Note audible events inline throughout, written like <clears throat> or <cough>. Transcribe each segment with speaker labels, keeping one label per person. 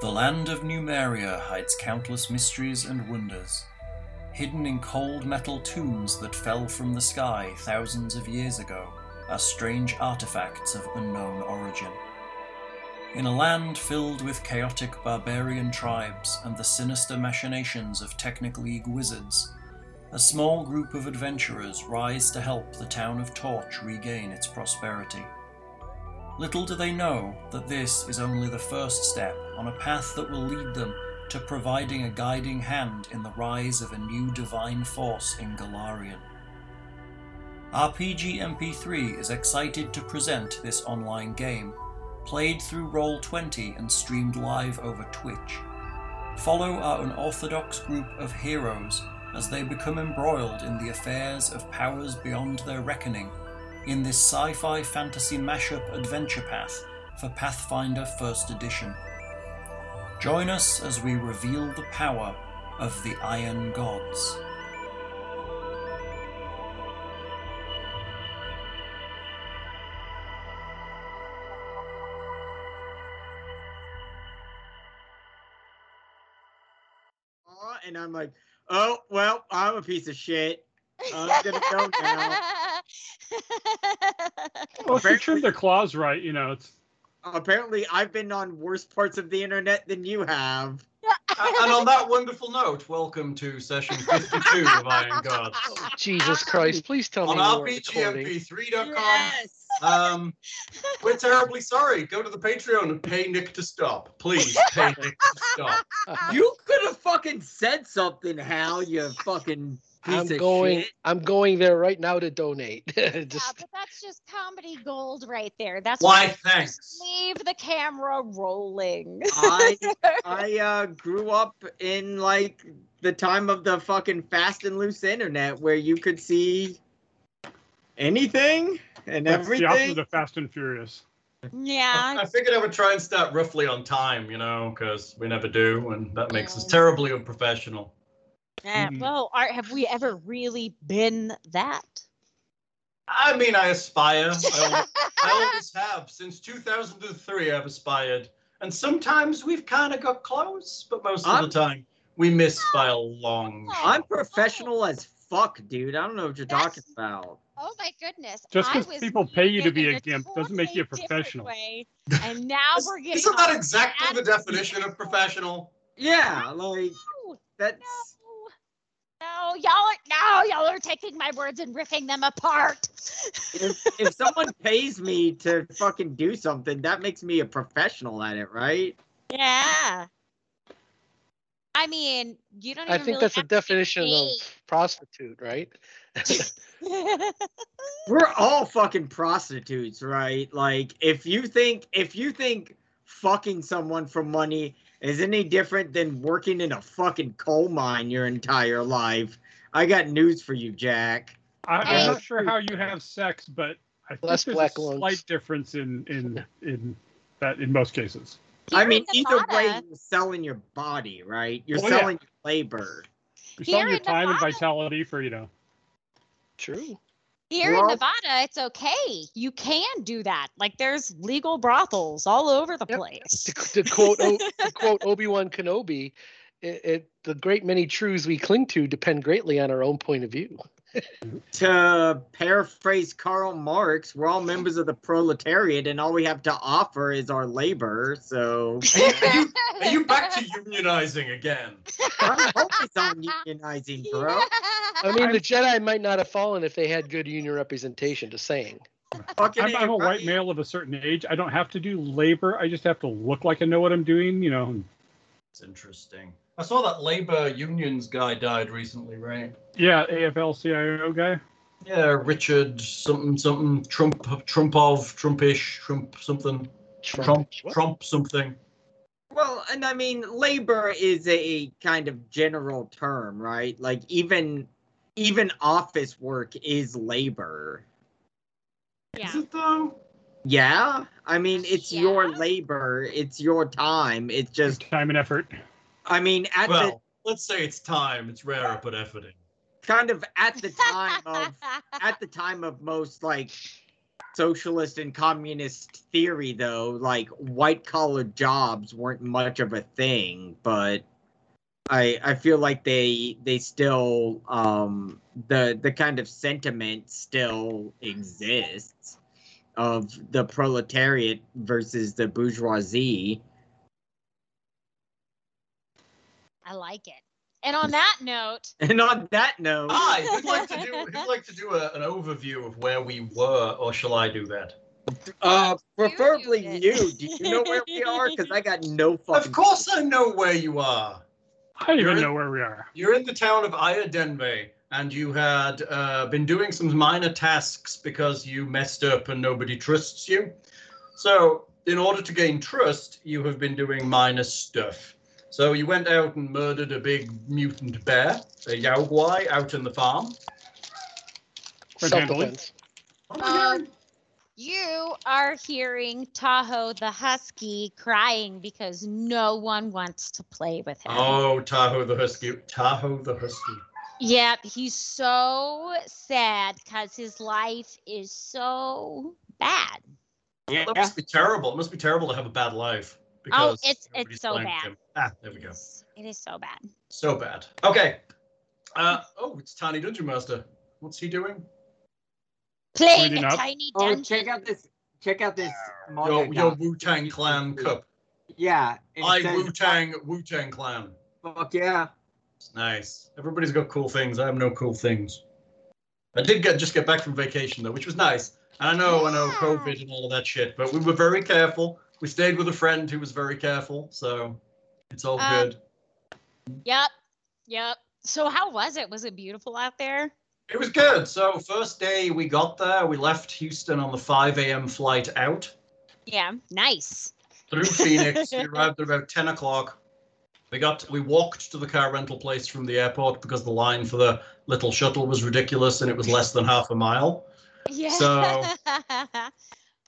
Speaker 1: The land of Numeria hides countless mysteries and wonders, hidden in cold metal tombs that fell from the sky thousands of years ago, are strange artifacts of unknown origin. In a land filled with chaotic barbarian tribes and the sinister machinations of Technic League wizards, a small group of adventurers rise to help the town of Torch regain its prosperity. Little do they know that this is only the first step on a path that will lead them to providing a guiding hand in the rise of a new divine force in Galarian. RPG MP3 is excited to present this online game, played through Roll20 and streamed live over Twitch. Follow our unorthodox group of heroes as they become embroiled in the affairs of powers beyond their reckoning in this sci fi fantasy mashup adventure path for Pathfinder 1st Edition. Join us as we reveal the power of the Iron Gods.
Speaker 2: "Aw," and I'm like, oh, well, I'm a piece of shit.
Speaker 3: Oh,
Speaker 2: I'm gonna go
Speaker 3: <laughs>
Speaker 2: now.
Speaker 4: Well, if they trim their claws right, you know, it's
Speaker 2: Apparently, I've been on worse parts of the internet than you have.
Speaker 5: and on that wonderful note, welcome to session 52
Speaker 6: <laughs>
Speaker 5: of Iron Gods
Speaker 6: Jesus Christ, please tell
Speaker 5: on
Speaker 6: me you weren't recording.
Speaker 5: RPGMP3.com. Um, we're terribly sorry. Go to the Patreon and pay Nick to stop.
Speaker 3: <laughs>
Speaker 5: Please pay Nick to stop.
Speaker 6: Uh,
Speaker 2: You could have fucking said something, Hal. You fucking piece
Speaker 6: I'm
Speaker 2: of
Speaker 6: going
Speaker 2: shit.
Speaker 6: I'm going there right now to donate. <laughs>
Speaker 3: Yeah,
Speaker 6: Just
Speaker 3: but that's just comedy gold right there. That's
Speaker 5: Why,
Speaker 3: why
Speaker 5: thanks.
Speaker 3: leave the camera
Speaker 5: <laughs>
Speaker 3: rolling.
Speaker 2: I I uh, grew up in like the time of the fucking fast and loose internet where you could see anything and
Speaker 4: that's the
Speaker 2: everything.
Speaker 4: opposite of Fast and Furious.
Speaker 3: yeah.
Speaker 5: I figured I would try and start roughly on time, you know, because we never do, and that makes us
Speaker 3: Yeah.
Speaker 5: terribly unprofessional.
Speaker 3: <laughs> yeah.
Speaker 5: hmm.
Speaker 4: Mhm.
Speaker 3: Well, are, have we ever really been that?
Speaker 5: I mean, I aspire.
Speaker 3: <laughs>
Speaker 5: I always, I always have. Since 2003, I've aspired. And sometimes we've kind of got close, but most
Speaker 2: I'm-
Speaker 5: of the time we miss by a long shot.
Speaker 4: Oh.
Speaker 2: I'm professional as fuck, dude. I don't know what you're talking about.
Speaker 3: Oh my goodness.
Speaker 4: Just
Speaker 3: I
Speaker 4: 'cause
Speaker 3: was
Speaker 4: people pay you to be
Speaker 3: thinking
Speaker 4: a gimp
Speaker 3: totally
Speaker 4: doesn't make you a
Speaker 3: different
Speaker 4: professional.
Speaker 5: <laughs>
Speaker 3: way, and now we're getting.
Speaker 5: Isn't that
Speaker 3: all
Speaker 5: exactly the
Speaker 3: attitude
Speaker 5: definition of
Speaker 3: issues. <laughs>
Speaker 5: professional?
Speaker 2: Yeah, like
Speaker 3: No,
Speaker 2: that's
Speaker 3: no, no, y'all are no, y'all are taking my words and ripping them apart.
Speaker 2: if, if someone pays me to fucking do something, that makes me a professional at it, right?
Speaker 3: Yeah. I mean, you don't.
Speaker 6: I
Speaker 3: even
Speaker 6: think
Speaker 3: really
Speaker 6: that's a
Speaker 3: have to be
Speaker 6: definition of
Speaker 3: paid.
Speaker 6: prostitute, right? <laughs>
Speaker 2: We're all fucking prostitutes, right? Like if you think if you think fucking someone for money is any different than working in a fucking coal mine your entire life, I got news for you, Jack.
Speaker 4: I,
Speaker 3: Hey.
Speaker 4: I'm not sure how you have sex, but I think
Speaker 6: Less
Speaker 4: there's
Speaker 6: black
Speaker 4: a
Speaker 6: lungs.
Speaker 4: slight difference in
Speaker 6: <laughs>
Speaker 4: in in that in most cases.
Speaker 2: I
Speaker 3: Here
Speaker 2: mean,
Speaker 3: in
Speaker 2: either way,
Speaker 3: Nevada-
Speaker 2: you're selling your body, right? You're
Speaker 4: Oh, yeah.
Speaker 2: selling your labor.
Speaker 4: You're
Speaker 3: Here
Speaker 4: selling your
Speaker 3: in
Speaker 4: time and
Speaker 3: Nevada-
Speaker 4: vitality for you know.
Speaker 6: True.
Speaker 3: Here
Speaker 2: Well-
Speaker 3: in Nevada, it's okay. You can do that. Like there's legal brothels all over the
Speaker 6: Yep.
Speaker 3: place.
Speaker 6: To, to
Speaker 3: <laughs>
Speaker 6: quote o, to quote Obi Wan Kenobi, it, it, the great many truths we cling to depend greatly on our own point of view.
Speaker 2: to paraphrase Karl Marx, we're all members of the proletariat, and all we have to offer is our labor. So <laughs>
Speaker 5: Are you back to unionizing again?
Speaker 2: I'm always on unionizing, bro.
Speaker 3: <laughs>
Speaker 6: I mean, the Jedi might not have fallen if they had good union representation. Just saying.
Speaker 2: Fucking
Speaker 4: I'm, I'm a
Speaker 2: A,
Speaker 4: white
Speaker 2: right?
Speaker 4: male of a certain age. I don't have to do labor. I just have to look like I know what I'm doing. You know.
Speaker 5: It's interesting. I saw that labor unions guy died recently, right?
Speaker 4: Yeah, AFL-CIO guy.
Speaker 5: Yeah, Richard something something Trump Trumpov Trumpish Trump something Trump
Speaker 6: What?
Speaker 5: Trump something.
Speaker 2: Well, and I mean, labor is a kind of general term, right? Like even even office work is labor.
Speaker 5: Is
Speaker 3: yeah.
Speaker 5: it though?
Speaker 2: Yeah, I mean, it's
Speaker 3: Yeah.
Speaker 2: your labor, it's your time. It's just,
Speaker 4: Time and effort.
Speaker 2: I mean, at
Speaker 5: Well, let's say it's time. It's rare I put effort in.
Speaker 3: <laughs>
Speaker 2: the kind of at the time of at the time of most like
Speaker 7: socialist and communist theory, though, like white collar jobs weren't much of a thing, but I I feel like they they still um the the kind of sentiment still exists of the proletariat versus the bourgeoisie. <laughs>
Speaker 3: I like it. And on that note,
Speaker 7: And on that note,
Speaker 5: <laughs> Hi, who'd like to do, who'd like to do a, an overview of where we were, or shall I do that?
Speaker 7: uh, preferably
Speaker 3: did.
Speaker 7: you. Do you know where we are? Because I got no fucking.
Speaker 5: Of course I know where you are.
Speaker 4: I don't
Speaker 5: You're
Speaker 4: even
Speaker 5: in-
Speaker 4: know where we are.
Speaker 5: You're in the town of Ayadenbe, and you had uh, been doing some minor tasks because you messed up and nobody trusts you. So, in order to gain trust, you have been doing minor stuff. So, you went out and murdered a big mutant bear, a Yaogwai, out in the farm.
Speaker 4: Self-handling.
Speaker 6: Self-defense.
Speaker 5: Oh my
Speaker 3: Um, you are hearing Tahoe the husky crying because no one wants to play with him.
Speaker 5: Oh, Tahoe the Husky. Tahoe the Husky.
Speaker 3: Yep, he's so sad because his life is so bad.
Speaker 7: Yeah.
Speaker 5: That must be terrible. It must be terrible to have a bad life. Because
Speaker 3: Oh, it's- it's
Speaker 5: nobody's
Speaker 3: so
Speaker 5: playing with
Speaker 3: bad.
Speaker 5: him. Ah, there we go.
Speaker 3: It's- It is so bad.
Speaker 5: So bad. Okay. Uh, oh, it's Tiny Dungeon Master. What's he doing?
Speaker 3: Playing
Speaker 4: Reading
Speaker 3: a
Speaker 4: up.
Speaker 3: tiny
Speaker 7: Oh,
Speaker 3: dungeon.
Speaker 7: check out this! Check out this.
Speaker 5: Your,
Speaker 7: manga
Speaker 5: your
Speaker 7: doc.
Speaker 5: Wu Tang Clan cup.
Speaker 7: Yeah. it
Speaker 5: I
Speaker 7: says-
Speaker 5: Wu Tang Wu Tang Clan.
Speaker 7: Fuck yeah.
Speaker 5: It's nice. Everybody's got cool things. I have no cool things. I did get just get back from vacation though, which was nice. And I know, I know,
Speaker 3: Yeah.
Speaker 5: COVID and all of that shit, but we were very careful. We stayed with a friend who was very careful, so it's all
Speaker 3: Um,
Speaker 5: good.
Speaker 3: Yep, yep. So how was it? Was it beautiful out there?
Speaker 5: It was good. So first day we got there, we left Houston on the 5 a.m. flight out
Speaker 3: Yeah, nice. <laughs>
Speaker 5: through Phoenix. we arrived at about 10 o'clock. We got we walked to the car rental place from the airport because the line for the little shuttle was ridiculous and it was less than half a mile.
Speaker 3: Yeah. <laughs>
Speaker 5: So- And
Speaker 3: Where'd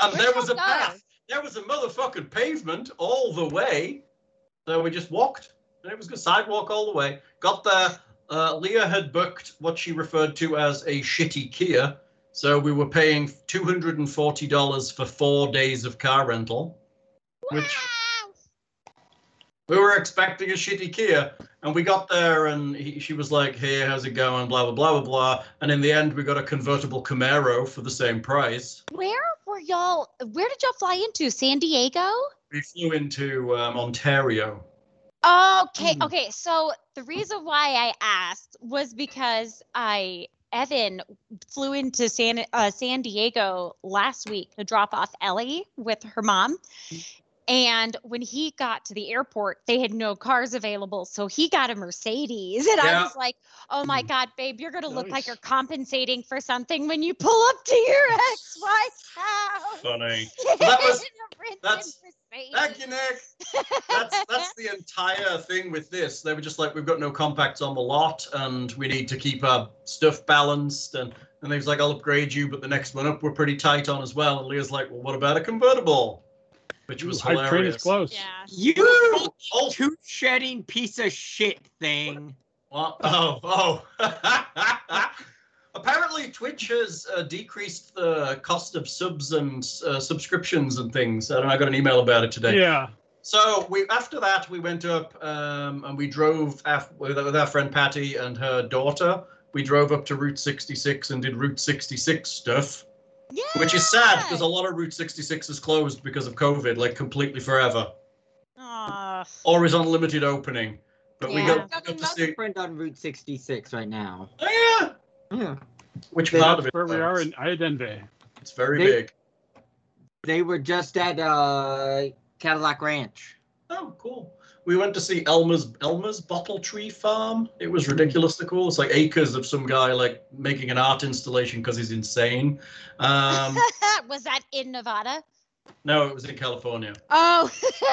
Speaker 5: Uh, there
Speaker 3: y'all
Speaker 5: was a
Speaker 3: go?
Speaker 5: path. There was a motherfucking pavement all the way. So we just walked. And it was good sidewalk all the way. Got there. Uh, Leah had booked what she referred to as a shitty Kia. So we were paying $240 for four days of car rental. Which
Speaker 3: Wow.
Speaker 5: we were expecting a shitty Kia, and we got there, and he, she was like, "Hey, how's it going?" Blah blah blah blah blah. And in the end, we got a convertible Camaro for the same price.
Speaker 3: Where were y'all? Where did y'all fly into? San Diego?
Speaker 5: We flew into um, Ontario.
Speaker 3: Okay,
Speaker 7: Mm.
Speaker 3: okay. So the reason why I asked was because I Evan flew into San uh, San Diego last week to drop off Ellie with her mom.
Speaker 5: Mm.
Speaker 3: And when he got to the airport, they had no cars available. So he got a Mercedes. And I
Speaker 5: Yeah.
Speaker 3: was like, oh my
Speaker 5: Mm.
Speaker 3: God, babe, you're going to look like
Speaker 6: Nice.
Speaker 3: you're compensating for something when you pull up to your
Speaker 5: <laughs>
Speaker 3: ex wife's house.
Speaker 5: Funny. that
Speaker 3: <laughs>
Speaker 5: was-
Speaker 3: in a rented
Speaker 5: that's- Thank
Speaker 3: Mercedes.
Speaker 5: you, Nick. That's that's the entire thing with this. They were just like, "We've got no compacts on the lot, and we need to keep our stuff balanced." And and they was like, "I'll upgrade you, but the next one up, we're pretty tight on as well." And Leah's like, "Well, what about a convertible?" Which was
Speaker 4: High train is
Speaker 5: hilarious.
Speaker 4: close.
Speaker 3: yeah.
Speaker 7: You
Speaker 5: Woo! Oh,
Speaker 7: tooth shedding piece of shit thing.
Speaker 5: Well, <laughs> oh, oh. <laughs> Apparently, Twitch has uh, decreased the cost of subs and uh, subscriptions and things. I don't know. I got an email about it today.
Speaker 4: Yeah.
Speaker 5: So we after that we went up um, and we drove af- with, with our friend Patty and her daughter. We drove up to Route 66 and did Route 66 stuff,
Speaker 3: Yeah.
Speaker 5: which is sad because a lot of Route 66 is closed because of COVID, like completely forever,
Speaker 3: Aw.
Speaker 5: or is on limited opening. But we
Speaker 3: Yeah.
Speaker 5: got,
Speaker 7: Got
Speaker 5: got to see.
Speaker 7: another friend on Route 66 right now.
Speaker 5: Oh, yeah.
Speaker 7: Yeah.
Speaker 5: Which
Speaker 7: They-
Speaker 5: part of
Speaker 4: That's
Speaker 5: it?
Speaker 4: where we
Speaker 5: though?
Speaker 4: are in Ayadenbe.
Speaker 5: It's very
Speaker 7: They-
Speaker 5: big.
Speaker 7: They were just at uh, Cadillac Ranch.
Speaker 5: Oh, cool. We went to see Elmer's Elmer's Bottle Tree Farm. It was ridiculously cool. It's like acres of some guy like making an art installation because he's insane.
Speaker 3: <laughs>
Speaker 5: Um,
Speaker 3: was that in Nevada?
Speaker 5: no, it was in California,
Speaker 3: Oh,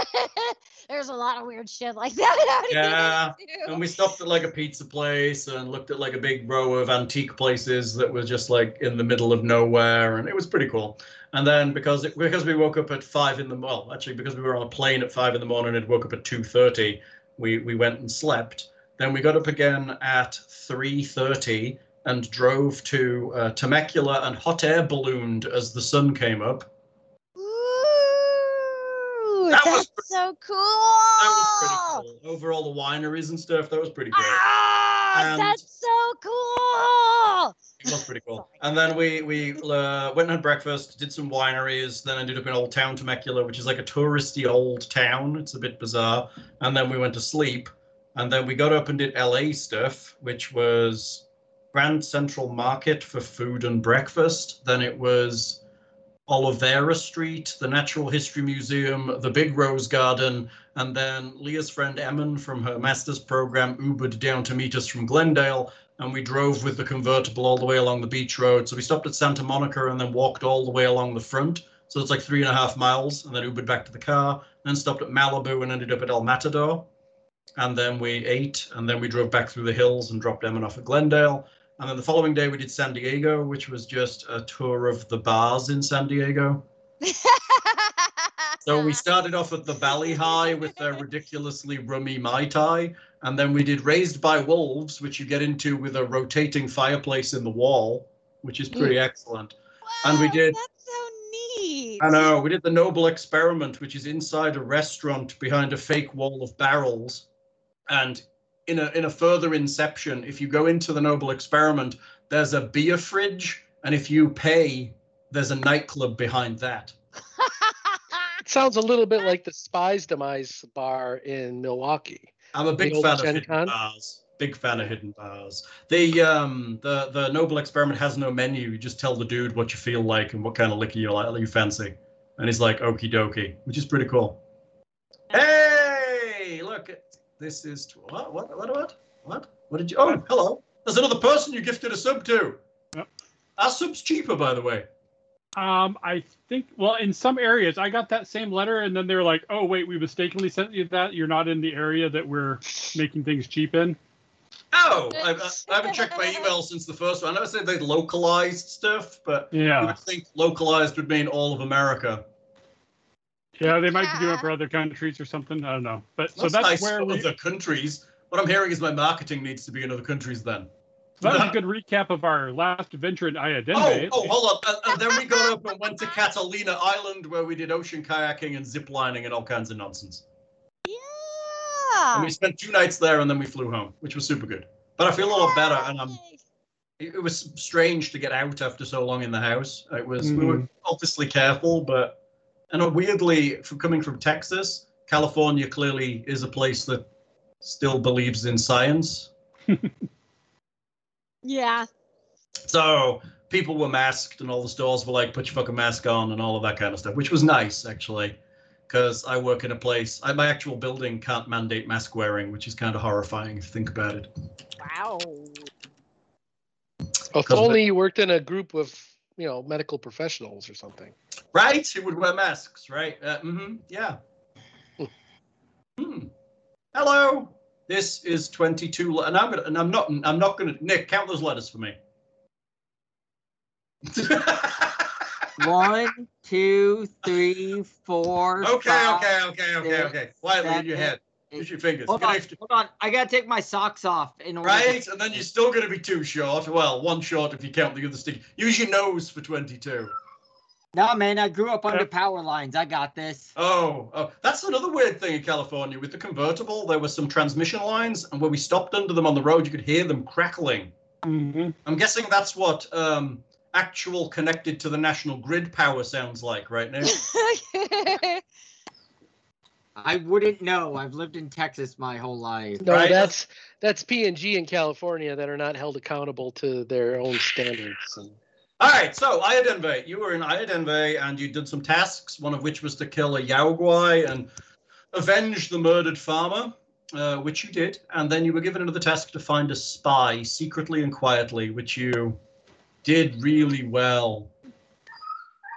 Speaker 3: <laughs> there's a lot of weird shit like that. out here,
Speaker 5: Yeah,
Speaker 3: too.
Speaker 5: and we stopped at like a pizza place and looked at like a big row of antique places that were just like in the middle of nowhere, and it was pretty cool. And then because it, because we woke up at five in the well, actually because we were on a plane at five in the morning and woke up at two thirty, we we went and slept. Then we got up again at three thirty and drove to uh, Temecula and hot air ballooned as the sun came up.
Speaker 3: Ooh,
Speaker 5: That was
Speaker 3: that's so cool.
Speaker 5: That was pretty cool. Overall, the wineries and stuff, that was pretty cool.
Speaker 3: Oh! Ah,
Speaker 5: And-
Speaker 3: that's so cool.
Speaker 5: It was pretty cool. And then we we uh, went and had breakfast, did some wineries, then ended up in Old Town Temecula, which is like a touristy old town. It's a bit bizarre. And then we went to sleep. And then we got up and did LA stuff, which was Grand Central Market for food and breakfast. Then it was Olivera Street, the Natural History Museum, the Big Rose Garden, and then Leah's friend Emmon from her master's program Ubered down to meet us from Glendale and we drove with the convertible all the way along the beach road. So we stopped at Santa Monica and then walked all the way along the front. So it's like three and a half miles, and then Ubered back to the car, then stopped at Malibu and ended up at El Matador. And then we ate, and then we drove back through the hills and dropped Emma off at Glendale. And then the following day we did San Diego, which was just a tour of the bars in San Diego. So we started off at the Valley High with their ridiculously rummy Mai Tai, and then we did Raised by Wolves, which you get into with a rotating fireplace in the wall, which is pretty excellent. and we
Speaker 3: Wow,
Speaker 5: did-
Speaker 3: That's so neat.
Speaker 5: I know, we did the Noble Experiment, which is inside a restaurant behind a fake wall of barrels. And in a in a further inception, if you go into the Noble Experiment, there's a beer fridge, and if you pay, there's a nightclub behind that.
Speaker 6: It sounds a little bit like the Spies Demise bar in Milwaukee.
Speaker 5: I'm a big
Speaker 6: old
Speaker 5: fan of
Speaker 6: Gen
Speaker 5: hidden
Speaker 6: Con?
Speaker 5: bars. Big fan of hidden bars. The um the the noble experiment has no menu. You just tell the dude what you feel like and what kind of liquor you like you fancy, and he's like okie dokie, which is pretty cool. Hey, look, this is what what what what what what did you? Oh, hello. There's another person you gifted a sub to.
Speaker 4: Yep.
Speaker 5: Our sub's cheaper, by the way.
Speaker 4: Um, I think well, in some areas, I got that same letter, and then they were like, "Oh, wait, we mistakenly sent you that. You're not in the area that we're making things cheap in."
Speaker 5: Oh, I, I, I haven't checked my email since the first one. I never said they localized stuff, but you
Speaker 4: Yeah,
Speaker 5: would think localized would mean all of America.
Speaker 4: yeah, they might be doing it for other countries or something. I don't know, but so that's
Speaker 5: nice
Speaker 4: where
Speaker 5: for
Speaker 4: we.
Speaker 5: other countries. What I'm hearing is my marketing needs to be in other countries then.
Speaker 4: That was
Speaker 5: <laughs>
Speaker 4: a good recap of our last adventure in Ayadenbe.
Speaker 5: Oh, oh, hold on. And, and then we got up and went to Catalina Island where we did ocean kayaking and zip lining and all kinds of nonsense. And
Speaker 3: <laughs> Yeah.
Speaker 5: we spent two nights there and then we flew home, which was super good. But I feel a lot better and I'm it, it was strange to get out after so long in the house. It was we were obviously careful, but and weirdly, from coming from Texas, California clearly is a place that still believes in science.
Speaker 3: Yeah.
Speaker 5: So people were masked, and all the stores were like, "Put your fucking mask on," and all of that kind of stuff, which was nice actually, because I work in a place. I, my actual building can't mandate mask wearing, which is kind of horrifying if you think about it.
Speaker 3: Wow.
Speaker 6: If
Speaker 5: Because of
Speaker 6: only you worked in a group of you know medical professionals or something.
Speaker 5: Right? Who would wear masks? Right? Uh, mm-hmm. Yeah. hmm. Hello. This is twenty-two, le- and I'm gonna, and I'm not, I'm not gonna. Nick, count those letters for me.
Speaker 7: One, two, three, four.
Speaker 5: <laughs> okay,
Speaker 7: five,
Speaker 5: okay, okay, okay,
Speaker 7: six,
Speaker 5: okay. Quietly, in your
Speaker 7: seven,
Speaker 5: head.
Speaker 7: eight.
Speaker 5: Use your fingers.
Speaker 7: Hold
Speaker 5: Get
Speaker 7: on,
Speaker 5: after-
Speaker 7: hold on. I gotta take my socks off in order. to-
Speaker 5: Right, and then you're still going to be two short. Well, one short if you count the other stick. Use your nose for 22.
Speaker 7: Nah, man, I grew up under power lines. I got this.
Speaker 5: Oh, oh, that's another weird thing in California. With the convertible, there were some transmission lines, and when we stopped under them on the road, you could hear them crackling.
Speaker 4: hmm
Speaker 5: I'm guessing that's what um, actual connected to the national grid power sounds like
Speaker 3: <laughs>
Speaker 5: right now.
Speaker 7: I wouldn't know. I've lived in Texas my whole life.
Speaker 6: No,
Speaker 5: Right.
Speaker 6: that's that's P and G in California that are not held accountable to their own standards. And
Speaker 5: All right, so Ayadenve, you were in Ayadenve and you did some tasks, one of which was to kill a Yaogwai and avenge the murdered farmer, uh, which you did. And then you were given another task to find a spy secretly and quietly, which you did really well.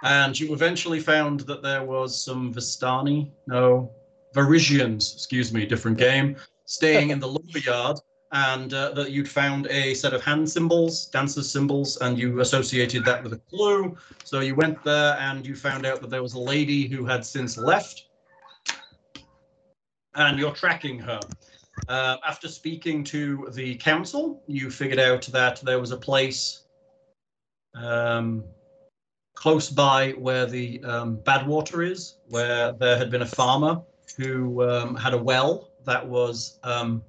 Speaker 5: And you eventually found that there was some Vistani, no, Verigians, excuse me, different game, staying in the lumber yard and uh, that you'd found a set of hand symbols, dancer's symbols, and you associated that with a clue. So you went there and you found out that there was a lady who had since left, and you're tracking her. Um, after speaking to the council, you figured out that there was a place um, close by where the um, Badwater is, where there had been a farmer who um, had a well that was um,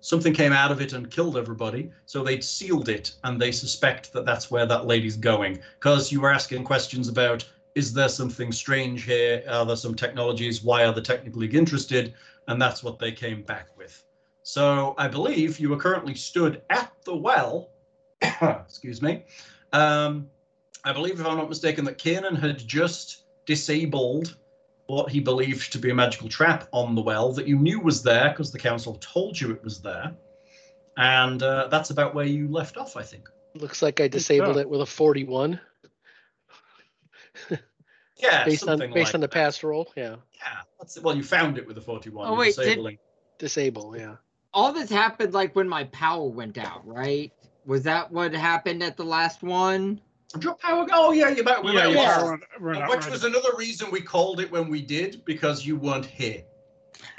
Speaker 5: something came out of it and killed everybody. So they'd sealed it, and they suspect that that's where that lady's going. Because you were asking questions about is there something strange here? Are there some technologies? Why are the technical league interested? And that's what they came back with. So I believe you are currently stood at the well. <coughs> excuse me. Um, I believe, if I'm not mistaken, that Kiernan had just disabled what he believed to be a magical trap on the well that you knew was there because the council told you it was there. And uh, that's about where you left off, I think.
Speaker 6: Looks like I disabled
Speaker 4: so.
Speaker 6: it with a 41
Speaker 5: Yeah,
Speaker 6: based on
Speaker 5: something
Speaker 6: based
Speaker 5: like
Speaker 6: on the
Speaker 5: that.
Speaker 6: pass roll. Yeah,
Speaker 5: Yeah, that's it. Well, you found it with the 41.
Speaker 7: Oh,
Speaker 5: you're
Speaker 7: wait, did-
Speaker 5: disabling.
Speaker 6: disable. Yeah.
Speaker 7: All this happened like when my power went out, right? Was that what happened at the last one?
Speaker 5: Did your power go? Oh, yeah, you're back. We're
Speaker 4: yeah,
Speaker 5: back.
Speaker 4: you
Speaker 7: yeah.
Speaker 4: are. We're- we're not-
Speaker 5: Which
Speaker 4: we're
Speaker 5: was
Speaker 4: not-
Speaker 5: another reason we called it when we did, because you weren't here.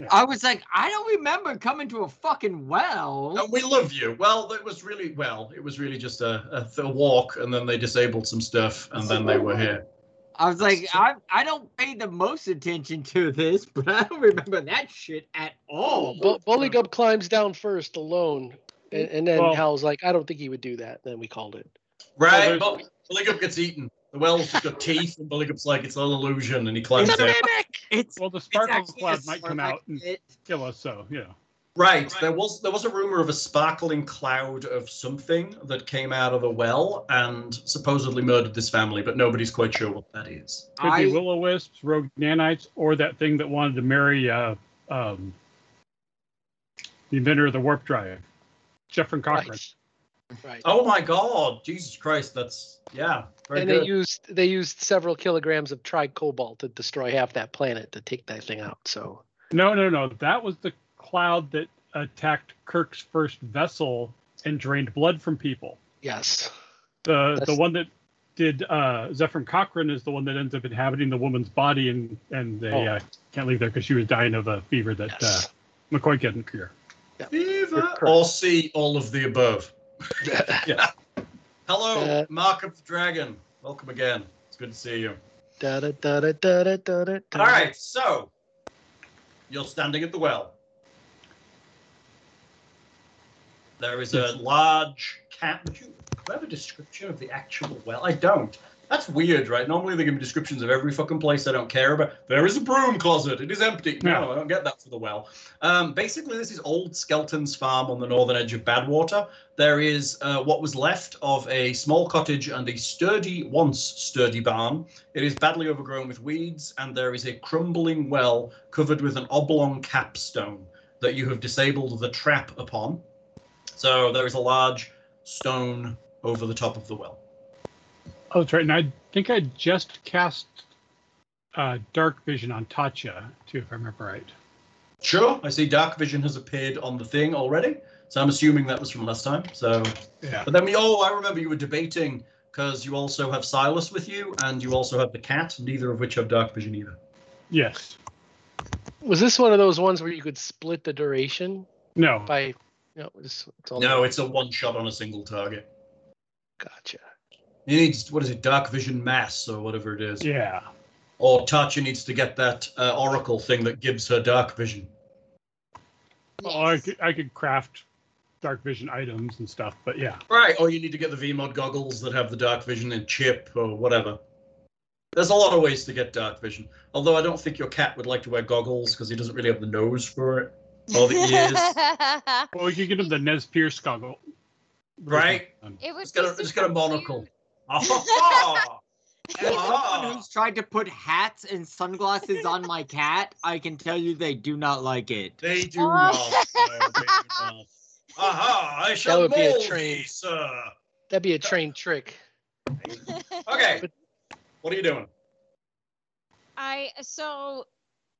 Speaker 7: I was like, I don't remember coming to a fucking well.
Speaker 5: And we love you. Well, it was really, well, it was really just a, a, th- a walk, and then they disabled some stuff, and then they were here.
Speaker 7: I was like, I I don't pay the most attention to this, <laughs> but I don't remember that shit at all.
Speaker 6: Bo- Bully-Gub climbs down first alone, and, and then
Speaker 4: Well-
Speaker 6: Hal's like, "I don't think he would do that." Then we called it.
Speaker 4: there's-
Speaker 5: Right, but Bullygup gets eaten. The well's just got teeth, and Bullygup's like, it's all illusion, and he climbs
Speaker 6: It's a
Speaker 5: down.
Speaker 6: mimic!
Speaker 7: It's
Speaker 4: Well, the
Speaker 7: it's
Speaker 4: sparkle
Speaker 7: actually
Speaker 4: cloud
Speaker 7: a
Speaker 4: might come out and
Speaker 7: sparkle.
Speaker 4: kill us, so yeah.
Speaker 5: Right. There was there was a rumor of a sparkling cloud of something that came out of a well and supposedly murdered this family, but nobody's quite sure what that is.
Speaker 4: Could
Speaker 7: I-
Speaker 4: be will o wisps, rogue nanites, or that thing that wanted to marry uh, um, the inventor of the warp drive, Jeffrey Cochran.
Speaker 6: Right. Right.
Speaker 5: Oh my god, Jesus Christ, that's yeah. Very
Speaker 6: and
Speaker 5: good.
Speaker 6: they used they used several kilograms of tri cobalt to destroy half that planet to take that thing out. So
Speaker 4: No, no, no. That was the cloud that attacked Kirk's first vessel and drained blood from people.
Speaker 6: yes,
Speaker 4: The the
Speaker 6: That's-
Speaker 4: one that did uh, Zephyr Cochran is the one that ends up inhabiting the woman's body, and and they
Speaker 6: Oh.
Speaker 4: uh, can't leave there because she was dying of a fever that
Speaker 6: yes.
Speaker 4: uh, McCoy couldn't cure.
Speaker 5: Fever
Speaker 6: Kirk.
Speaker 5: or see all of the above.
Speaker 6: Da-
Speaker 5: Hello,
Speaker 6: Uh,
Speaker 5: Mark of the Dragon. Welcome again. It's good to see you.
Speaker 6: da- da- da- da- da- da- da- da-
Speaker 5: All right, so you're standing at the well. There is a large cat. Would you do I have a description of the actual well? I don't. That's weird, right? Normally they give me descriptions of every fucking place I don't care about. There is a broom closet. It is empty. No, I don't get that for the well. Um, basically, this is old Skelton's farm on the northern edge of Badwater. There is uh, what was left of a small cottage and a sturdy, once sturdy barn. It is badly overgrown with weeds, and there is a crumbling well covered with an oblong capstone that you have disabled the trap upon. So there is a large stone over the top of the well.
Speaker 4: Oh, that's right. And I think I just cast uh, Dark Vision on Tatcha, too, if I remember right.
Speaker 5: Sure, I see dark vision has appeared on the thing already, so I'm assuming that was from last time. So,
Speaker 4: Yeah.
Speaker 5: but then we oh, I remember you were debating because you also have Silas with you, and you also have the cat, neither of which have dark vision either.
Speaker 4: Yes.
Speaker 6: Was this one of those ones where you could split the duration
Speaker 4: No.
Speaker 6: by? No, it's, it's all
Speaker 5: No, it's a one shot on a single target.
Speaker 6: Gotcha.
Speaker 5: He needs what is it, dark vision mass or whatever it is.
Speaker 4: Yeah.
Speaker 5: Or Tatcha needs to get that uh, oracle thing that gives her dark vision.
Speaker 4: Well, Oh, I
Speaker 3: Yes.
Speaker 4: could, I could craft Dark Vision items and stuff, but yeah.
Speaker 5: Right. Or you need to get the VMod goggles that have the dark vision and chip or whatever. There's a lot of ways to get dark vision. Although I don't think your cat would like to wear goggles because he doesn't really have the nose for it. All the
Speaker 3: ears.
Speaker 4: Well, you could get him the Nez Pierce goggle.
Speaker 5: Right?
Speaker 3: <laughs> it was
Speaker 5: Just get a, just get a monocle. Ah, ha, ha.
Speaker 7: As someone
Speaker 5: Ah.
Speaker 7: who's tried to put hats and sunglasses on my cat, I can tell you they do not like it.
Speaker 5: They do
Speaker 3: Oh.
Speaker 5: not. No, they do not. Aha! I shall
Speaker 6: would be a
Speaker 5: mold
Speaker 6: train.
Speaker 5: thee, sir.
Speaker 6: That'd be a trained trick.
Speaker 5: Okay.
Speaker 6: But-
Speaker 5: What are you doing?
Speaker 3: I so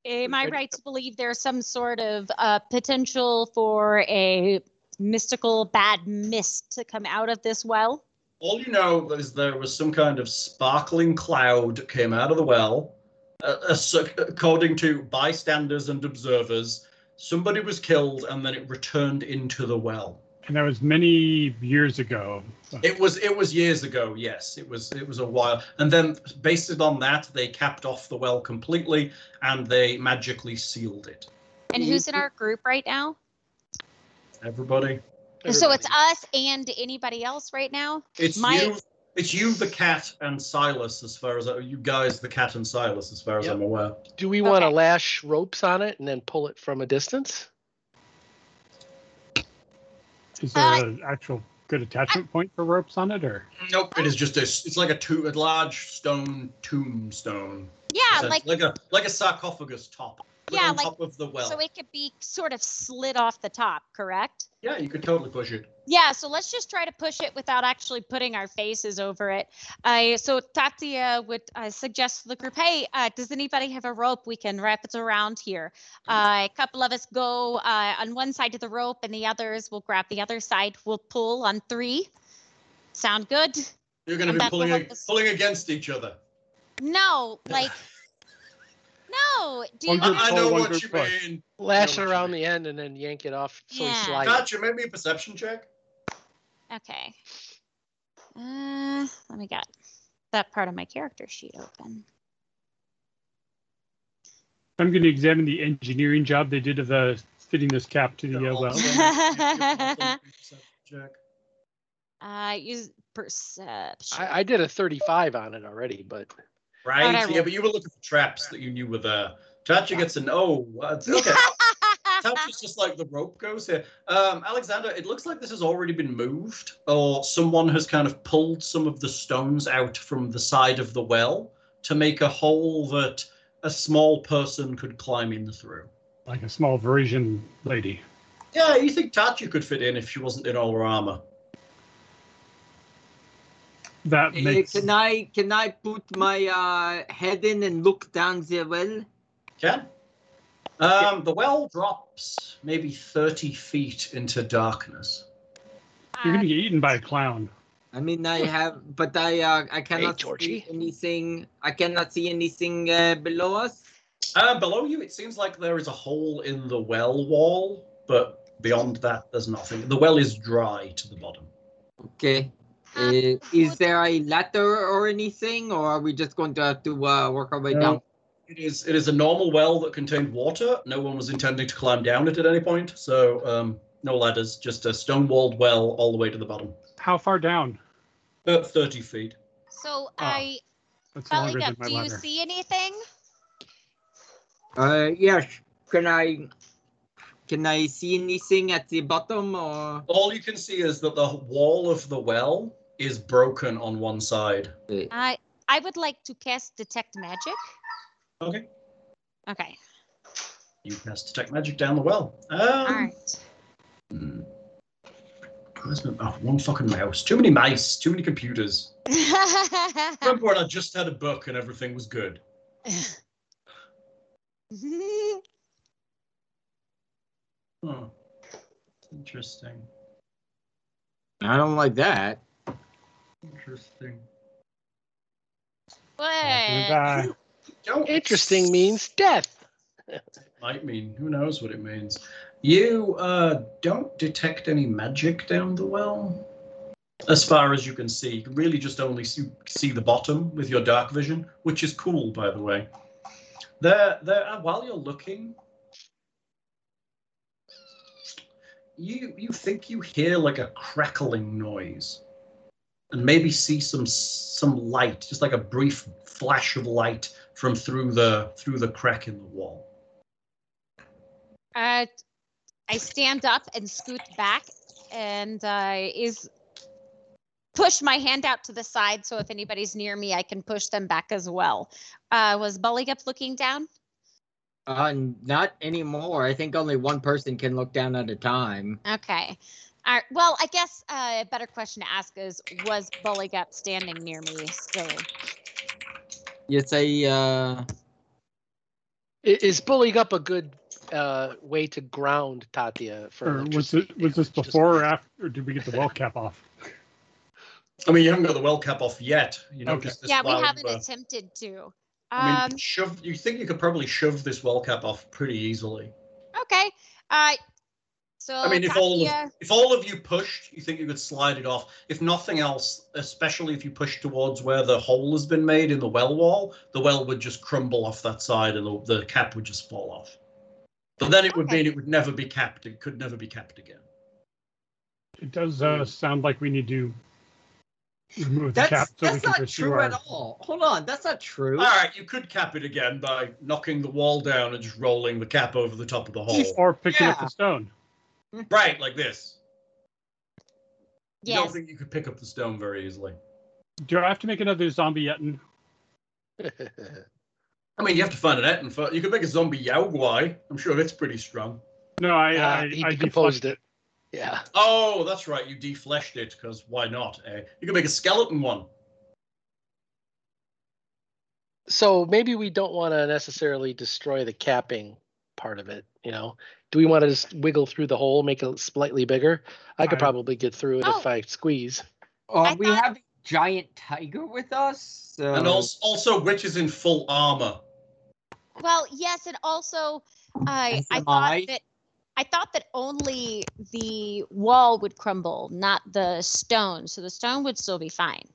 Speaker 3: am I
Speaker 6: Ready?
Speaker 3: right to believe there's some sort of uh, potential for a mystical bad mist to come out of this well?
Speaker 5: All you know is there was some kind of sparkling cloud came out of the well. Uh, uh, so- according to bystanders and observers, somebody was killed and then it returned into the well.
Speaker 4: And that was many years ago.
Speaker 5: It was it was years ago, yes. It was it was a while. And then based on that, they capped off the well completely and they magically sealed it.
Speaker 3: And who's in our group right now?
Speaker 5: Everybody.
Speaker 3: So it's us and anybody else right now?
Speaker 5: It's
Speaker 3: My-
Speaker 5: you it's you, the cat, and Silas, as far as I, you guys, the cat and Silas, as far as
Speaker 6: Yep.
Speaker 5: I'm aware.
Speaker 6: Do we want to
Speaker 3: Okay.
Speaker 6: lash ropes on it and then pull it from a distance?
Speaker 4: Is there an actual good attachment point for ropes on it, or
Speaker 5: Nope, it is just a. It's like a two, a large stone tombstone.
Speaker 3: Yeah,
Speaker 5: So
Speaker 3: like
Speaker 5: it's like a like a sarcophagus top. but
Speaker 3: Yeah,
Speaker 5: on
Speaker 3: like-
Speaker 5: top of the well.
Speaker 3: so it could be sort of slid off the top, correct?
Speaker 5: yeah, you could totally push it.
Speaker 3: Yeah, so let's just try to push it without actually putting our faces over it. I so Tatia would uh, suggest to the group, hey, uh, does anybody have a rope? We can wrap it around here. Uh, a couple of us go uh, on one side of the rope, and the others will grab the other side. We'll pull on three. Sound good?
Speaker 5: You're
Speaker 3: And
Speaker 5: going to be
Speaker 3: that will
Speaker 5: pulling
Speaker 3: help
Speaker 5: ag-
Speaker 3: us-
Speaker 5: pulling against each other.
Speaker 3: No, like no. Do you
Speaker 4: One group
Speaker 5: I, I know
Speaker 4: pull, one
Speaker 5: what
Speaker 4: group
Speaker 5: you
Speaker 4: push.
Speaker 5: mean.
Speaker 6: Lash
Speaker 5: No,
Speaker 6: it
Speaker 5: what you
Speaker 6: around
Speaker 5: mean.
Speaker 6: the end and then yank it off so
Speaker 3: Yeah.
Speaker 6: we slide.
Speaker 5: Kat, you make me a perception check.
Speaker 3: Okay. Uh, let me get that part of my character sheet open.
Speaker 4: I'm going to examine the engineering job they did of the fitting this cap to the
Speaker 5: <laughs> Yeah,
Speaker 4: uh, well.
Speaker 5: also
Speaker 3: <laughs>
Speaker 5: make me a perception check.
Speaker 3: Uh, use perception.
Speaker 6: I, I did a 35 on it already, but
Speaker 5: Right?
Speaker 3: Whatever.
Speaker 5: Yeah, but you were looking for traps that you knew were there. Tatcha gets an oh. Okay. Tatcha's just like the rope goes here. Um, Alexander, it looks like this has already been moved, or someone has kind of pulled some of the stones out from the side of the well to make a hole that a small person could climb in through.
Speaker 4: Like a small Verisian lady.
Speaker 5: Yeah, you think Tatcha could fit in if she wasn't in all her armor?
Speaker 4: That
Speaker 7: Eh,
Speaker 4: makes
Speaker 7: Can I can I put my uh, head in and look down the well?
Speaker 5: Can. Um, the well drops maybe 30 feet into darkness.
Speaker 4: <laughs> you're
Speaker 3: Uh,
Speaker 4: going to get eaten by a clown.
Speaker 7: I mean, I have, but I uh, I cannot see
Speaker 6: Georgie.
Speaker 7: anything. I cannot see anything uh, below us.
Speaker 5: Uh, below you, it seems like there is a hole in the well wall, but beyond that, there's nothing. The well is dry to the bottom.
Speaker 7: Okay. <laughs> Uh, is there a ladder or anything, or are we just going to have to uh, work our way
Speaker 5: No.
Speaker 7: down?
Speaker 5: It is it is a normal well that contained water. No one was intending to climb down it at any point, so um, no ladders, just a stone-walled well all the way to the bottom,
Speaker 4: How far down?
Speaker 5: uh, 30 feet.
Speaker 3: so I
Speaker 4: That's Oh, longer
Speaker 3: bellied up.
Speaker 4: than my
Speaker 3: Do you
Speaker 4: ladder.
Speaker 3: see anything?
Speaker 7: Uh, yes. Can I? Can I see anything at the bottom, or
Speaker 5: All you can see is that the wall of the well is broken on one side.
Speaker 3: I I would like to cast detect magic.
Speaker 5: Okay.
Speaker 3: Okay.
Speaker 5: You cast detect magic down the well. Um, all
Speaker 3: All right. <laughs>
Speaker 4: <laughs>
Speaker 5: Hmm. Where's my- oh, one fucking mouse. Too many mice. Too many computers. Remember when I just had a book and everything was good? Hmm. Interesting.
Speaker 7: I don't like that.
Speaker 5: Interesting.
Speaker 3: what?
Speaker 4: Goodbye.
Speaker 5: Don't
Speaker 6: interesting means death.
Speaker 5: might mean. Who knows what it means? You uh, don't detect any magic down the well, as far as you can see. You can really just only see, see the bottom with your dark vision, which is cool, by the way. There, there. uh, While you're looking, you you think you hear like a crackling noise, and maybe see some some light, just like a brief flash of light from through the through the crack in the wall.
Speaker 3: Uh, I stand up and scoot back, and uh, is push my hand out to the side so if anybody's near me, I can push them back as well. Uh, was Bully up looking down?
Speaker 7: Uh, not anymore. I think only one person can look down at a time.
Speaker 3: Okay. All right. Well, I guess uh, a better question to ask is Was Bully Up standing near me still?
Speaker 7: You say, uh,
Speaker 6: I- Is bullying up a good uh, way to ground Tatia for
Speaker 4: Or was
Speaker 6: electricity
Speaker 4: it was this
Speaker 6: damage? Just-
Speaker 4: before or after? Or did we get the well cap off?
Speaker 5: I mean, you haven't got the well cap off yet. You know,
Speaker 4: Okay.
Speaker 5: just this
Speaker 3: yeah, we
Speaker 5: wild,
Speaker 3: haven't
Speaker 5: uh,
Speaker 3: attempted to.
Speaker 5: I
Speaker 3: Um,
Speaker 5: mean, shove. You think you could probably shove this well cap off pretty easily?
Speaker 3: okay. Uh, so
Speaker 5: I mean, if all
Speaker 3: Tapia-
Speaker 5: of, if all of you pushed, you think you could slide it off. If nothing else, especially if you push towards where the hole has been made in the well wall, the well would just crumble off that side, and the, the cap would just fall off. But then it would
Speaker 3: Okay.
Speaker 5: mean it would never be capped. It could never be capped again.
Speaker 4: It does uh,
Speaker 6: Mm.
Speaker 4: sound like we need to remove the
Speaker 7: That's
Speaker 4: cap so we
Speaker 7: that's
Speaker 4: can
Speaker 7: not
Speaker 4: pursue
Speaker 7: true
Speaker 4: our.
Speaker 7: at all. Hold on, that's not true.
Speaker 5: All right, you could cap it again by knocking the wall down and just rolling the cap over the top of the hole.
Speaker 4: Or picking up
Speaker 7: Yeah.
Speaker 4: the stone.
Speaker 5: Right, like this. You don't
Speaker 3: Yes.
Speaker 5: think you could pick up the stone very easily.
Speaker 4: Do I have to make another zombie yetin?
Speaker 6: <laughs>
Speaker 5: I mean, you have to find an etin first. You could make a zombie yaogwai. I'm sure it's pretty strong.
Speaker 4: No, I
Speaker 6: Uh,
Speaker 4: I,
Speaker 6: he
Speaker 4: I
Speaker 6: decomposed it. Yeah.
Speaker 5: Oh, that's right. You defleshed it because why not? Eh? You could make a skeleton one.
Speaker 6: So maybe we don't want to necessarily destroy the capping part of it. You know, do we want to just wiggle through the hole, make it slightly bigger? I could
Speaker 4: I-
Speaker 6: probably get through it if
Speaker 3: Oh.
Speaker 6: I squeeze.
Speaker 7: Uh,
Speaker 3: I
Speaker 7: we
Speaker 3: thought-
Speaker 7: have a giant tiger with us. So
Speaker 2: Um,
Speaker 5: And also, also witches in full armor.
Speaker 3: Well, yes, and also I I
Speaker 7: SMI.
Speaker 3: thought that I thought that only the wall would crumble, not the stone. So the stone would still be fine.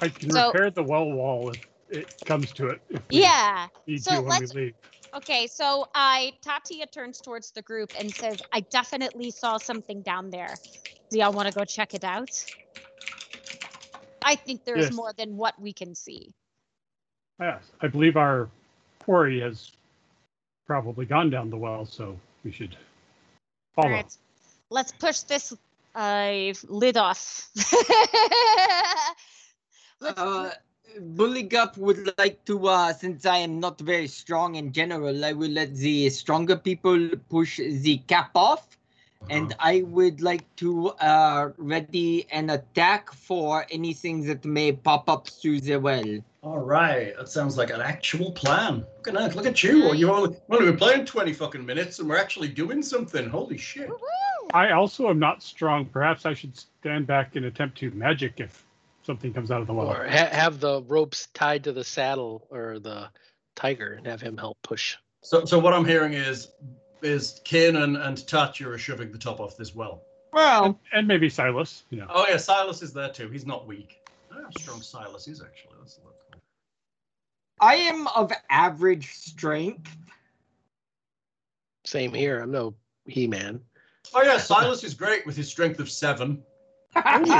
Speaker 4: I can
Speaker 3: So-
Speaker 4: repair the well wall if it comes to it. if we
Speaker 3: Yeah.
Speaker 4: Need
Speaker 3: So
Speaker 4: to when
Speaker 3: let's-
Speaker 4: we leave.
Speaker 3: Okay, so I Tatia turns towards the group and says, "I definitely saw something down there. Do y'all want to go check it out?" I think there's
Speaker 4: Yes.
Speaker 3: more than what we can see.
Speaker 4: Yes, I believe our quarry has probably gone down the well, so we should follow.
Speaker 3: All right, let's push this uh, lid off. Let's-
Speaker 7: uh, Bullygup would like to, uh, since I am not very strong in general, I will let the stronger people push the cap off. And I would like to uh, ready an attack for anything that may pop up through the well.
Speaker 5: All right, that sounds like an actual plan. Look at that. Look at you. Well, You've only, we've only been playing 20 fucking minutes and we're actually doing something. Holy shit.
Speaker 3: Woo-hoo!
Speaker 4: I also am not strong. Perhaps I should stand back and attempt to magic if something comes out of the well.
Speaker 6: Or ha- have the ropes tied to the saddle or the tiger and have him help push.
Speaker 5: So, so what I'm hearing is is Kanan and Tatya are shoving the top off this well.
Speaker 7: Well,
Speaker 4: And maybe Silas, you know.
Speaker 5: Oh yeah, Silas is there too. He's not weak. I don't know how strong Silas is actually. Let's look.
Speaker 7: I am of average strength. <laughs>
Speaker 6: Same here. I'm no he man.
Speaker 5: Oh <laughs> yeah, Silas is great with his strength of seven.
Speaker 4: I'm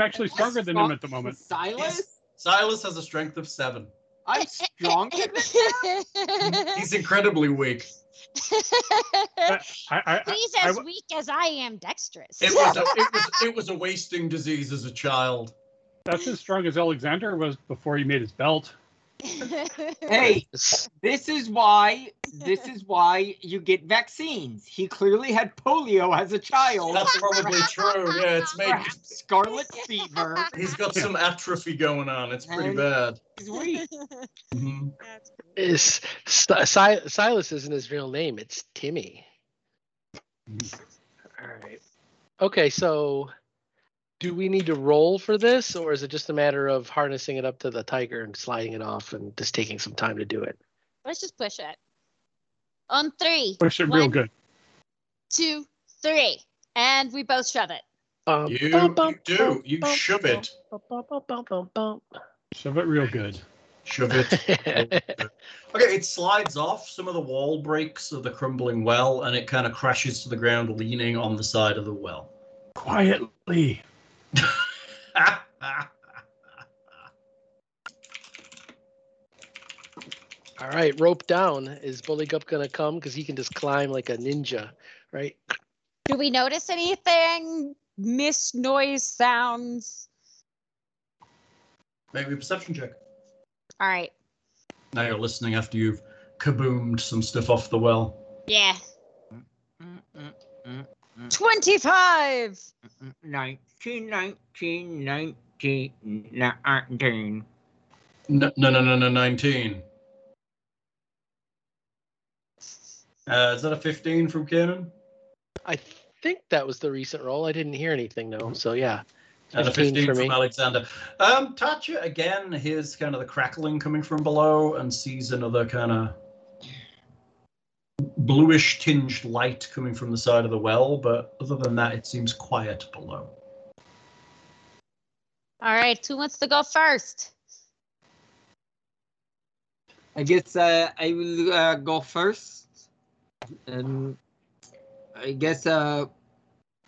Speaker 4: actually Oh, stronger than him at the moment.
Speaker 7: Silas?
Speaker 5: Silas has a strength of seven.
Speaker 7: I'm stronger than
Speaker 3: <laughs>
Speaker 5: He's incredibly weak.
Speaker 4: I, I, I,
Speaker 3: He's
Speaker 4: I
Speaker 3: as
Speaker 4: w-
Speaker 3: weak as I am dexterous.
Speaker 5: It was, a, it was it was a wasting disease as a child.
Speaker 4: that's as strong as Alexander was before he made his belt.
Speaker 7: Hey, this is why this is why you get vaccines. He clearly had polio as a child.
Speaker 5: That's probably true. Yeah, it's made.
Speaker 7: Perhaps scarlet fever.
Speaker 5: He's got some atrophy going on. It's pretty
Speaker 7: Um,
Speaker 5: bad.
Speaker 7: He's weak.
Speaker 5: Mhm.
Speaker 3: That's weird.
Speaker 6: Is Si- Si- Silas isn't his real name. It's Timmy. All right. Okay, so do we need to roll for this, or is it just a matter of harnessing it up to the tiger and sliding it off and just taking some time to do it?
Speaker 3: <laughs> Let's just push it. On three,
Speaker 4: Push it real
Speaker 3: One.
Speaker 4: good.
Speaker 3: two, three. And we both shove it.
Speaker 6: Um,
Speaker 5: You,
Speaker 6: bum, bum,
Speaker 5: you do. You
Speaker 6: bum,
Speaker 5: shove
Speaker 6: bum,
Speaker 5: it.
Speaker 6: bum, bum, bum, bum, bum, <laughs> bum.
Speaker 4: Shove it real good.
Speaker 5: Shove it. <laughs> Okay, it slides off. Some of the wall breaks of the crumbling well, and it kind of crashes to the ground, leaning on the side of the well.
Speaker 4: Quietly.
Speaker 5: Ah,
Speaker 6: All right, rope down. Is Bully Gup gonna come? Because he can just climb like a ninja, right?
Speaker 3: Do we notice anything? Miss noise sounds.
Speaker 5: Maybe a perception check.
Speaker 3: All right.
Speaker 5: Now you're listening after you've kaboomed some stuff off the well.
Speaker 3: Yeah. 25.
Speaker 7: 19, 19, 19, 19.
Speaker 5: No, no, no, no, no 19. Uh, is that a 15 from Canon?
Speaker 6: I think that was the recent roll. I didn't hear anything though.
Speaker 7: Mm-hmm.
Speaker 6: So yeah,
Speaker 5: And a
Speaker 6: 15
Speaker 5: 15
Speaker 6: for
Speaker 5: Uh, from
Speaker 6: me.
Speaker 5: Alexander. Um, Tatya, again, hears kind of the crackling coming from below and sees another kind of bluish tinged light coming from the side of the well, but other than that, it seems quiet below.
Speaker 3: All right, who wants to go first?
Speaker 7: I guess uh, I will uh, go first. And I guess uh,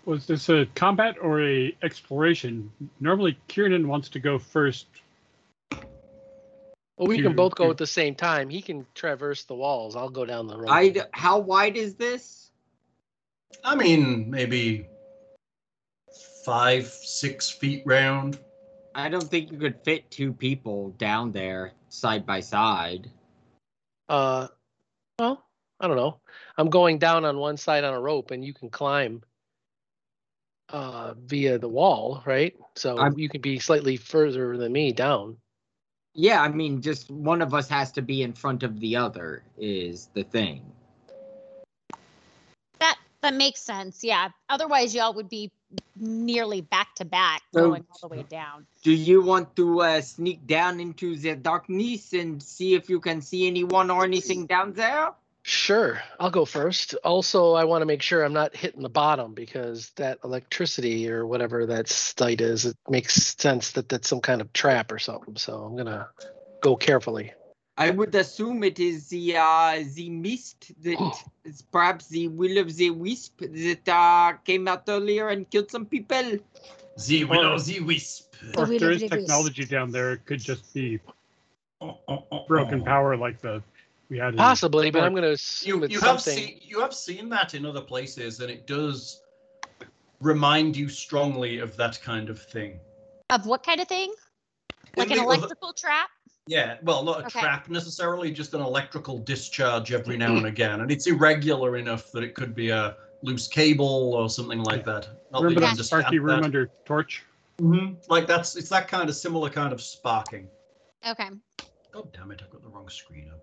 Speaker 4: Was this a combat or a exploration? Normally, Kieran wants to go first.
Speaker 6: Well, we
Speaker 4: Do-
Speaker 6: can both go
Speaker 4: do-
Speaker 6: at the same time. He can traverse the walls. I'll go down the road.
Speaker 7: I d- how wide is this?
Speaker 5: I mean, maybe five, six feet round.
Speaker 7: I don't think you could fit two people down there side by side.
Speaker 6: Uh, well, I don't know. I'm going down on one side on a rope, and you can climb uh, via the wall, right? So
Speaker 7: I'm-
Speaker 6: you can be slightly further than me down.
Speaker 7: Yeah, I mean, just one of us has to be in front of the other is the thing.
Speaker 3: That that makes sense. Yeah. Otherwise, y'all would be nearly back to back
Speaker 7: So-
Speaker 3: going all the way down.
Speaker 7: Do you want to uh, sneak down into the darkness and see if you can see anyone or anything down there?
Speaker 6: Sure, I'll go first. Also, I want to make sure I'm not hitting the bottom because that electricity or whatever that site is, it makes sense that that's some kind of trap or something. So I'm gonna go carefully.
Speaker 7: I would assume it is the uh, the mist
Speaker 6: <clears throat> <gasps>
Speaker 7: that is perhaps the will of the wisp that uh, came out earlier and killed some people.
Speaker 5: The willow, the wisp.
Speaker 4: Or
Speaker 3: we
Speaker 4: if there
Speaker 3: look
Speaker 4: is
Speaker 3: at this.
Speaker 4: technology down there, it could just be oh.
Speaker 5: Oh.
Speaker 4: broken power like the we had. in-
Speaker 6: Possibly, but I'm
Speaker 4: Or-
Speaker 6: gonna assume
Speaker 5: You,
Speaker 6: it's
Speaker 5: you have
Speaker 6: something.
Speaker 5: seen you have seen that in other places, and it does remind you strongly of that kind of thing.
Speaker 3: Of what kind of thing? Like an
Speaker 5: In the other-
Speaker 3: electrical trap?
Speaker 5: Yeah, well, not a
Speaker 3: Okay.
Speaker 5: trap necessarily, just an electrical discharge every now and again, and it's irregular enough that it could be a loose cable or something like that. Not that you
Speaker 4: Remember that
Speaker 5: understand
Speaker 4: sparky room
Speaker 5: that.
Speaker 4: under torch?
Speaker 5: Mhm. Like that's it's that kind of similar kind of sparking.
Speaker 3: Okay.
Speaker 5: God damn it! I've got the wrong screen up.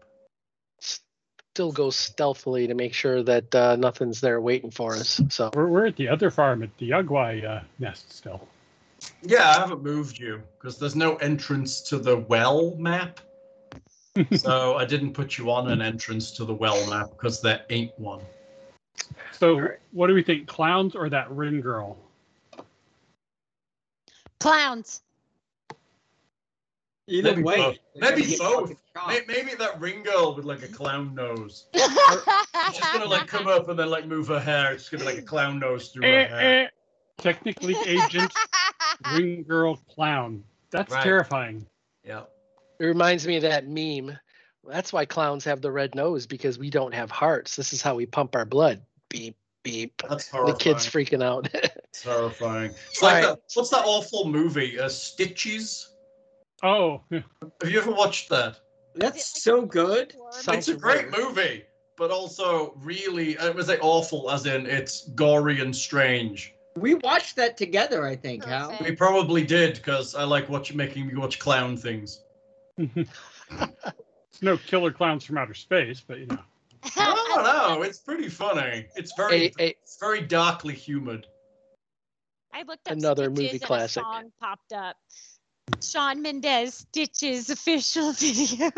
Speaker 6: still go stealthily to make sure that uh, nothing's there waiting for us. So
Speaker 4: We're, we're at the other farm at the Yagwai uh, nest still.
Speaker 5: Yeah, I haven't moved you because there's no entrance to the well map. so I didn't put you on an entrance to the well map because there ain't one.
Speaker 4: So, what do we think? Clowns or that ring girl?
Speaker 3: Clowns.
Speaker 7: Either
Speaker 5: Maybe
Speaker 7: way,
Speaker 5: both.
Speaker 7: they're gonna
Speaker 5: Maybe
Speaker 7: get
Speaker 5: both.
Speaker 7: fucking shot.
Speaker 5: May- Maybe that ring girl with like a clown nose. She's just
Speaker 3: <laughs>
Speaker 5: gonna like come up and then like move her hair. It's gonna be like a clown nose through
Speaker 4: Eh,
Speaker 5: her hair.
Speaker 4: Technically, agent ring girl clown. That's
Speaker 5: Right.
Speaker 4: terrifying.
Speaker 5: Yeah.
Speaker 6: it reminds me of that meme. That's why clowns have the red nose because we don't have hearts. This is how we pump our blood. Beep beep.
Speaker 5: That's
Speaker 6: The
Speaker 5: horrifying.
Speaker 6: kid's freaking out.
Speaker 5: terrifying. It's like
Speaker 6: Alright.
Speaker 5: that, what's that awful movie? Uh, Stitches.
Speaker 4: Oh, <laughs>
Speaker 5: Have you ever watched that?
Speaker 7: That's so good.
Speaker 5: It's a
Speaker 6: Sounds
Speaker 5: great
Speaker 6: familiar.
Speaker 5: movie, but also really, I would say awful, as in it's gory and strange.
Speaker 7: We watched that together, I think. Hal.
Speaker 3: Perfect.
Speaker 5: We probably did because I like watch, making me watch clown things.
Speaker 4: it's no killer clowns from outer space, but you know.
Speaker 3: <laughs>
Speaker 5: I don't know. It's pretty funny. It's very,
Speaker 6: a, a,
Speaker 5: it's very darkly humid.
Speaker 3: I looked up
Speaker 6: Another
Speaker 3: Stitches
Speaker 6: movie
Speaker 3: and a
Speaker 6: classic.
Speaker 3: song popped up. Sean Mendez Stitches official <laughs> video.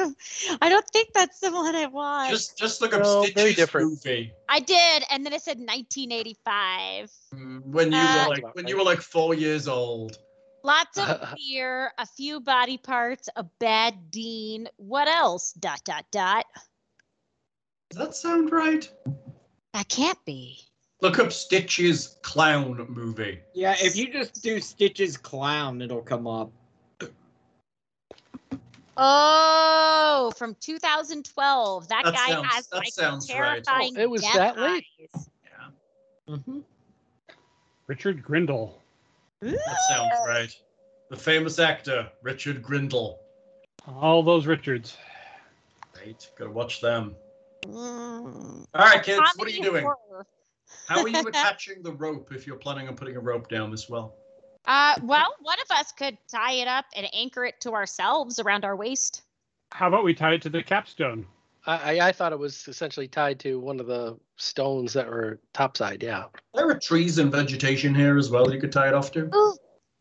Speaker 3: I don't think that's the one I watched.
Speaker 5: Just, just look up
Speaker 6: No, very
Speaker 5: Stitches
Speaker 6: different.
Speaker 5: movie.
Speaker 3: I did, and then it said 1985.
Speaker 5: Mm, When you
Speaker 3: Uh,
Speaker 5: were like, when you were like four years old.
Speaker 3: Lots of
Speaker 5: <laughs>
Speaker 3: fear, a few body parts, a bad dean. What else? Dot dot dot.
Speaker 5: Does that sound right?
Speaker 3: That can't be.
Speaker 5: Look up Stitches clown movie.
Speaker 7: Yeah, if you just do Stitches clown, it'll come up.
Speaker 3: Oh, from 2012. That,
Speaker 5: That
Speaker 3: guy
Speaker 5: sounds-
Speaker 3: has
Speaker 5: that
Speaker 3: like
Speaker 5: sounds right.
Speaker 3: terrifying.
Speaker 6: Oh, it was
Speaker 3: death
Speaker 6: that late?
Speaker 3: eyes. Mm-hmm.
Speaker 4: Richard Grindle.
Speaker 5: That sounds right. The famous actor Richard Grindle.
Speaker 4: All those Richards.
Speaker 5: Right, gotta watch them.
Speaker 3: Mm.
Speaker 5: All right, kids, what are
Speaker 3: Comedy
Speaker 5: you doing?
Speaker 3: horror.
Speaker 5: How
Speaker 3: <laughs>
Speaker 5: are you attaching the rope if you're planning on putting a rope down this well?
Speaker 3: Uh, well, one of us could tie it up and anchor it to ourselves around our waist.
Speaker 4: How about we tie it to the capstone?
Speaker 6: I, I I thought it was essentially tied to one of the stones that were topside. Yeah.
Speaker 5: There are trees and vegetation here as well. You could tie it off to.
Speaker 3: Ooh.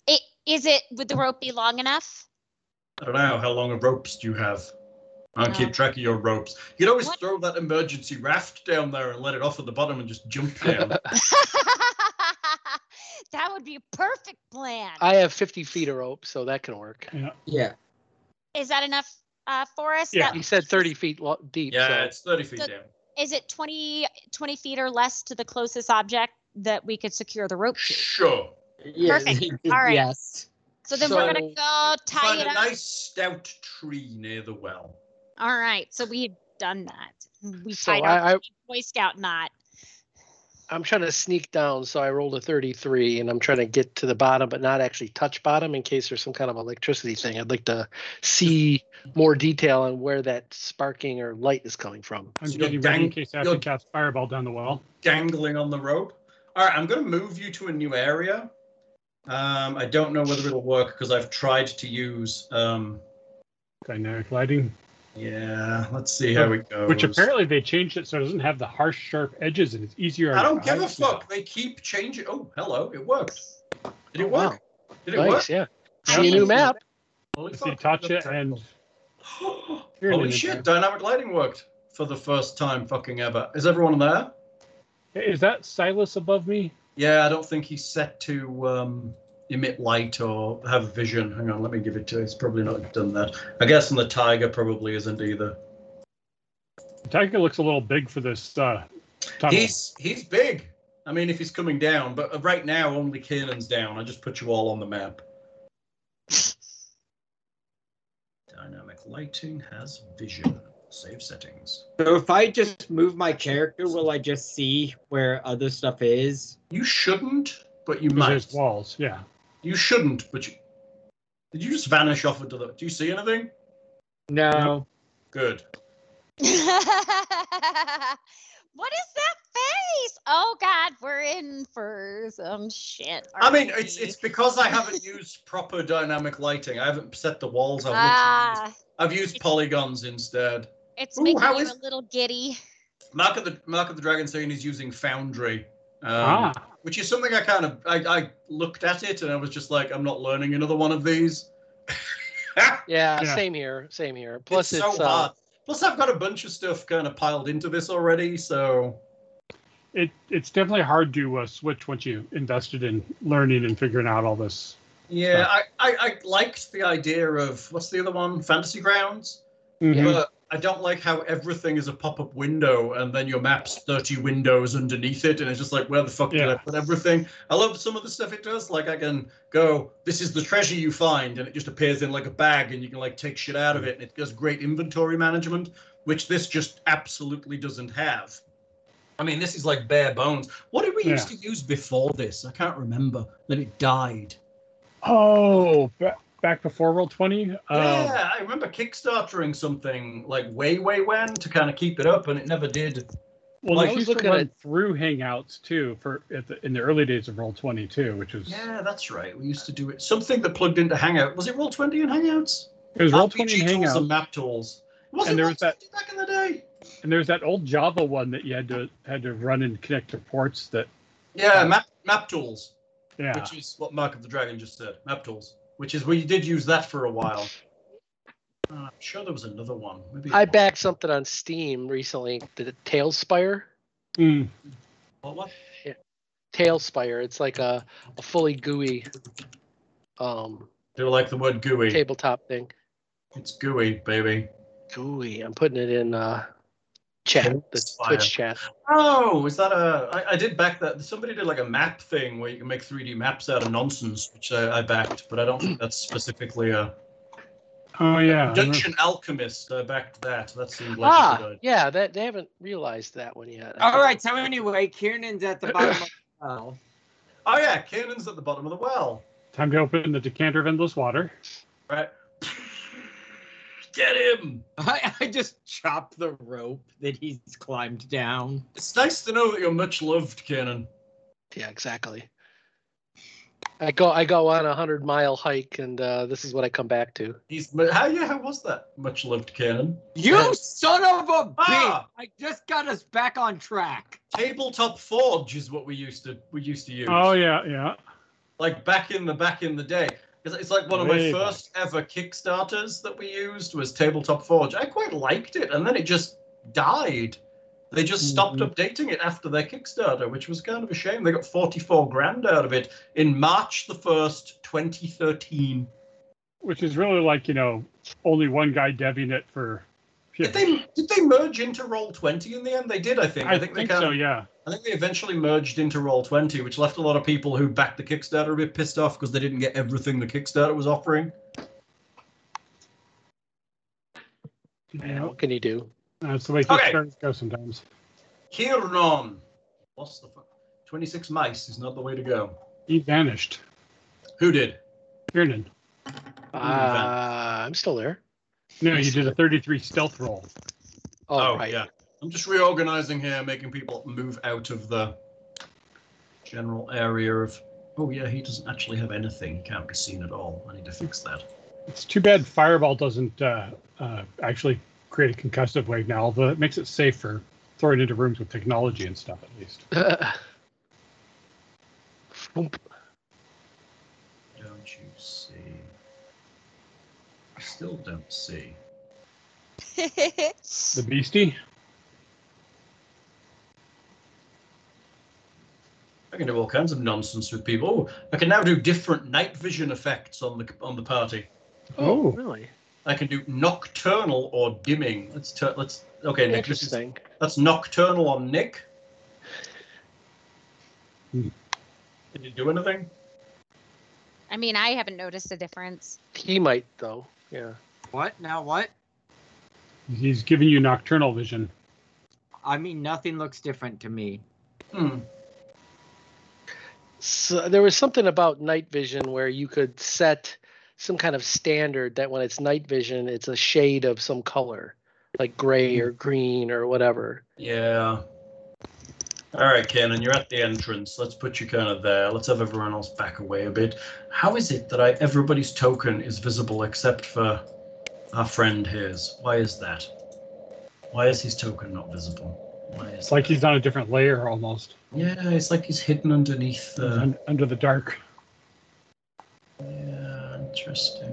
Speaker 3: It, is it, would the rope be long enough? <laughs>
Speaker 5: I don't know how long of ropes do you have. I'll
Speaker 3: No.
Speaker 5: keep track of your ropes. You could always
Speaker 3: What-
Speaker 5: throw that emergency raft down there and let it off at the bottom and just <laughs> jump down.
Speaker 3: that would be a perfect plan.
Speaker 6: I have 50 feet of rope, so that can work.
Speaker 7: Yeah.
Speaker 3: Is that enough uh, for us?
Speaker 4: Yeah.
Speaker 3: That-
Speaker 6: He said 30 feet lo- deep.
Speaker 5: yeah,
Speaker 6: So
Speaker 5: it's 30 feet
Speaker 3: So-
Speaker 5: down.
Speaker 3: Is it 20, 20 feet or less to the closest object that we could secure the rope to?
Speaker 5: Sure.
Speaker 7: Yeah,
Speaker 3: Perfect. All right.
Speaker 7: Yes.
Speaker 3: So then we're gonna
Speaker 6: So-
Speaker 3: go tie
Speaker 5: Find
Speaker 3: it
Speaker 5: a
Speaker 3: up.
Speaker 5: nice stout tree near the well.
Speaker 3: All right. So we had done that. We
Speaker 6: so
Speaker 3: tied our
Speaker 6: I, I,
Speaker 3: Boy Scout knot.
Speaker 6: I'm trying to sneak down, so I rolled a 33, and I'm trying to get to the bottom, but not actually touch bottom in case there's some kind of electricity thing. I'd like to see more detail on where that sparking or light is coming from.
Speaker 4: I'm
Speaker 5: So you're
Speaker 4: getting ready in
Speaker 5: dang-
Speaker 4: case I have to
Speaker 5: you're-
Speaker 4: cast fireball down the well.
Speaker 5: dangling on the rope. All right, I'm going to move you to a new area. Um, I don't know whether it'll work because I've tried to use. Um,
Speaker 4: Dynamic lighting,
Speaker 5: yeah, let's see how it goes.
Speaker 4: which apparently they changed it so it doesn't have the harsh, sharp edges, and it's easier. on
Speaker 5: I don't
Speaker 4: your
Speaker 5: give a
Speaker 4: eyes now.
Speaker 5: fuck. They keep changing. Oh, hello, it worked. Did
Speaker 6: Oh,
Speaker 5: it work? Did it
Speaker 6: Nice,
Speaker 5: work?
Speaker 6: yeah.
Speaker 3: I
Speaker 6: See a new
Speaker 3: mean-
Speaker 6: map.
Speaker 5: Holy
Speaker 4: Let's see, touch it and
Speaker 5: <gasps>
Speaker 4: You're in
Speaker 5: Holy
Speaker 4: it,
Speaker 5: shit!
Speaker 4: man.
Speaker 5: Dynamic lighting worked for the first time fucking ever. Is everyone there?
Speaker 4: is that Silas above me?
Speaker 5: Yeah, I don't think he's set to um, emit light or have vision. Hang on, let me give it to. He's probably not done that. I guess, and the tiger probably isn't either.
Speaker 4: The tiger looks a little big for this uh, tunnel.
Speaker 5: He's he's big. I mean, if he's coming down, but uh, right now only Kiernan's down. I just put you all on
Speaker 4: <laughs>
Speaker 5: the map. Dynamic lighting has vision. Save settings.
Speaker 7: So if I just move my character, will I just see where other stuff is?
Speaker 5: You shouldn't, but you
Speaker 4: 'Cause
Speaker 5: might.
Speaker 4: There's walls. Yeah.
Speaker 5: You shouldn't, but you. Did you just vanish off into the? Do you see anything?
Speaker 7: No.
Speaker 5: Good.
Speaker 3: <laughs> what is that face? Oh God, we're in for some shit.
Speaker 5: I
Speaker 3: aren't
Speaker 5: mean, it's
Speaker 3: we?
Speaker 5: it's because I haven't used proper dynamic lighting. I haven't set the walls. I've, literally
Speaker 3: ah,
Speaker 5: used, I've used polygons instead.
Speaker 3: it's
Speaker 5: Ooh,
Speaker 3: making
Speaker 5: how
Speaker 3: you
Speaker 5: is-
Speaker 3: a little giddy.
Speaker 5: Mark of the Mark of the Dragon saying he's using Foundry, um,
Speaker 4: ah,
Speaker 5: which is something I kind of I, I looked at it and I was just like, I'm not learning another one of these.
Speaker 6: Yeah,
Speaker 4: Yeah.
Speaker 6: same here. Same here.
Speaker 5: Plus,
Speaker 6: Plus,
Speaker 5: it's
Speaker 6: it's,
Speaker 5: so
Speaker 6: uh,
Speaker 5: hard. Plus, I've got a bunch of stuff kind of piled into this already, so
Speaker 4: it it's definitely hard to uh, switch once you invested in learning and figuring out all this.
Speaker 5: yeah. I, I I liked the idea of what's the other one? Fantasy Grounds.
Speaker 4: Mhm.
Speaker 5: But I don't like how everything is a pop-up window, and then your map's thirty windows underneath it, and it's just like, where the fuck did I
Speaker 4: Yeah.
Speaker 5: put everything? I love some of the stuff it does. Like I can go, this is the treasure you find, and it just appears in like a bag, and you can like take shit out of it, and it does great inventory management, which this just absolutely doesn't have. I mean, this is like bare bones. What did we
Speaker 4: Yeah.
Speaker 5: used to use before this? I can't remember. Then it died.
Speaker 4: Oh, ba- back before roll twenty. Uh,
Speaker 5: Yeah, I remember Kickstartering something like way, way when to kind of keep it up, and it never did.
Speaker 4: well,
Speaker 6: I
Speaker 4: they
Speaker 6: was
Speaker 4: used to
Speaker 6: looking
Speaker 4: run
Speaker 6: at-
Speaker 4: through Hangouts too for at the, in the early days of roll twenty too, which was
Speaker 5: Yeah, that's right. We used to do it. Something that plugged into Hangout. Was it Roll Twenty in Hangouts?
Speaker 4: it was roll twenty
Speaker 5: RPG
Speaker 4: and
Speaker 5: tools and
Speaker 4: Hangout,
Speaker 5: map tools. Was
Speaker 4: And
Speaker 5: it
Speaker 4: there
Speaker 5: Roll
Speaker 4: was that-
Speaker 5: 20 back in the day?
Speaker 4: and there's that old Java one that you had to had to run and connect to ports. That
Speaker 5: Yeah, map map tools,
Speaker 4: yeah,
Speaker 5: which is what Mark of the Dragon just said. Map tools, which is we did use that for a while. Uh, I'm sure there was another one. Maybe
Speaker 6: I backed something on Steam recently. The Tailspire.
Speaker 4: Mm.
Speaker 5: What, what?
Speaker 6: Tailspire. It's like a, a fully GUI um,
Speaker 5: They were like the word gooey.
Speaker 6: tabletop thing.
Speaker 5: It's gooey, baby.
Speaker 6: GUI. I'm putting it in uh, chat, the
Speaker 5: Tailspire.
Speaker 6: Twitch chat.
Speaker 5: Oh, is that a? I, I did back that. Somebody did like a map thing where you can make 3D maps out of nonsense, which I, I backed, but I don't think that's specifically a.
Speaker 4: oh yeah, I remember-
Speaker 5: Dungeon Alchemist. I backed that. That seemed like a good
Speaker 6: Ah,
Speaker 5: idea.
Speaker 6: yeah. That they haven't realized that one yet.
Speaker 7: All right. So anyway, Kiernan's at the bottom. <clears throat> of the well.
Speaker 5: Oh yeah, cannon's at the bottom of the well.
Speaker 4: time to open the decanter of endless water.
Speaker 5: Right. <laughs> Get him.
Speaker 7: I, I just chopped the rope that he's climbed down.
Speaker 5: It's nice to know that you're much loved, Cannon.
Speaker 6: Yeah, exactly. I go I go on a hundred mile hike, and uh, this is what I come back to.
Speaker 5: He's mu- how yeah, how was that? Much loved Cannon.
Speaker 7: <laughs> You son of a bitch!
Speaker 5: Ah!
Speaker 7: I just got us back on track.
Speaker 5: Tabletop Forge is what we used to we used to use.
Speaker 4: Oh yeah, yeah.
Speaker 5: Like back in the back in the day. It's, it's like one of my
Speaker 4: Way back.
Speaker 5: first ever Kickstarters that we used was Tabletop Forge. I quite liked it, and then it just died. They
Speaker 4: Mm-hmm.
Speaker 5: just stopped
Speaker 7: Mhm.
Speaker 5: updating it after their Kickstarter, which was kind of a shame. They got 44 grand out of it in March the 1st, 2013.
Speaker 4: which is really like you know only one guy deving it for.
Speaker 5: Did they did they merge into Roll20 in the end? They did, I think.
Speaker 4: I think,
Speaker 5: they
Speaker 4: so.
Speaker 5: kinda-
Speaker 4: Yeah.
Speaker 5: I think they eventually merged into Roll20, which left a lot of people who backed the Kickstarter a bit pissed off because they didn't get everything the Kickstarter was offering.
Speaker 6: Yeah, what can you do?
Speaker 4: That's the way
Speaker 5: Okay.
Speaker 4: Kickstarters go sometimes.
Speaker 5: Kiernon. What's the fuck? 26 mice is not the way to go.
Speaker 4: He vanished.
Speaker 5: Who did?
Speaker 4: Kiernan.
Speaker 6: Uh, I'm still there.
Speaker 4: No, you did a 33 stealth roll.
Speaker 6: oh, right.
Speaker 5: yeah. I'm just reorganizing here, making people move out of the general area of. Oh, yeah, he doesn't actually have anything. He can't be seen at all. I need to fix that.
Speaker 4: It's too bad Fireball doesn't uh, uh, actually create a concussive wave now, although it makes it safe for throwing into rooms with technology and stuff, at least.
Speaker 6: <laughs> Oomp.
Speaker 5: Don't you see? I still don't see.
Speaker 4: The Beastie?
Speaker 5: I can do all kinds of nonsense with people. Oh, I can now do different night vision effects on the on the party.
Speaker 6: oh,
Speaker 4: Oh.
Speaker 6: really?
Speaker 5: I can do nocturnal or dimming. Let's tur let's okay, Nick. This is,
Speaker 6: Interesting.
Speaker 5: that's nocturnal on Nick.
Speaker 4: Hmm.
Speaker 5: Did you do anything?
Speaker 3: <laughs> I mean, I haven't noticed a difference.
Speaker 6: He might though. Yeah.
Speaker 7: What? Now what?
Speaker 4: He's giving you nocturnal vision.
Speaker 7: I mean, nothing looks different to me.
Speaker 5: Hmm.
Speaker 6: So there was something about night vision where you could set some kind of standard that when it's night vision, it's a shade of some color, like gray
Speaker 5: Hmm.
Speaker 6: or green or whatever.
Speaker 5: Yeah. All right, Canon, you're at the entrance. Let's put you kind of there. Let's have everyone else back away a bit. How is it that I everybody's token is visible except for our friend his? Why is that? Why is his token not visible? Why is
Speaker 4: It's like
Speaker 5: that?
Speaker 4: he's on a different layer almost,
Speaker 5: yeah, it's like he's hidden underneath the.
Speaker 4: un- under the dark. Mm-hmm.
Speaker 5: Yeah, interesting.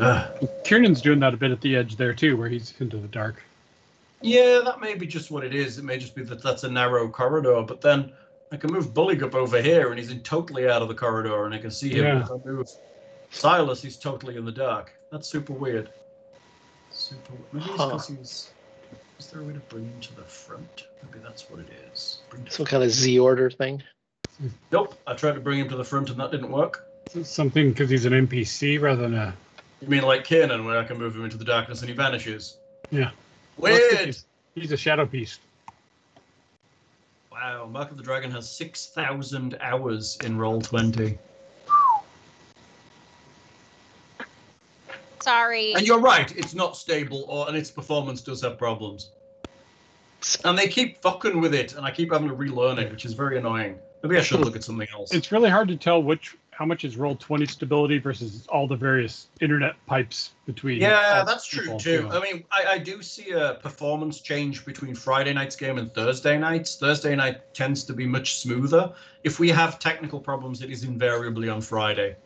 Speaker 5: Ugh.
Speaker 4: Kiernan's doing that a bit at the edge there, too, where he's into the dark.
Speaker 5: Yeah, that may be just what it is. It may just be that that's a narrow corridor, but then I can move Bullig up over here and he's in totally out of the corridor and I can see him.
Speaker 4: Yeah.
Speaker 5: If I move Silas, he's totally in the dark. That's super weird. Super weird. Maybe it's 'cause
Speaker 6: Huh.
Speaker 5: he's. Is there a way to bring him to the front? Maybe that's what it is. Bring to-
Speaker 6: Some kind of Z order thing. <laughs>
Speaker 5: Nope, I tried to bring him to the front and that didn't work.
Speaker 4: Something because he's an NPC rather than a.
Speaker 5: You mean like Kanan, where I can move him into the darkness and he vanishes?
Speaker 4: Yeah.
Speaker 5: Weird!
Speaker 4: He's, he's a shadow beast.
Speaker 5: Wow, Mark of the Dragon has 6,000 hours in Roll20.
Speaker 3: Sorry.
Speaker 5: And you're right, it's not stable, or and its performance does have problems. And they keep fucking with it, and I keep having to relearn it, which is very annoying. Maybe I should look at something else.
Speaker 4: It's really hard to tell which how much is roll twenty stability versus all the various internet pipes between.
Speaker 5: Yeah,
Speaker 4: all
Speaker 5: that's true
Speaker 4: people,
Speaker 5: too.
Speaker 4: you
Speaker 5: I
Speaker 4: know.
Speaker 5: mean, I, I do see a performance change between Friday night's game and Thursday night's. Thursday night tends to be much smoother. If we have technical problems, it is invariably on Friday.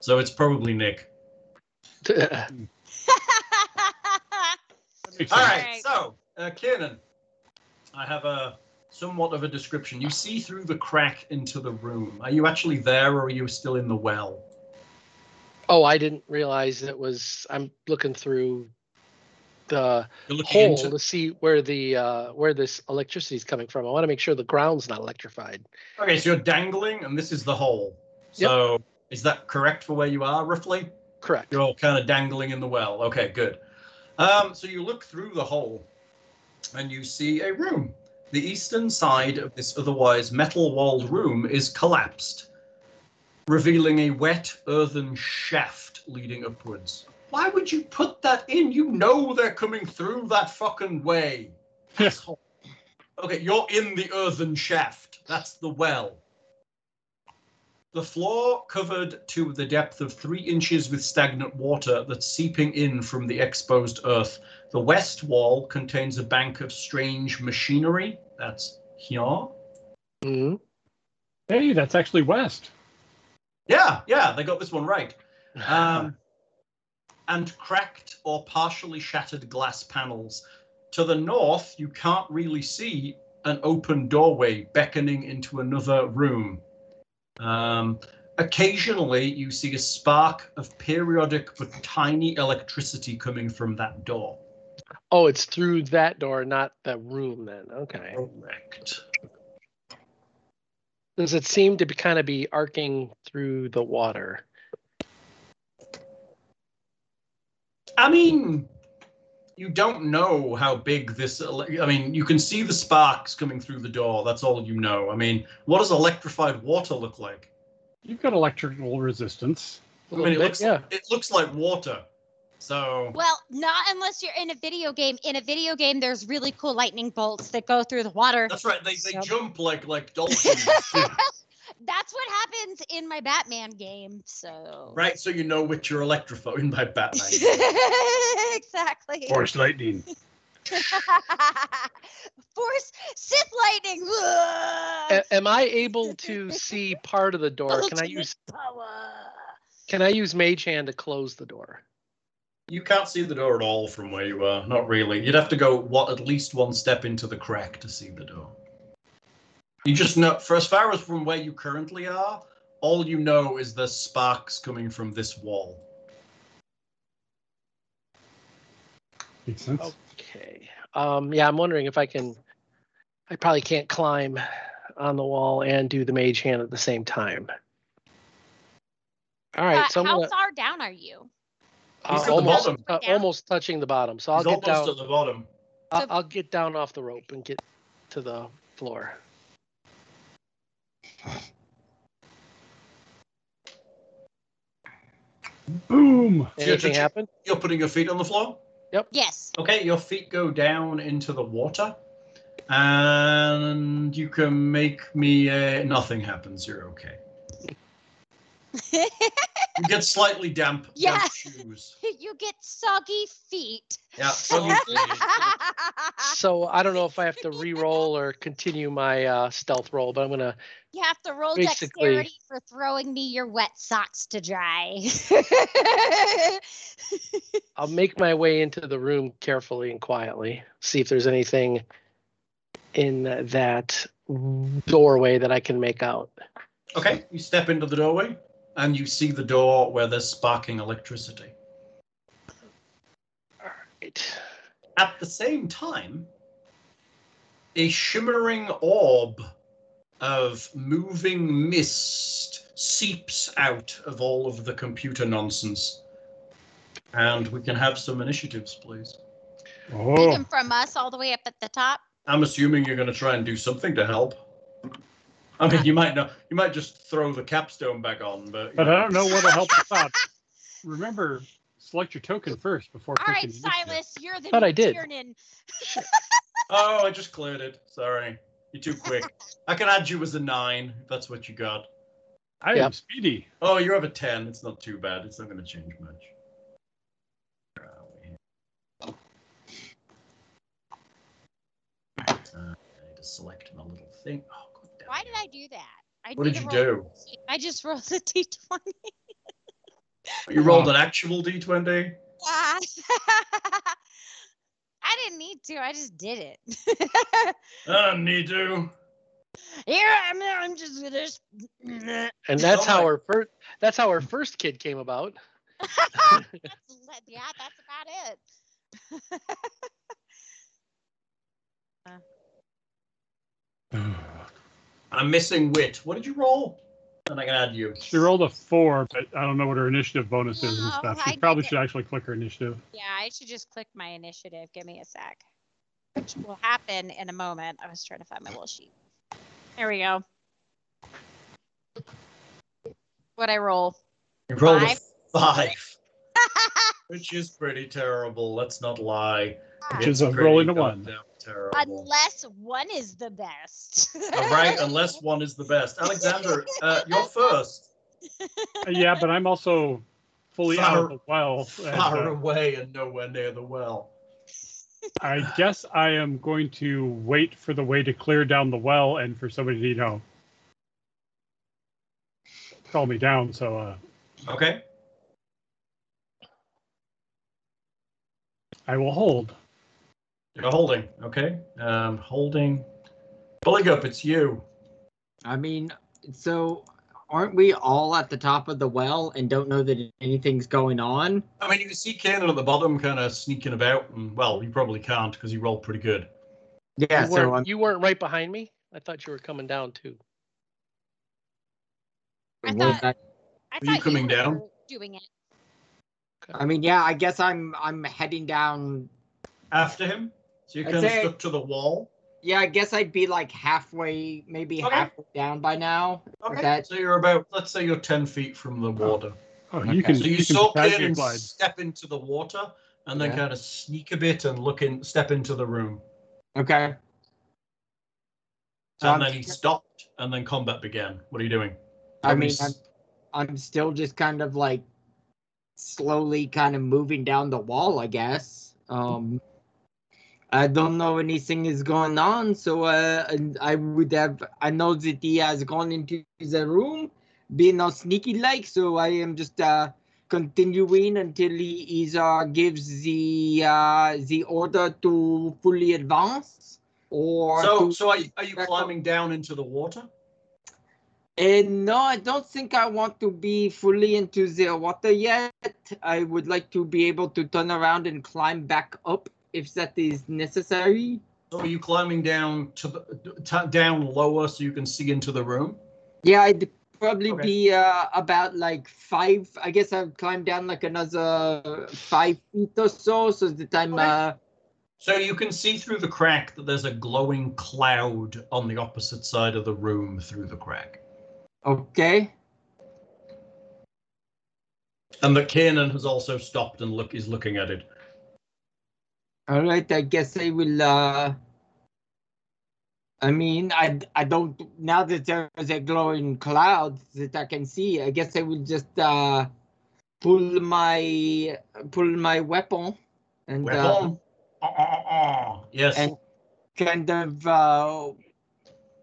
Speaker 5: So it's probably Nick.
Speaker 4: Makes
Speaker 5: All
Speaker 4: sense.
Speaker 5: right, so uh, Kiernan, I have a somewhat of a description. You see through the crack into the room. Are you actually there, or are you still in the well?
Speaker 6: oh, I didn't realize it was. I'm looking through the
Speaker 5: You're looking
Speaker 6: hole
Speaker 5: into.
Speaker 6: to see where the uh, where this electricity is coming from. I want to make sure the ground's not electrified.
Speaker 5: Okay, so you're dangling, and this is the hole.
Speaker 6: Yep.
Speaker 5: So is that correct for where you are, roughly?
Speaker 6: Correct.
Speaker 5: You're all kind of dangling in the well. Okay, good. Um, so you look through the hole and you see a room. The eastern side of this otherwise metal walled room is collapsed, revealing a wet earthen shaft leading upwards. Why would you put that in? You know they're coming through that fucking way.
Speaker 4: Yeah.
Speaker 5: Asshole. Okay, you're in the earthen shaft. That's the well. The floor covered to the depth of three inches with stagnant water that's seeping in from the exposed earth. The west wall contains a bank of strange machinery. That's here.
Speaker 6: hmm
Speaker 4: Hey, that's actually West.
Speaker 5: Yeah, yeah, they got this one right. Um, and cracked or partially shattered glass panels. To the north, you can't really see an open doorway beckoning into another room. Um, occasionally, you see a spark of periodic but tiny electricity coming from that door.
Speaker 6: Oh, it's through that door, not the room. Then
Speaker 5: Oh.
Speaker 6: okay.
Speaker 5: Correct.
Speaker 6: Does it seem to be kind of be arcing through the water?
Speaker 5: I mean, you don't know how big this. ele- I mean, you can see the sparks coming through the door. That's all you know. I mean, what does electrified water look like?
Speaker 4: You've got electrical resistance.
Speaker 6: A
Speaker 5: I mean,
Speaker 6: little
Speaker 5: it
Speaker 6: bit,
Speaker 5: looks,
Speaker 6: yeah.
Speaker 5: it looks like water. So,
Speaker 3: <laughs> Well, not unless you're in a video game. In a video game, there's really cool lightning bolts that go through the water.
Speaker 5: that's right. They, they
Speaker 3: Yep.
Speaker 5: jump like like dolphins.
Speaker 3: That's what happens in my Batman game. So.
Speaker 5: right. So you know which you're electrified by Batman.
Speaker 3: <laughs> exactly.
Speaker 4: Force lightning.
Speaker 3: <laughs> Force Sith lightning.
Speaker 6: A- am
Speaker 3: <laughs>
Speaker 6: I able to see part of the door? Eh, Can I
Speaker 3: Ultimate
Speaker 6: use
Speaker 3: power.
Speaker 6: Can I use Mage Hand to close the door?
Speaker 5: You can't see the door at all from where you are. Not really. You'd have to go what at least one step into the crack to see the door. You just know for as far as from where you currently are, all you know is the sparks coming from this wall.
Speaker 4: Makes sense.
Speaker 5: Oh.
Speaker 6: Okay. Um, yeah, I'm wondering if I can. I probably can't climb on the wall and do the Mage Hand at the same time. All right,
Speaker 3: Uh,
Speaker 6: so I'm
Speaker 3: how
Speaker 6: gonna,
Speaker 3: far down are you?
Speaker 5: He's
Speaker 6: uh,
Speaker 5: at the
Speaker 6: almost
Speaker 5: bottom.
Speaker 6: uh, almost touching the bottom. So I'll
Speaker 5: It's
Speaker 6: get
Speaker 5: almost
Speaker 6: down.
Speaker 5: at the bottom.
Speaker 6: I'll, I'll get down off the rope and get to the floor.
Speaker 4: Boom.
Speaker 5: Sure, sure,
Speaker 6: Anything
Speaker 5: sure.
Speaker 6: happen?
Speaker 5: You're putting your feet on the floor.
Speaker 3: Yes.
Speaker 5: Okay, your feet go down into the water, and you can make me uh, nothing happens. You're okay. You get slightly damp.
Speaker 3: Yeah.
Speaker 5: damp shoes.
Speaker 3: <laughs> you get soggy <laughs> feet.
Speaker 5: Yeah. well, you-
Speaker 6: So I don't know if I have to re-roll or continue my uh, stealth roll, but I'm gonna
Speaker 3: You have to roll
Speaker 6: Basically-
Speaker 3: dexterity for throwing me your wet socks to dry. <laughs>
Speaker 6: I'll make my way into the room carefully and quietly, see if there's anything in that doorway that I can make out.
Speaker 5: Okay, you step into the doorway and you see the door where there's sparking electricity.
Speaker 6: It-
Speaker 5: At the same time, a shimmering orb of moving mist seeps out of all of the computer nonsense. And we can have some initiatives, please.
Speaker 3: Take
Speaker 4: Oh,
Speaker 3: them from us all the way up at the top.
Speaker 5: I'm assuming you're going to try and do something to help. I mean, you might not. You might just throw the capstone back on, but.
Speaker 4: but I don't know what'll help us
Speaker 3: <laughs>
Speaker 4: out. Remember, select your token first before.
Speaker 3: All right,
Speaker 4: clicking initiative.
Speaker 3: Silas, you're the
Speaker 6: Thought
Speaker 3: new
Speaker 6: I did.
Speaker 3: Tiernan.
Speaker 5: Oh, I just cleared it. Sorry. You're too quick. I can add you as a nine if that's what you got.
Speaker 4: I am
Speaker 6: Yep.
Speaker 4: speedy.
Speaker 5: Oh, you're up a 10. It's not too bad. It's not going to change much. Uh, Where are we here? Uh, I need to select my little thing. Oh, God damn
Speaker 3: Why
Speaker 5: it.
Speaker 3: did I do that? I
Speaker 5: What did
Speaker 3: need
Speaker 5: you
Speaker 3: to roll-
Speaker 5: do?
Speaker 3: I just rolled a d20.
Speaker 5: You rolled an actual d20?
Speaker 3: Ah. <laughs> I didn't need to. I just did <laughs> it.
Speaker 5: I don't need to.
Speaker 3: Here I'm. I'm just <laughs> gonna.
Speaker 6: And that's
Speaker 5: Oh my-
Speaker 6: how our first that's how our first kid came about.
Speaker 3: <laughs> Let- Ah, yeah, that's about it.
Speaker 5: I'm missing wit. What did you roll? And I can add you.
Speaker 4: She rolled a four, but I don't know what her initiative bonus is and
Speaker 3: No,
Speaker 4: stuff.
Speaker 3: Oh, I
Speaker 4: She
Speaker 3: did
Speaker 4: probably
Speaker 3: it.
Speaker 4: should actually click
Speaker 3: <laughs>
Speaker 4: her initiative.
Speaker 3: Yeah, I should just click my initiative. Give me a sec. Which will happen in a moment. I was trying to find my little sheet. There we go. What I roll?
Speaker 5: You rolled
Speaker 3: Five.
Speaker 5: a five, which is pretty terrible. Let's not lie.
Speaker 4: Which is
Speaker 5: It's
Speaker 4: a roll
Speaker 5: pretty
Speaker 4: into one.
Speaker 5: goddamn Terrible.
Speaker 3: Unless one is the best.
Speaker 5: All
Speaker 3: <laughs>
Speaker 5: right, unless one is the best. Alexander, uh, you're first.
Speaker 4: Uh, yeah, but I'm also fully out of the well. and, uh,
Speaker 5: Far away and nowhere near the well.
Speaker 4: I guess I am going to wait for the way to clear down the well and for somebody to, you know, called me down, so uh,
Speaker 5: Okay.
Speaker 4: I will hold.
Speaker 5: You're holding. Okay. Um, holding. Bully up. It's you.
Speaker 7: I mean, so aren't we all at the top of the well and don't know that anything's going on?
Speaker 5: I mean, you can see Kanan at the bottom, kind of sneaking about, and well, you probably can't because you rolled pretty good.
Speaker 7: Yeah,
Speaker 6: you,
Speaker 7: so
Speaker 6: weren't,
Speaker 7: I'm,
Speaker 6: you weren't right behind me. I thought you were coming down too.
Speaker 3: I thought, I
Speaker 5: Are
Speaker 3: thought
Speaker 5: you coming
Speaker 3: were
Speaker 5: down?
Speaker 3: Doing it.
Speaker 7: I mean, yeah, I guess I'm I'm heading down.
Speaker 5: After him, so you're
Speaker 7: That's
Speaker 5: kind of
Speaker 7: it.
Speaker 5: stuck to the wall.
Speaker 7: Yeah, I guess I'd be like halfway, maybe
Speaker 5: Okay.
Speaker 7: halfway down by now.
Speaker 5: Okay.
Speaker 7: That-
Speaker 5: So you're about, let's say, you're ten feet from the water.
Speaker 4: Oh, you
Speaker 8: Okay.
Speaker 4: can.
Speaker 5: So you,
Speaker 4: can
Speaker 5: saw
Speaker 4: tag me,
Speaker 5: Kanan
Speaker 4: Clyde.
Speaker 5: step into the water, and then
Speaker 8: Yeah.
Speaker 5: kind of sneak a bit and look in, step into the room,
Speaker 7: Okay. So
Speaker 5: and
Speaker 7: I'm-
Speaker 5: then he stopped, and then combat began. What are you doing?
Speaker 7: I
Speaker 5: Probably
Speaker 7: mean,
Speaker 5: s-
Speaker 7: I'm, I'm still just kind of like slowly kind of moving down the wall, I guess. Um, I don't know anything is going on, so uh, and I would have. I know that he has gone into the room, being all sneaky like. So I am just uh continuing until he is uh gives the uh the order to fully advance or
Speaker 5: So,
Speaker 7: to-
Speaker 5: so are you, are you climbing down into the water?
Speaker 7: And no, I don't think I want to be fully into the water yet. I would like to be able to turn around and climb back up if that is necessary.
Speaker 5: Or are you climbing down to the t- down lower so you can see into the room?
Speaker 7: Yeah, I'd probably
Speaker 5: Okay.
Speaker 7: be uh, about like five. I guess I'd climb down like another five feet or so, so that I'm.
Speaker 5: Okay.
Speaker 7: Uh,
Speaker 5: So you can see through the crack that there's a glowing cloud on the opposite side of the room through the crack,
Speaker 7: uh, okay.
Speaker 5: and that Kanan has also stopped and look is looking at it.
Speaker 7: All right, I guess I will. Uh, I mean, I I don't now that there is a glowing cloud that I can see. I guess I will just uh, pull my pull my weapon and Uh,
Speaker 5: Weapon. Ah, ah, ah, ah. Yes.
Speaker 7: and kind of. Uh,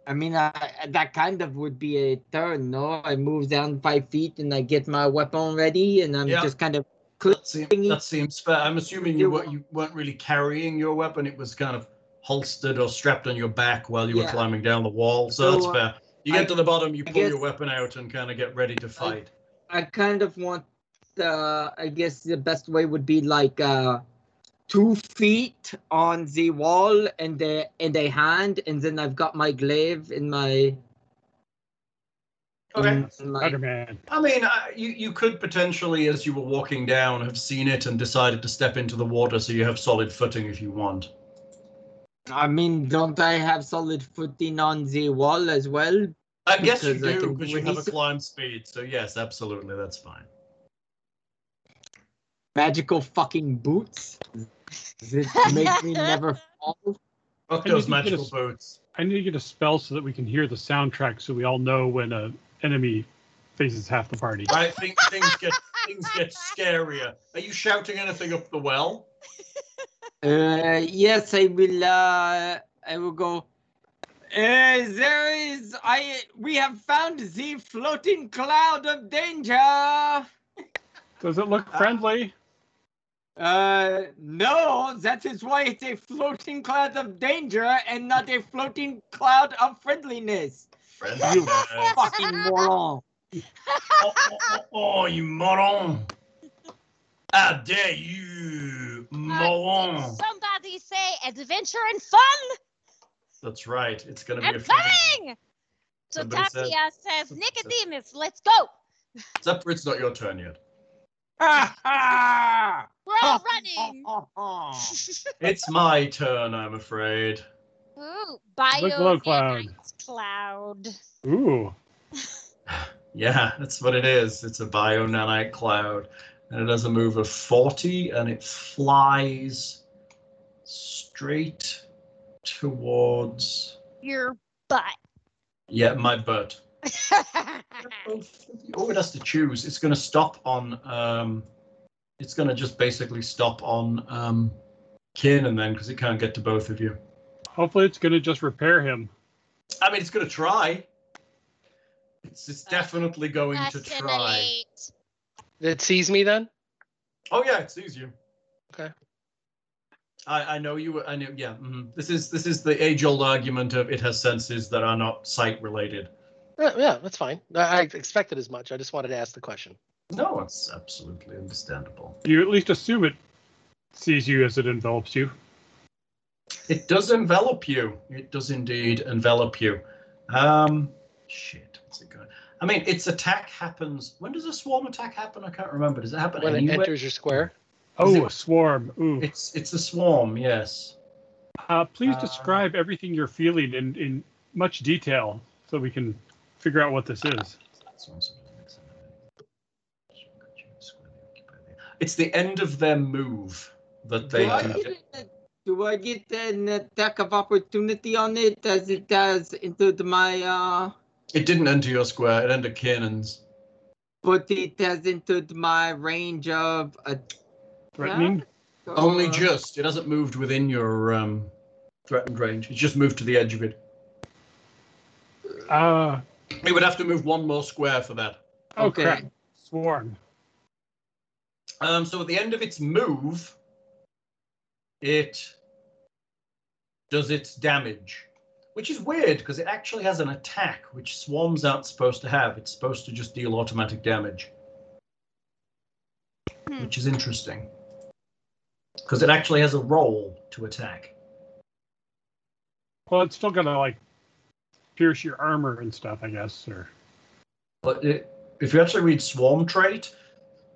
Speaker 7: I mean, I, I- that kind of would be a turn. No, I move down five feet and I get my weapon ready, and I'm
Speaker 5: Yeah.
Speaker 7: just kind of
Speaker 5: that, seem,
Speaker 7: clicking
Speaker 5: that seems fair. I'm assuming you, were, you weren't really carrying your weapon; it was kind of holstered or strapped on your back while you were
Speaker 7: Yeah.
Speaker 5: climbing down the wall. So, that's
Speaker 7: So, uh,
Speaker 5: fair. You get
Speaker 7: I-
Speaker 5: to the bottom, you
Speaker 7: I
Speaker 5: pull
Speaker 7: guess-
Speaker 5: your weapon out, and kind of get ready to fight.
Speaker 7: I kind of want uh I guess the best way would be like uh two feet on the wall and the and a hand and then I've got my glaive in my
Speaker 5: okay.
Speaker 7: in- in my-
Speaker 4: Spider-Man.
Speaker 5: I mean, I, you you could potentially, as you were walking down, have seen it and decided to step into the water, so you have solid footing if you want.
Speaker 7: I mean don't I have solid footing on the wall as well?
Speaker 5: I guess you
Speaker 7: Because I
Speaker 5: do
Speaker 7: can
Speaker 5: because you have a
Speaker 7: release it.
Speaker 5: climb speed. So yes, absolutely, that's fine.
Speaker 7: Magical fucking boots that make me never fall.
Speaker 5: Fuck
Speaker 4: And you
Speaker 5: those
Speaker 4: can get a
Speaker 5: magical
Speaker 4: s-
Speaker 5: boots.
Speaker 4: I need to get a spell so that we can hear the soundtrack, so we all know when a enemy faces half the party.
Speaker 5: I think things get things <laughs>
Speaker 3: <laughs>
Speaker 5: get scarier. Are you shouting anything up the well?
Speaker 7: Uh, yes, I will. Uh, I will go. Uh, there is. I. We have found the floating cloud of danger.
Speaker 4: Does it look friendly?
Speaker 7: Uh, no, that is why it's a floating cloud of danger and not a floating cloud of friendliness.
Speaker 5: Friend,
Speaker 7: You
Speaker 5: uh,
Speaker 3: <laughs>
Speaker 7: fucking
Speaker 5: oh,
Speaker 7: moron.
Speaker 5: oh, oh, oh, you moron! How dare you, moron!
Speaker 3: Somebody say adventure and fun
Speaker 5: That's right. It's gonna be a
Speaker 3: and
Speaker 5: friend.
Speaker 3: fun. So
Speaker 5: Somebody said-
Speaker 3: Tatia says, Nicodemus, let's go.
Speaker 5: Except for it's not your turn yet.
Speaker 7: Ha, ha.
Speaker 3: We're
Speaker 5: Oh,
Speaker 3: all
Speaker 7: Ha,
Speaker 3: running.
Speaker 7: ha, ha, ha.
Speaker 5: It's my turn, I'm afraid.
Speaker 3: <laughs>
Speaker 5: oh.
Speaker 3: Ooh,
Speaker 4: glow cloud.
Speaker 3: biovanite cloud.
Speaker 4: Ooh,
Speaker 5: Yeah, that's what it is. It's a bionanite cloud. And it has a move of 40 and it flies straight towards
Speaker 3: Your butt.
Speaker 5: yeah, my butt. Oh, it has to choose. It's gonna stop on um it's gonna just basically stop on um Kin and then because it can't get to both of you.
Speaker 4: hopefully it's gonna just repair him.
Speaker 5: I mean it's gonna try. It's, it's definitely <laughs> going
Speaker 3: Less
Speaker 5: to
Speaker 3: than an
Speaker 5: try.
Speaker 3: eight.
Speaker 6: It sees me then.
Speaker 5: Oh yeah, it sees you.
Speaker 6: Okay.
Speaker 5: I, I know you. I knew. Yeah. hmm This is this is the age-old argument of it has senses that are not sight-related.
Speaker 6: Yeah, yeah, that's fine. I I expected as much. I just wanted to ask the question.
Speaker 5: No, it's absolutely understandable.
Speaker 4: You at least assume it sees you as it envelops you.
Speaker 5: It does envelop you. It does indeed envelop you. Um, shit. What's it going? I mean, its attack happens. When does a swarm attack happen? I can't remember. Does it happen
Speaker 6: When it
Speaker 5: anywhere?
Speaker 6: enters your
Speaker 5: Is
Speaker 6: square,
Speaker 4: Oh,
Speaker 5: it-
Speaker 4: a swarm. Ooh.
Speaker 5: It's it's a swarm. Yes.
Speaker 4: Uh, please
Speaker 5: Uh,
Speaker 4: describe everything you're feeling in, in much detail so we can figure out what this is.
Speaker 5: It's the end of their move that they.
Speaker 7: do, I
Speaker 5: do.
Speaker 7: get, a- do I get an attack of opportunity on it as it does into the- my uh
Speaker 5: It didn't enter your square. It entered Kanan's.
Speaker 7: but it has entered my range of a
Speaker 4: Threatening?
Speaker 7: Uh.
Speaker 5: Only just. It hasn't moved within your um, threatened range. It's just moved to the edge of it.
Speaker 4: Uh,
Speaker 5: It would have to move one more square for that.
Speaker 4: oh,
Speaker 7: Okay.
Speaker 4: crap. Swarm.
Speaker 5: Um, so at the end of its move, it does its damage, which is weird because it actually has an attack, which swarms aren't supposed to have. It's supposed to just deal automatic damage,
Speaker 3: Hmm.
Speaker 5: which is interesting because it actually has a roll to attack.
Speaker 4: Well, it's still going to, like, pierce your armor and stuff, I guess. Or
Speaker 5: But it, if you actually read Swarm trait,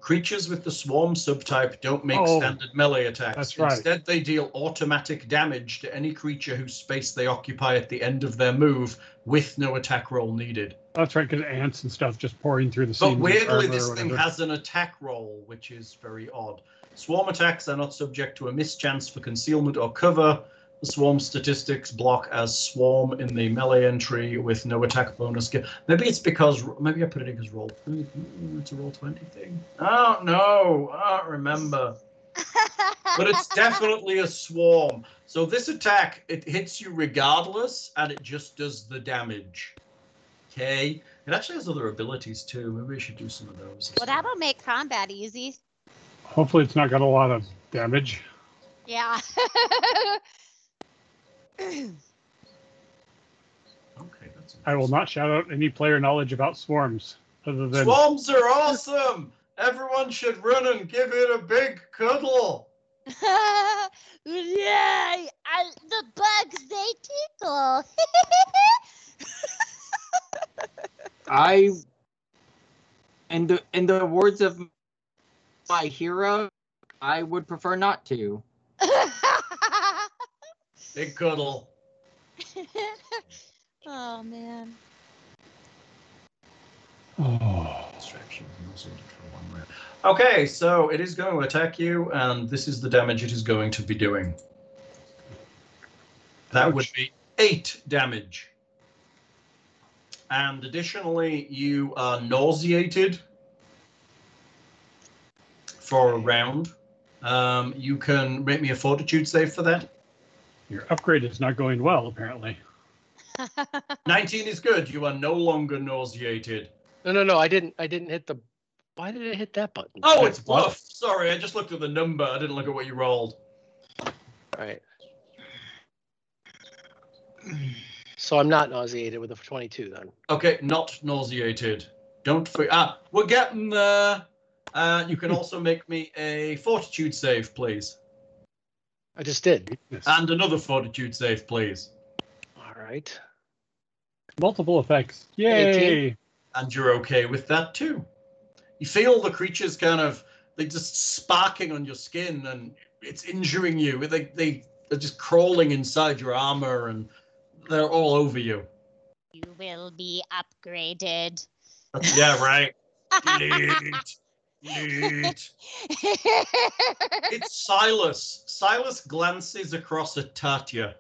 Speaker 5: creatures with the Swarm subtype don't make
Speaker 4: Oh,
Speaker 5: standard melee attacks.
Speaker 4: that's right.
Speaker 5: Instead, they deal automatic damage to any creature whose space they occupy at the end of their move with no attack roll needed.
Speaker 4: That's right, because ants and stuff just pouring through the seams.
Speaker 5: But
Speaker 4: of
Speaker 5: weirdly,
Speaker 4: armor or
Speaker 5: this thing
Speaker 4: whatever.
Speaker 5: has an attack roll, which is very odd. Swarm attacks are not subject to a mischance for concealment or cover. The swarm statistics block as swarm in the melee entry with no attack bonus. Ga- Maybe it's because maybe I put it in as roll. mm, It's a roll twenty thing. I don't know. I don't remember. <laughs> But it's definitely a swarm. So this attack it hits you regardless, and it just does the damage. Okay. It actually has other abilities too. Maybe we should do some of those.
Speaker 3: Well, that'll make combat easy.
Speaker 4: Hopefully, it's not got a lot of damage.
Speaker 3: Yeah. <laughs>
Speaker 5: Okay, that's
Speaker 4: I will not shout out any player knowledge about swarms other than.
Speaker 5: Swarms are awesome. Everyone should run and give it a big cuddle.
Speaker 3: Yay! I, the bugs they tickle.
Speaker 7: I and the in the words of my hero, I would prefer not to.
Speaker 3: <laughs>
Speaker 5: Big cuddle.
Speaker 3: <laughs> oh man.
Speaker 4: Oh.
Speaker 5: Distraction is not sorted for one round. Okay, so it is going to attack you, and this is the damage it is going to be doing. That would be eight damage. And additionally, you are nauseated for a round. Um, you can make me a fortitude save for <laughs> that.
Speaker 4: Your upgrade is not going well, apparently.
Speaker 5: 19 is good. You are no longer nauseated.
Speaker 6: no, no, no. I didn't. I didn't hit the. Why did it hit that button?
Speaker 5: Oh, it's bluff. Sorry, I just looked at the number. I didn't look at what you rolled.
Speaker 6: All right. So I'm not nauseated with a 22 then.
Speaker 5: Okay, not nauseated. Don't freak. Ah, we're getting there. Uh, you can also make me a fortitude save, please,
Speaker 6: I just did.
Speaker 5: and another fortitude save, please,
Speaker 6: All right.
Speaker 4: Multiple effects. Yay!
Speaker 5: and you're okay with that too. You feel the creatures kind of they just sparking on your skin, and it's injuring you. They they they're just crawling inside your armor, and they're all over you.
Speaker 3: You will be upgraded.
Speaker 5: That's- <laughs> yeah, right. Neat. <laughs> Neat. It's Silas. Silas glances across at Tatya.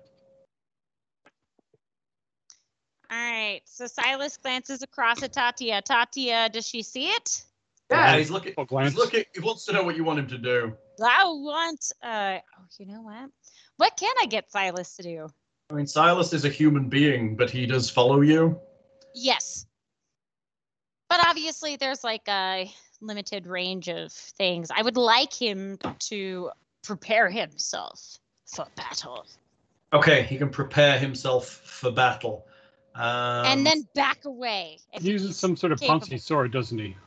Speaker 3: <laughs> All right. So Silas glances across at Tatia. Tatia, does she see it?
Speaker 5: Yeah, he's looking.
Speaker 4: Full glance.
Speaker 5: He's looking. He wants to know what you want him to do.
Speaker 3: I want. Uh, oh, you know what? What can I get Silas to do?
Speaker 5: I mean, Silas is a human being, but he does follow you.
Speaker 3: Yes. but obviously there's like a limited range of things. I would like him to prepare himself for battle
Speaker 5: Okay, he can prepare himself for battle. Um,
Speaker 3: and then back away. if
Speaker 4: He uses
Speaker 3: he's
Speaker 4: some sort of
Speaker 3: capable.
Speaker 4: fancy sword, doesn't he?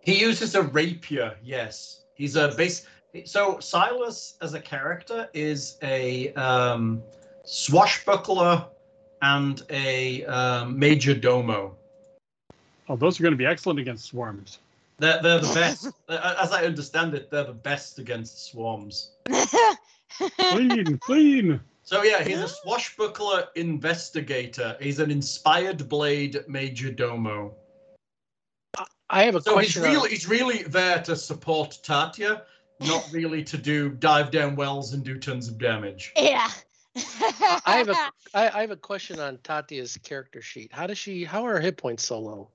Speaker 5: He uses a rapier. Yes, he's a base. So Silas, as a character, is a um, swashbuckler and a um, major domo.
Speaker 4: Oh, those are going to be excellent against swarms.
Speaker 5: They're, they're the
Speaker 3: <laughs>
Speaker 5: best. Uh, as I understand it, they're the best against swarms.
Speaker 3: <laughs>
Speaker 4: Clean, <laughs> clean.
Speaker 5: So yeah, he's a swashbuckler investigator. He's an inspired blade major domo.
Speaker 6: I have a
Speaker 5: So he's
Speaker 6: question. on-
Speaker 5: really he's really there to support Tatya, not really to do dive down wells and do tons of damage.
Speaker 3: yeah.
Speaker 6: I
Speaker 3: <laughs>
Speaker 6: have a- I, I have a question on Tatia's character sheet. How does she? How are her hit points so low?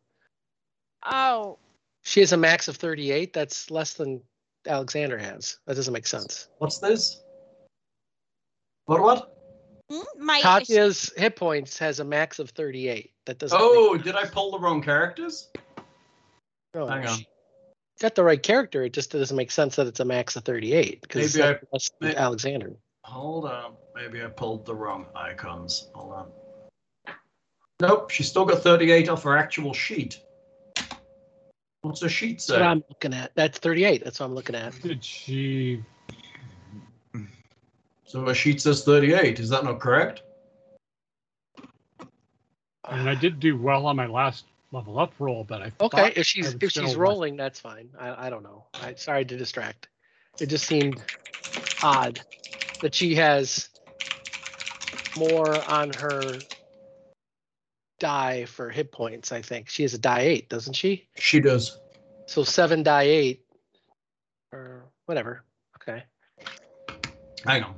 Speaker 3: oh,
Speaker 6: She has a max of 38. That's less than Alexander has. That doesn't make sense.
Speaker 5: What's this? What what?
Speaker 3: hmm, my
Speaker 6: Tatia's hit points has a max of 38. That doesn't.
Speaker 5: Oh, did I pull the wrong characters?
Speaker 6: make, no,
Speaker 5: Hang on.
Speaker 6: she Oh, got the right character. It just doesn't make sense that it's a max of 38 because
Speaker 5: Maybe I-
Speaker 6: less than
Speaker 5: may-
Speaker 6: Alexander.
Speaker 5: Hold on. Maybe I pulled the wrong icons. Hold on. Nope, she's still got 38 off her actual sheet. What's her sheet
Speaker 6: That's what
Speaker 5: say?
Speaker 6: I'm looking at. That's 38. That's what I'm looking at.
Speaker 4: Did she?
Speaker 5: So her sheet says 38. Is that not correct?
Speaker 4: I mean, I did do well on my last level up roll, but I thought
Speaker 6: <sighs> Okay, if
Speaker 4: I
Speaker 6: she's
Speaker 4: would
Speaker 6: if she's
Speaker 4: still-
Speaker 6: rolling, that's fine. I, I don't know. I sorry to distract. It just seemed odd that she has more on her die for hit points. I think she has a die eight, doesn't she?
Speaker 5: She does.
Speaker 6: So seven die eight, or whatever. Okay.
Speaker 5: Hang on.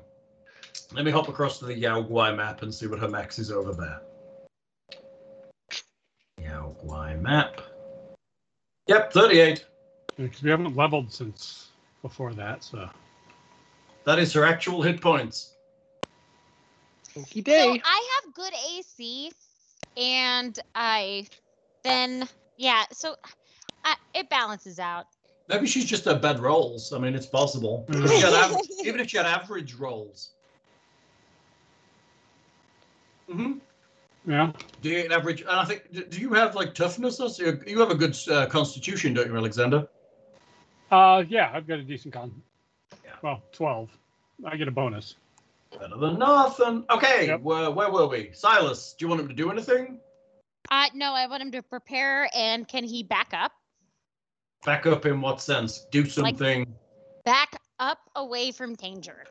Speaker 5: Let me hop across to the Yao Guai map and see what her max is over there. Yao Guai map. Yep, 38.
Speaker 4: because we haven't leveled since before that. So
Speaker 5: That is her actual hit points.
Speaker 6: Okie
Speaker 3: So
Speaker 6: day.
Speaker 3: I have good AC, and I then yeah. So I, it balances out.
Speaker 5: Maybe she's just at bad rolls. I mean, it's possible.
Speaker 4: Mm.
Speaker 5: Even if she <laughs> had, aver- even if she had average rolls. hmm
Speaker 4: yeah,
Speaker 5: Do you get average? And I think, do- do you have like toughness? or so- You have a good uh, constitution, don't you, Alexander?
Speaker 4: uh, yeah, I've got a decent con.
Speaker 5: Yeah.
Speaker 4: Well, twelve. I get a bonus.
Speaker 5: Better than nothing. Okay,
Speaker 4: Yep.
Speaker 5: where, where were we? Silas, do you want him to do anything?
Speaker 3: Uh, no, I want him to prepare, and can he back up?
Speaker 5: Back up in what sense? Do something.
Speaker 3: Back up away from danger,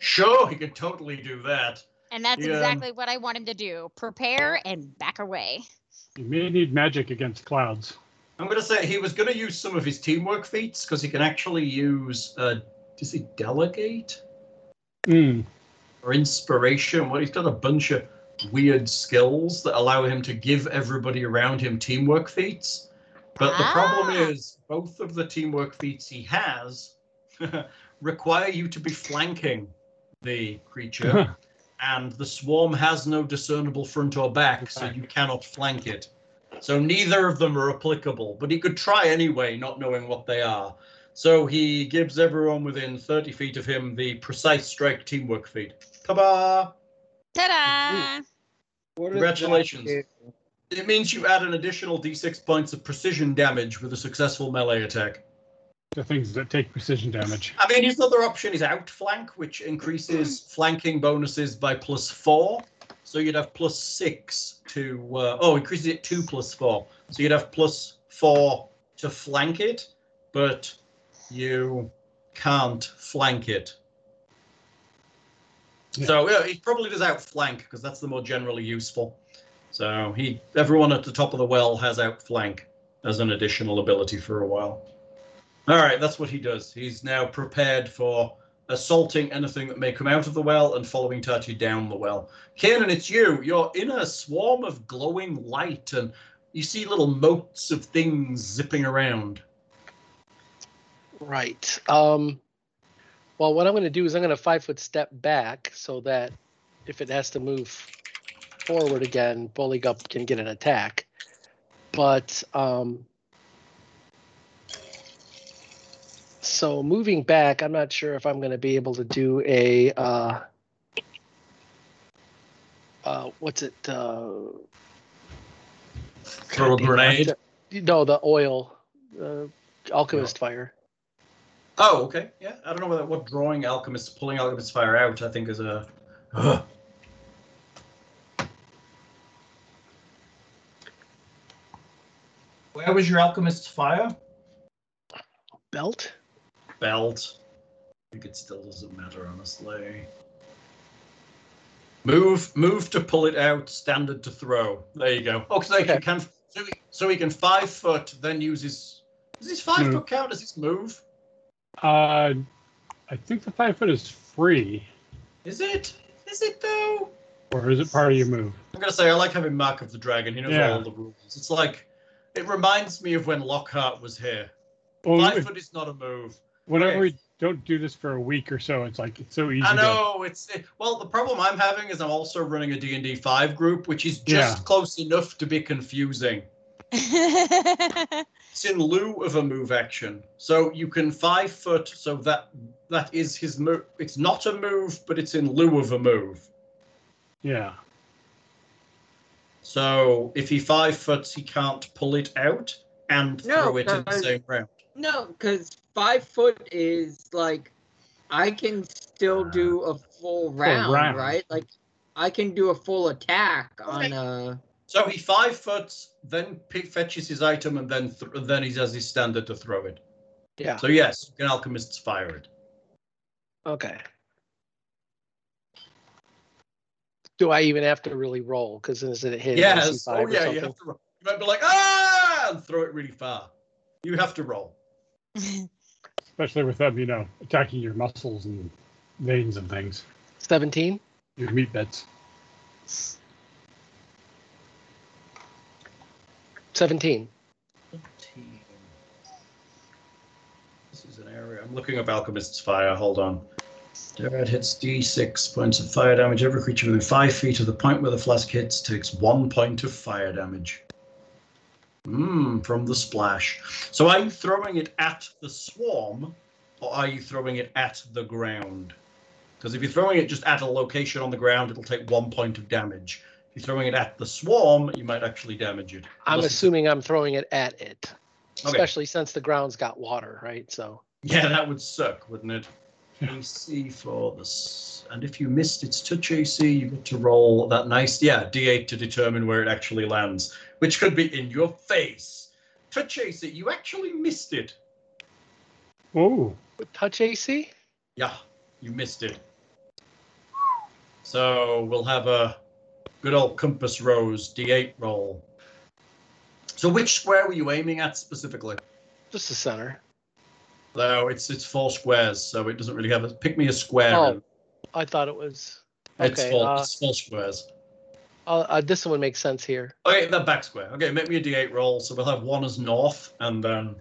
Speaker 5: sure, he could totally do that.
Speaker 3: and that's
Speaker 5: Yeah.
Speaker 3: exactly what I want him to do: prepare and back away.
Speaker 4: You may need magic against clouds.
Speaker 5: I'm going to say he was going to use some of his teamwork feats because he can actually use. Uh, does he delegate
Speaker 4: Mm.
Speaker 5: or inspiration? Well, he's got a bunch of weird skills that allow him to give everybody around him teamwork feats. But the problem
Speaker 3: Ah.
Speaker 5: is, both of the teamwork feats he has require you to be flanking the creature. and the swarm has no discernible front or back, so you cannot flank it. So neither of them are applicable, but he could try anyway, not knowing what they are. So he gives everyone within 30 feet of him the precise strike teamwork feat. Ta-da!
Speaker 3: Ta-da!
Speaker 8: What does
Speaker 5: Congratulations.
Speaker 8: that do?
Speaker 5: It means you add an additional d6 points of precision damage with a successful melee attack.
Speaker 4: The things that take precision damage.
Speaker 5: I mean, his other option is outflank, which increases flanking bonuses by plus four. So you'd have plus six to, uh, oh, increases it to plus four. So you'd have plus four to flank it, but you can't flank it. So yeah, he probably does outflank because that's the more generally useful. So he, everyone at the top of the well has outflank as an additional ability for a while. All right, that's what he does. He's now prepared for assaulting anything that may come out of the well and following Tati down the well. Kanan, it's you. You're in a swarm of glowing light, and you see little motes of things zipping around.
Speaker 6: Right. Um. Well, what I'm going to do is I'm going to five foot step back so that if it has to move forward again, Bullygup can get an attack. But um, so moving back, I'm not sure if I'm going to be able to do a uh, uh, what's it? Uh,
Speaker 5: Throw a
Speaker 6: goddamn,
Speaker 5: grenade.
Speaker 6: No, the oil, uh, alchemist fire.
Speaker 5: Oh, okay. Yeah, I don't know whether, what drawing alchemists pulling alchemist fire out. I think is a. Ugh. Where was your alchemist's fire?
Speaker 6: Belt.
Speaker 5: Belt. I think it still doesn't matter, honestly. Move, move to pull it out. Standard to throw. There you go. Oh, so he
Speaker 6: Okay.
Speaker 5: can, so he, so he can five foot, then use his. Does his five
Speaker 4: Move.
Speaker 5: foot count as his move?
Speaker 4: Uh, I think the five foot is free,
Speaker 5: Is it? Is it though?
Speaker 4: or is it part of your move?
Speaker 5: I'm gonna say I like having Mark of the Dragon. He knows
Speaker 4: Yeah.
Speaker 5: all the rules. It's like it reminds me of when Lockhart was here.
Speaker 4: Well,
Speaker 5: Five
Speaker 4: if-
Speaker 5: foot is not a move.
Speaker 4: whenever
Speaker 5: okay.
Speaker 4: we don't do this for a week or so, it's like it's so easy.
Speaker 5: I know it's it, well. The problem I'm having is I'm also running a D and D five group, which is just
Speaker 4: Yeah.
Speaker 5: close enough to be confusing.
Speaker 3: <laughs>
Speaker 5: It's in lieu of a move action, so you can five foot. So that that is his move. It's not a move, but it's in lieu of a move.
Speaker 4: To, yeah.
Speaker 5: So if he five foots, he can't pull it out and
Speaker 7: No,
Speaker 5: throw it in the
Speaker 7: because-
Speaker 5: same round.
Speaker 7: No, because five foot is like I can still do a full round,
Speaker 4: round.
Speaker 7: right? Like I can do a full attack on uh,
Speaker 5: Okay.
Speaker 7: a.
Speaker 5: So he five foots, then pick, fetches his item, and then th- then he has his standard to throw it.
Speaker 6: Yeah.
Speaker 5: So yes, you can alchemists fire it.
Speaker 6: Okay. Do I even have to really roll? Because is it hit?
Speaker 5: yes.
Speaker 6: AC5
Speaker 5: Oh
Speaker 6: or
Speaker 5: yeah, you
Speaker 6: something?
Speaker 5: have to. Roll. You might be like ah, and throw it really far. You have to roll.
Speaker 4: Especially with them, you know, attacking your muscles and veins and things,
Speaker 6: 17.
Speaker 4: your meat bits.
Speaker 6: 17.
Speaker 5: This is an area. I'm looking up alchemist's fire. Hold on. Derad hits D6 points of fire damage. Every creature within five feet of the point where the flask hits takes one point of fire damage. Mmm, from the splash. So are you throwing it at the swarm, or are you throwing it at the ground? Because if you're throwing it just at a location on the ground, it'll take one point of damage. If you're throwing it at the swarm, you might actually damage it.
Speaker 6: I'm
Speaker 5: Unless it's-
Speaker 6: assuming I'm throwing it at it,
Speaker 5: Okay.
Speaker 6: especially since the ground's got water, right? So
Speaker 5: Yeah, that would suck, wouldn't it? AC for this, and if you missed its touch AC, you get to roll that nice, yeah, D8 to determine where it actually lands, which could be in your face. Touch AC, you actually missed it.
Speaker 4: Oh,
Speaker 6: touch AC.
Speaker 5: Yeah, you missed it. So we'll have a good old compass rose D8 roll. So which square were you aiming at specifically?
Speaker 6: Just the center.
Speaker 5: Though it's it's four squares, so it doesn't really have a pick me a square.
Speaker 6: Oh, I thought it was.
Speaker 5: It's
Speaker 6: Okay,
Speaker 5: four,
Speaker 6: uh,
Speaker 5: it's four squares.
Speaker 6: Uh, uh, this one makes sense here.
Speaker 5: Okay, the back square. Okay, make me a d8 roll. So we'll have one as north and then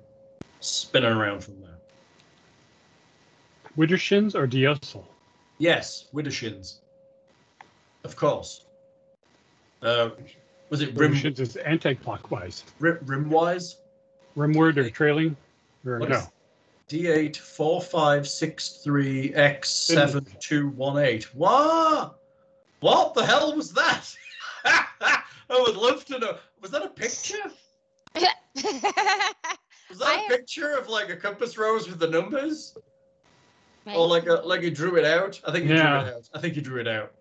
Speaker 5: spin it around from there.
Speaker 4: Widdershins or Diosel?
Speaker 5: Yes, Widdershins. Of course. Uh, was it rim,
Speaker 4: Widdershins is anti-clockwise.
Speaker 5: rim rimwise?
Speaker 4: Rimward or trailing? Or
Speaker 5: What
Speaker 4: no.
Speaker 5: is- D8 four five six three x seven two one eight. What? What the hell was that? <laughs> I would love to know. Was that a
Speaker 3: <laughs>
Speaker 5: picture? Was that a
Speaker 3: I-
Speaker 5: picture of like a compass rose with the numbers?
Speaker 3: Right.
Speaker 5: Or like a, like he drew it out. I think he
Speaker 4: Yeah.
Speaker 5: drew it out. I think he drew it out.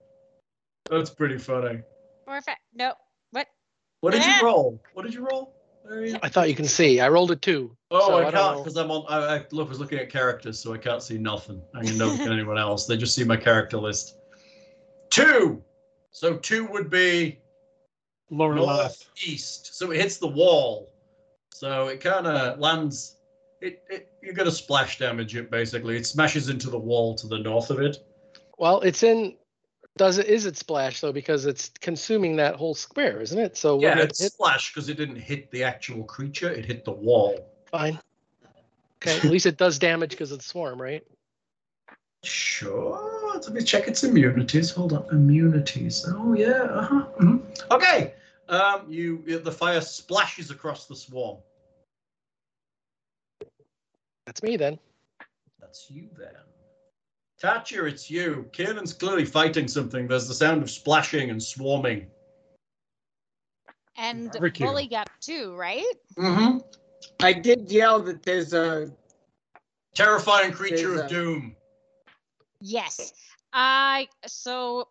Speaker 5: That's pretty funny.
Speaker 3: Or if I- no. What?
Speaker 5: What did
Speaker 3: Yeah.
Speaker 5: you roll? What did you roll? There he is.
Speaker 6: I thought you can see. I rolled a two.
Speaker 5: Oh,
Speaker 6: so
Speaker 5: I,
Speaker 6: don't
Speaker 5: can't
Speaker 6: know.
Speaker 5: because I'm on. I, I look, was looking at characters, so I can't see nothing. I can not look at anyone else. They just see my character list. Two. So two would be
Speaker 4: Lower left.
Speaker 5: northeast. So it hits the wall. So it kind of lands. It, it you're gonna splash damage it basically. It smashes into the wall to the north of it.
Speaker 6: Well, it's in. Does it is it splash though? Because it's consuming that whole square, isn't it? So
Speaker 5: Yeah,
Speaker 6: we're
Speaker 5: it's splash because it didn't hit the actual creature. It hit the wall.
Speaker 6: fine. Okay, at least it does damage because of the swarm, right?
Speaker 5: Sure. Let me check its immunities. Hold up, immunities. Oh yeah. Uh-huh. mhm. Okay. Um, you the fire splashes across the swarm.
Speaker 6: That's me then.
Speaker 5: That's you then. Thatcher, it's you. Kieran's clearly fighting something. There's the sound of splashing and swarming.
Speaker 3: And
Speaker 4: Barbecue.
Speaker 3: Wooly got two, right?
Speaker 5: Mm-hmm.
Speaker 7: I did yell that there's a
Speaker 5: Terrifying creature of
Speaker 7: There's a-
Speaker 5: doom.
Speaker 3: Yes. I so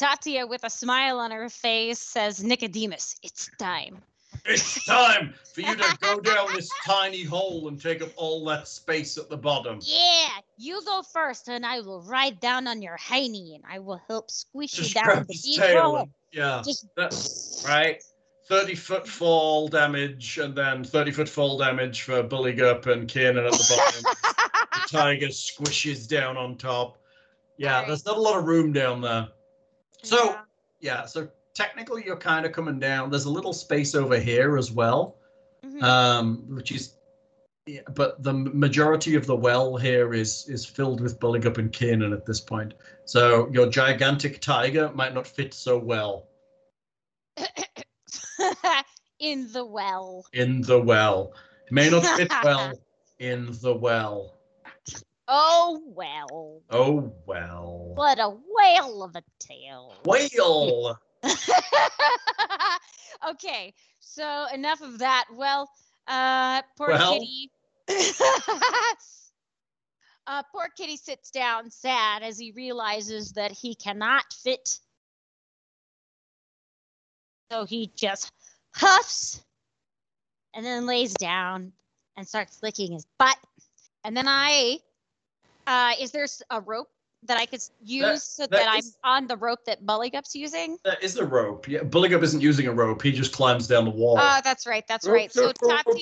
Speaker 3: Tatia with a smile on her face says, Nicodemus, it's time.
Speaker 5: It's time for you to go down this tiny hole and take up all that space at the bottom.
Speaker 3: Yeah, you go first, and I will ride down on your hiney, and I will help squish you
Speaker 5: Just
Speaker 3: down
Speaker 5: grab
Speaker 3: with the
Speaker 5: his
Speaker 3: deep
Speaker 5: tail.
Speaker 3: roller.
Speaker 5: and- yeah.
Speaker 3: Just
Speaker 5: That's right. 30 foot fall damage, and then 30 foot fall damage for Bully Gup and Kieran at the bottom. the tiger squishes down on top. Yeah,
Speaker 3: Alright.
Speaker 5: there's not a lot of room down there. So, yeah.
Speaker 3: Yeah.
Speaker 5: so technically you're kind of coming down. There's a little space over here as well,
Speaker 3: Mhm.
Speaker 5: um, which is, yeah, but the m- majority of the well here is is filled with Bulligup and Kiernan at this point. So your gigantic tiger might not fit so well
Speaker 3: <coughs> in the well.
Speaker 5: in the well. It may not fit well in the well.
Speaker 3: Oh well.
Speaker 5: Oh well.
Speaker 3: What a whale of a tail.
Speaker 5: Whale.
Speaker 3: <laughs> okay, so enough of that. Well, uh, poor
Speaker 5: Well?
Speaker 3: kitty. <laughs> uh, poor kitty sits down sad as he realizes that he cannot fit. So he just huffs and then lays down and starts licking his butt. And then I, uh, is there s- a rope that I could s- use so
Speaker 5: there
Speaker 3: that I'm
Speaker 5: is-
Speaker 3: on the rope that Bullygup's using?
Speaker 5: That is a rope. Yeah, Bulligup isn't using a rope. He just climbs down the wall.
Speaker 3: Oh, that's right. That's
Speaker 7: Rope,
Speaker 3: right. So
Speaker 7: rope, rope, rope.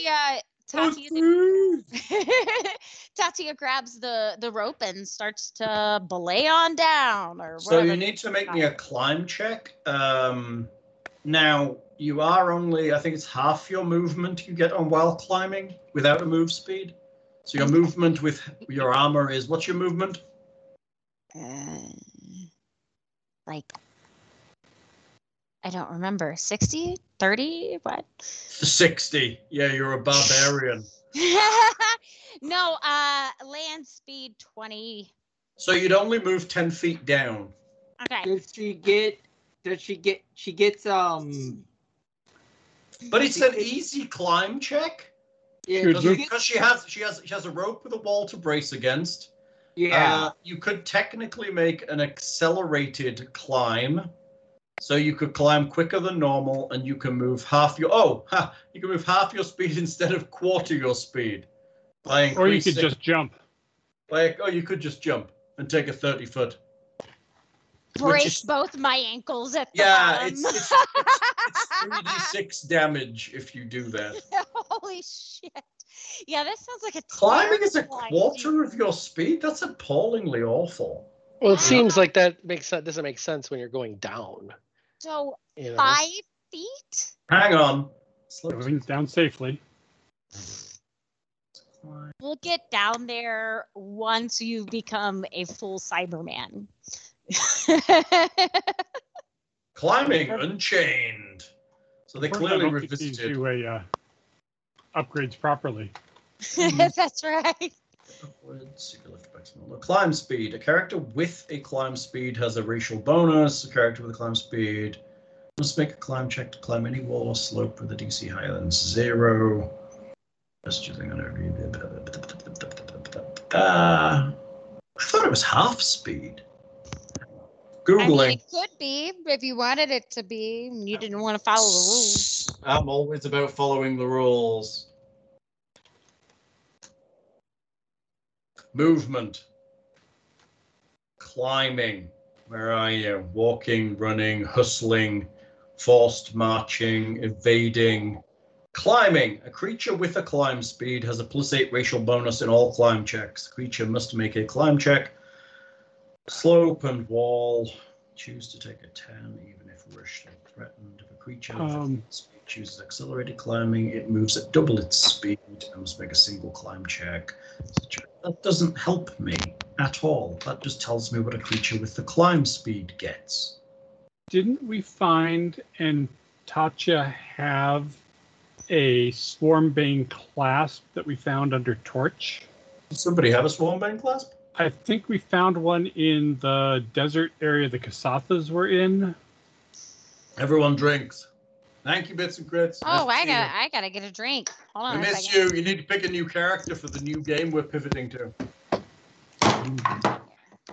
Speaker 3: Tatia, Tatia, <laughs> Tatia grabs the the rope and starts to belay on down or
Speaker 5: so
Speaker 3: whatever.
Speaker 5: you need to make me a climb check. Um, now you are only, I think it's half your movement you get on while climbing without a move speed. So your movement with your armor is what's your movement?
Speaker 3: Uh, like I don't remember. 60, 30, what? <laughs>
Speaker 5: Sixty. Yeah, you're a barbarian.
Speaker 3: no, uh land speed 20.
Speaker 5: So you'd only move ten feet down.
Speaker 3: Okay.
Speaker 7: Does she get? Does she get? She gets um.
Speaker 5: But it's an easy climb check
Speaker 7: Yeah.
Speaker 4: Dude,
Speaker 7: she
Speaker 4: you-
Speaker 7: gets-
Speaker 5: because she has she has she has a rope with a wall to brace against.
Speaker 7: yeah.
Speaker 5: Uh, you could technically make an accelerated climb. So you could climb quicker than normal and you can move half your oh ha, you can move half your speed <laughs> instead of quarter your speed. By
Speaker 4: Or you
Speaker 5: increasing-
Speaker 4: could just jump.
Speaker 5: by, oh you could just jump and take a 30 foot.
Speaker 3: Break
Speaker 5: is-
Speaker 3: both my ankles at the
Speaker 5: Yeah,
Speaker 3: bottom.
Speaker 5: it's
Speaker 3: <laughs>
Speaker 5: it's, it's, it's 3d6 damage if you do that.
Speaker 3: <laughs> Holy shit. Yeah, that sounds like a
Speaker 5: Climbing is a
Speaker 3: terrible
Speaker 5: quarter of
Speaker 3: idea.
Speaker 5: your speed? That's appallingly awful.
Speaker 6: Well, it
Speaker 3: Yeah.
Speaker 6: seems like that makes that doesn't make sense when you're going down.
Speaker 3: So
Speaker 6: You know?
Speaker 3: five feet?
Speaker 5: Hang on.
Speaker 4: Everything's down safely.
Speaker 3: We'll get down there once you become a full Cyberman.
Speaker 5: Climbing unchained. So they
Speaker 4: Unfortunately,
Speaker 5: clearly
Speaker 4: I don't think these
Speaker 5: revisited
Speaker 4: do a, uh, upgrades properly.
Speaker 3: <laughs>
Speaker 5: Mm.
Speaker 3: That's right.
Speaker 5: Upwards, singular maximum low. Climb speed. A character with a climb speed has a racial bonus. A character with a climb speed must make a climb check to climb any wall or slope with a DC higher than zero. Just using an overview. Uh, I thought it was half speed.
Speaker 3: I mean,
Speaker 5: Googling.
Speaker 3: it could be if you wanted it to be. and You didn't want to follow the rules.
Speaker 5: I'm always about following the rules. Movement. Climbing. Where are you? Walking, running, hustling, forced marching, evading. Climbing. A creature with a climb speed has a plus eight racial bonus in all climb checks. Creature must make a climb check. Slope and wall. Choose to take a 10, even if wished or threatened. If a creature with a
Speaker 4: Um,
Speaker 5: Speed chooses accelerated climbing, it moves at double its speed and must make a single climb check. That doesn't help me at all. That just tells me what a creature with the climb speed gets.
Speaker 4: didn't we find and Tatcha have a Swarmbane clasp that we found under Torch?
Speaker 5: Does somebody have a swarm band clasp?
Speaker 4: I think we found one in the desert area the Kasathas were in.
Speaker 5: Everyone drinks. Thank you, Bits and Crits.
Speaker 3: Oh,
Speaker 5: Nice
Speaker 3: I
Speaker 5: to see you.
Speaker 3: got I gotta get a drink. Hold on.
Speaker 5: We
Speaker 3: a
Speaker 5: miss
Speaker 3: second.
Speaker 5: you. You need to pick a new character for the new game we're pivoting to.
Speaker 4: Do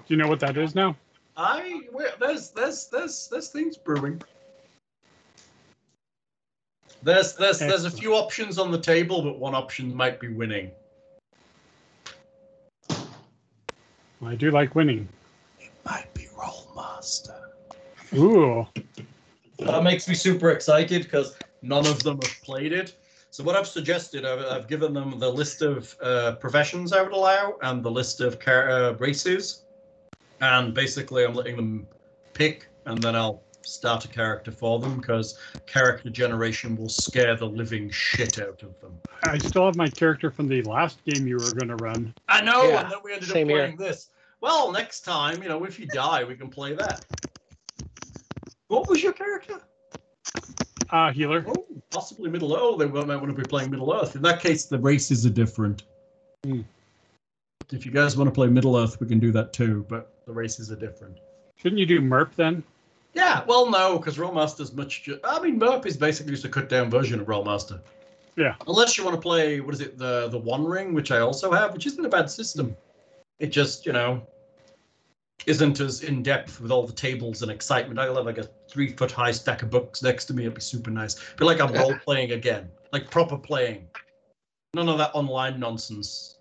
Speaker 4: you know what that is now?
Speaker 5: I well, there's there's there's there's things brewing. There's there's there's a few options on the table, but one option might be winning.
Speaker 4: I do like winning.
Speaker 5: Might be roll master.
Speaker 4: Ooh.
Speaker 5: That makes me super excited because none of them have played it. So what I've suggested, I've, I've given them the list of uh, professions I would allow and the list of car- uh, races, and basically I'm letting them pick, and then I'll start a character for them because character generation will scare the living shit out of them.
Speaker 4: I still have my character from the last game you were going to run.
Speaker 5: I know,
Speaker 6: Yeah,
Speaker 5: and then we ended up
Speaker 6: same here.
Speaker 5: playing this. Well, next time, you know, if you die, we can play that. What was your character?
Speaker 4: Uh, healer.
Speaker 5: Oh, possibly Middle Earth. Oh, they might want to be playing Middle Earth. In that case, the races are different.
Speaker 4: Hmm.
Speaker 5: If you guys want to play Middle Earth, we can do that too, but the races are different.
Speaker 4: Shouldn't you do Merp then?
Speaker 5: Yeah, well, no, because Rollmaster's much. Ju- I mean, Merp is basically just a cut down version of Rollmaster.
Speaker 4: Yeah.
Speaker 5: Unless you want to play, what is it, the the One Ring, which I also have, which isn't a bad system. It just, you know, isn't as in depth with all the tables and excitement. I'll have like a three foot high stack of books next to me. It'd be super nice. Be like I'm role playing again, like proper playing. None of that online nonsense.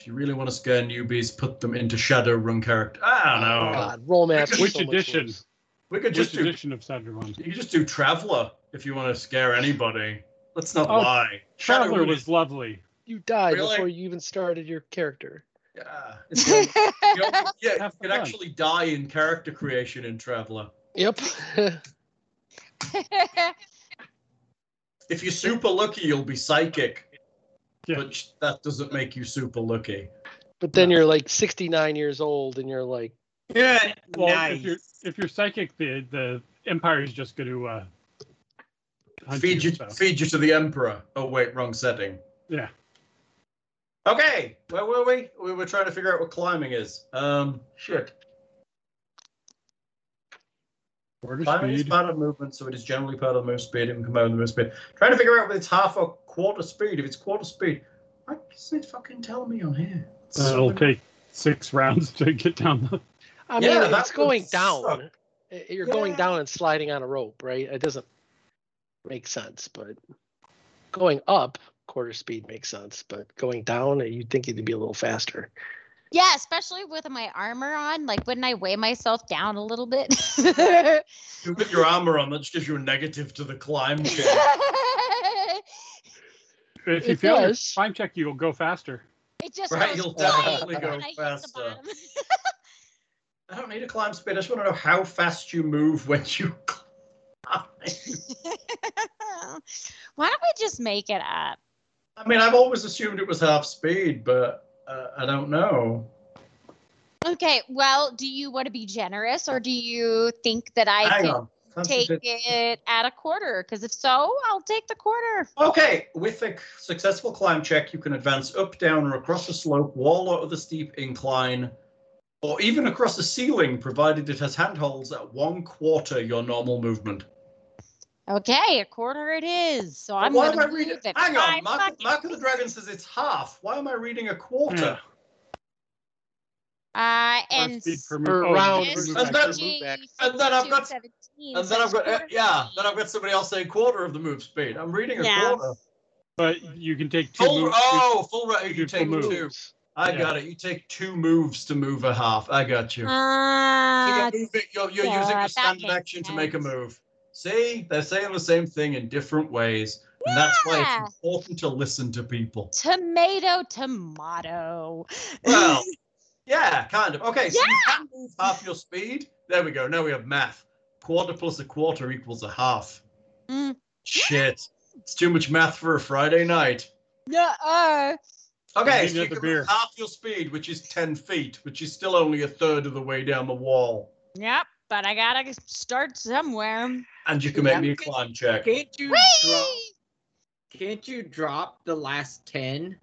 Speaker 5: If you really want to scare newbies, put them into Shadowrun character. I don't know.
Speaker 6: God, roll maps. are
Speaker 4: Which
Speaker 6: so much
Speaker 4: edition?
Speaker 6: worse.
Speaker 5: We could
Speaker 4: Which
Speaker 5: just do
Speaker 4: edition of Saturn One?
Speaker 5: you could just do Traveler if you want to scare anybody. Let's not
Speaker 4: Oh,
Speaker 5: lie.
Speaker 4: Traveler
Speaker 5: Shadowrun
Speaker 4: was
Speaker 5: is-
Speaker 4: lovely.
Speaker 6: You died
Speaker 5: Really?
Speaker 6: before you even started your character.
Speaker 4: <laughs>
Speaker 5: yeah. it's the only- the only- yeah, you
Speaker 4: Have
Speaker 5: could
Speaker 4: fun.
Speaker 5: actually die in character creation in Traveler.
Speaker 6: Yep. <laughs>
Speaker 5: If you're super lucky, you'll be psychic.
Speaker 4: Yeah.
Speaker 5: But sh- that doesn't make you super lucky.
Speaker 6: but then you're like 69 years old and you're like,
Speaker 7: Good
Speaker 4: Well,
Speaker 7: nice.
Speaker 4: if you're if you're psychic, the the empire is just going to uh, hunt
Speaker 5: Feed
Speaker 4: you,
Speaker 5: you,
Speaker 4: so.
Speaker 5: feed you to the Emperor. Oh wait, wrong setting.
Speaker 4: Yeah.
Speaker 5: Okay, where were we? We were trying to figure out what climbing is. Um, shit.
Speaker 4: Order
Speaker 5: Climbing is
Speaker 4: speed.
Speaker 5: part of movement, so it is generally part of the move speed. It can come out of the move speed. Trying to figure out if it's half or quarter speed. If it's quarter speed, why doesn't it fucking tell me on here?
Speaker 4: Uh, it'll take six <laughs> rounds to get down the.
Speaker 6: I
Speaker 5: Yeah,
Speaker 6: mean,
Speaker 5: that
Speaker 6: it's going
Speaker 5: would
Speaker 6: down.
Speaker 5: suck.
Speaker 6: I- You're going
Speaker 5: Yeah.
Speaker 6: down and sliding on a rope, right? It doesn't make sense, but going up quarter speed makes sense, but going down, you'd think it'd be a little faster.
Speaker 3: <laughs> yeah, especially with my armor on. Like, wouldn't I weigh myself down a little bit? <laughs>
Speaker 5: You put your armor on, that just gives you a negative to the climb
Speaker 3: <laughs> it
Speaker 5: check.
Speaker 4: If you
Speaker 6: It
Speaker 4: fail your
Speaker 6: does.
Speaker 4: climb check, you'll go faster.
Speaker 3: just
Speaker 5: Right,
Speaker 3: goes
Speaker 5: you'll
Speaker 3: flying
Speaker 5: definitely
Speaker 3: when
Speaker 5: go
Speaker 3: I hit the
Speaker 5: faster.
Speaker 3: bottom.
Speaker 5: I don't need a climb speed. I just want to know how fast you move when <laughs> you climb.
Speaker 3: <laughs> Why don't we just make it up?
Speaker 5: I mean, I've always assumed it was half speed, but uh, I don't know.
Speaker 3: Okay, well, do you want to be generous or do you think that I
Speaker 5: Hang
Speaker 3: can
Speaker 5: on.
Speaker 3: take
Speaker 5: Concentrate.
Speaker 3: it at a quarter? Because if so, I'll take the quarter.
Speaker 5: Okay, with a successful climb check, you can advance up, down, or across a slope, wall, or other steep incline, or even across a ceiling, provided it has handholds at one quarter your normal movement.
Speaker 3: Okay, a quarter it is. So I'm
Speaker 5: Why am I
Speaker 3: gonna
Speaker 5: reading?
Speaker 3: move it
Speaker 5: Hang on,
Speaker 3: five
Speaker 5: Mark,
Speaker 3: buckets.
Speaker 5: Mark of the Dragon says it's half. Why am I reading a quarter?
Speaker 3: Uh,
Speaker 4: Or
Speaker 3: and
Speaker 4: speed per
Speaker 6: Per
Speaker 4: move. Oh,
Speaker 6: round.
Speaker 4: move
Speaker 3: this
Speaker 5: And
Speaker 4: back,
Speaker 5: then-
Speaker 4: move
Speaker 3: G
Speaker 6: back.
Speaker 5: And then I've got-
Speaker 3: 5217,
Speaker 5: And
Speaker 3: so
Speaker 5: then I've
Speaker 3: it's
Speaker 5: got uh,
Speaker 3: quarter
Speaker 5: yeah.
Speaker 3: speed.
Speaker 5: Then I've got somebody else saying quarter of the move speed. I'm reading a
Speaker 3: Yeah.
Speaker 5: quarter.
Speaker 4: But you can take two.
Speaker 5: Full,
Speaker 4: moves.
Speaker 5: oh, full. ra- You
Speaker 4: you
Speaker 5: take
Speaker 4: full move.
Speaker 5: two.
Speaker 6: Moves.
Speaker 5: I
Speaker 4: Yeah.
Speaker 5: got it. You take two moves to move a half. I got you. So
Speaker 3: Ah,
Speaker 5: you're moving- you're, you're using
Speaker 3: yeah,
Speaker 5: your
Speaker 3: that
Speaker 5: standard
Speaker 3: makes
Speaker 5: action to make a
Speaker 3: sense.
Speaker 5: move. See, they're saying the same thing in different ways. And that's why
Speaker 3: Yeah.
Speaker 5: it's important to listen
Speaker 3: <laughs>
Speaker 5: to people.
Speaker 3: tomato, tomato. <laughs>
Speaker 5: Well, uh yeah, kind of. Okay, so you
Speaker 3: Yeah.
Speaker 5: can move half your speed. There we go. Now we have math. Quarter plus a quarter equals a half.
Speaker 3: Mm,
Speaker 5: Shit. It's too much math for a Friday night.
Speaker 3: yeah, uh,
Speaker 5: Okay,
Speaker 4: need
Speaker 5: so you
Speaker 4: another
Speaker 5: can
Speaker 4: beer.
Speaker 5: move half your speed, which is 10 feet, which is still only a third of the way down the wall.
Speaker 3: yep, but I gotta start somewhere.
Speaker 5: And you can make
Speaker 7: Yeah.
Speaker 5: me a climb check.
Speaker 7: can't you
Speaker 3: Whee!
Speaker 7: drop, can't you drop the last ten?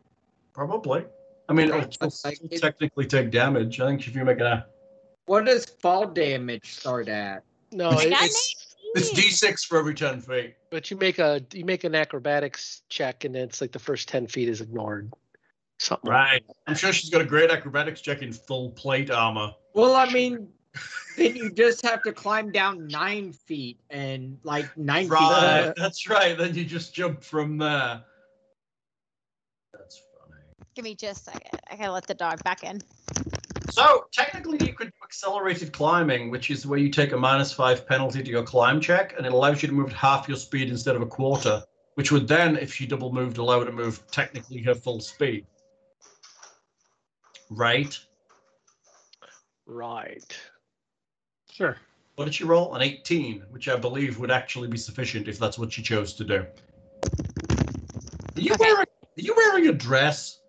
Speaker 5: Probably. I mean,
Speaker 7: Okay,
Speaker 5: it'll still-
Speaker 7: looks like
Speaker 5: still
Speaker 7: it-
Speaker 5: technically take damage. I think if you make a,
Speaker 7: What does fall damage start at?
Speaker 6: No,
Speaker 5: Like,
Speaker 6: it-
Speaker 3: I
Speaker 6: it's
Speaker 5: it's
Speaker 3: Hmm.
Speaker 5: d6 for every 10 feet.
Speaker 6: but you make a you make an acrobatics check, and then it's like the first ten feet is ignored. Something. like
Speaker 5: Right. I'm sure she's got a great acrobatics check in full plate armor.
Speaker 7: Well, I mean, then you just have to climb down nine feet and like nine
Speaker 5: Right.
Speaker 7: feet.
Speaker 5: <laughs> That's right. Then you just jump from there. That's funny.
Speaker 3: Give me just a second. I gotta let the dog back in.
Speaker 5: So technically, you could do accelerated climbing, which is where you take a minus five penalty to your climb check, and it allows you to move at half your speed instead of a quarter, which would then, if she double moved, allow her to move technically her full speed. Right.
Speaker 6: Right.
Speaker 4: Sure.
Speaker 5: What did she roll? An 18, which I believe would actually be sufficient if that's what she chose to do. Are you
Speaker 3: Okay.
Speaker 5: wearing? Are you wearing a dress?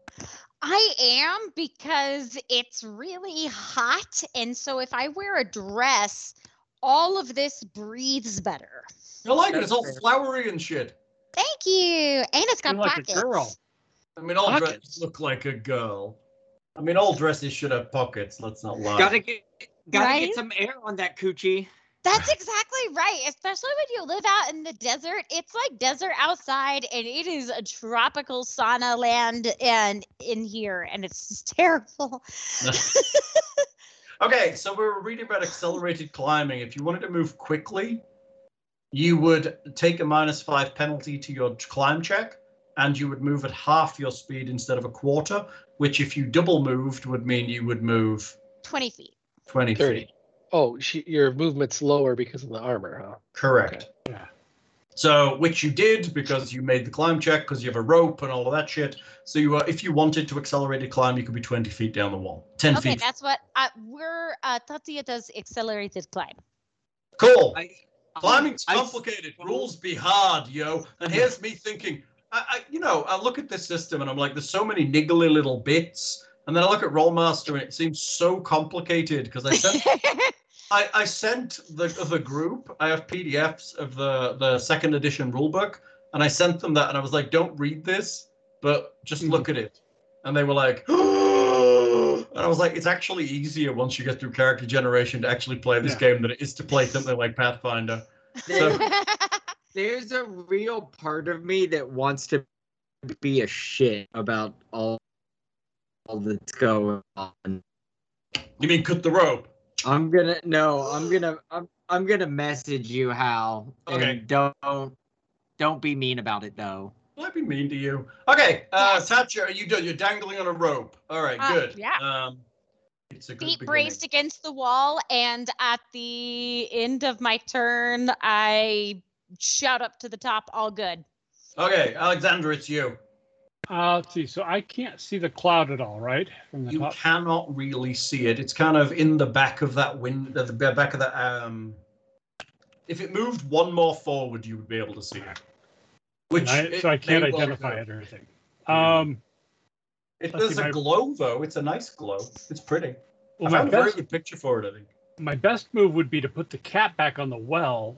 Speaker 3: I am because it's really hot. And so if I wear a dress, all of this breathes better.
Speaker 5: I like it. It's all
Speaker 7: That's fair.
Speaker 5: flowery and shit.
Speaker 3: Thank you. And it's got
Speaker 4: You're like a
Speaker 3: pockets.
Speaker 4: girl.
Speaker 5: I mean, all
Speaker 6: Pockets.
Speaker 5: dresses look like a girl. I mean, all dresses should have pockets. Let's not lie.
Speaker 7: Gotta get, gotta
Speaker 3: Right?
Speaker 7: get some air on that coochie.
Speaker 3: That's exactly right. Especially when you live out in the desert. It's like desert outside and it is a tropical sauna land and in here and it's just <laughs> terrible.
Speaker 5: Okay, so we were reading about accelerated climbing. If you wanted to move quickly, you would take a minus five penalty to your t- climb check, and you would move at half your speed instead of a quarter, which, if you double moved, would mean you would move
Speaker 3: 20 feet.
Speaker 5: 20
Speaker 6: Thirty.
Speaker 5: feet.
Speaker 6: Oh, she, your movement's lower because of the armor, huh?
Speaker 5: Correct.
Speaker 4: Okay. Yeah.
Speaker 5: So, which you did because you made the climb check because you have a rope and all of that shit. So, you are, if you wanted to accelerated climb, you could be 20 feet down the wall, 10
Speaker 3: Okay,
Speaker 5: feet.
Speaker 3: that's what uh, we're uh, Tatia does accelerated
Speaker 4: <laughs>
Speaker 3: climb.
Speaker 5: Cool.
Speaker 7: I,
Speaker 5: Climbing's
Speaker 7: I-
Speaker 5: complicated. Rules be hard, yo. And here's me thinking, I, I, you know, I look at this system and I'm like, there's so many niggly little bits. And then I look at Rollmaster and it seems so complicated because I sent, I, I sent the the group. I have PDFs of the the second edition rulebook, and I sent them that, and I was like, don't read this, but just look at it. And they were like, <gasps> and I was like, it's actually easier once you get through character generation to actually play this game than it is to play something like Pathfinder.
Speaker 3: <laughs>
Speaker 5: So-
Speaker 7: There's a real part of me that wants to be a shit about all, all that's going on.
Speaker 5: You mean cut the rope?
Speaker 7: I'm gonna no, I'm gonna I'm I'm gonna message you Hal.
Speaker 5: Okay.
Speaker 7: And don't don't be mean about it though.
Speaker 5: I'd be mean to you. Okay, uh,
Speaker 3: Yes.
Speaker 5: Tatcha, are you done? You're dangling on a rope. All right,
Speaker 3: Uh,
Speaker 5: good.
Speaker 3: yeah.
Speaker 5: Um, it's a good
Speaker 3: Feet
Speaker 5: beginning.
Speaker 3: braced against the wall, and at the end of my turn, I shout up to the top, all good.
Speaker 5: Okay, Alexander, it's you.
Speaker 4: Uh, let's see. So I can't see the cloud at all, right? From the
Speaker 5: You
Speaker 4: top.
Speaker 5: cannot really see it. It's kind of in the back of that window, the back of that. Um, if it moved one more forward, you would be able to see it. Which
Speaker 4: I-
Speaker 5: it
Speaker 4: so I can't
Speaker 5: may well Hmm.
Speaker 4: identify
Speaker 5: do.
Speaker 4: it or anything.
Speaker 5: Yeah.
Speaker 4: Um,
Speaker 5: It
Speaker 4: Let's
Speaker 5: does
Speaker 4: see,
Speaker 5: a
Speaker 4: my-
Speaker 5: glow though. It's a nice glow. It's pretty.
Speaker 4: well, my
Speaker 5: I found a very
Speaker 4: best,
Speaker 5: good picture for it. I think.
Speaker 4: my best move would be to put the cat back on the well.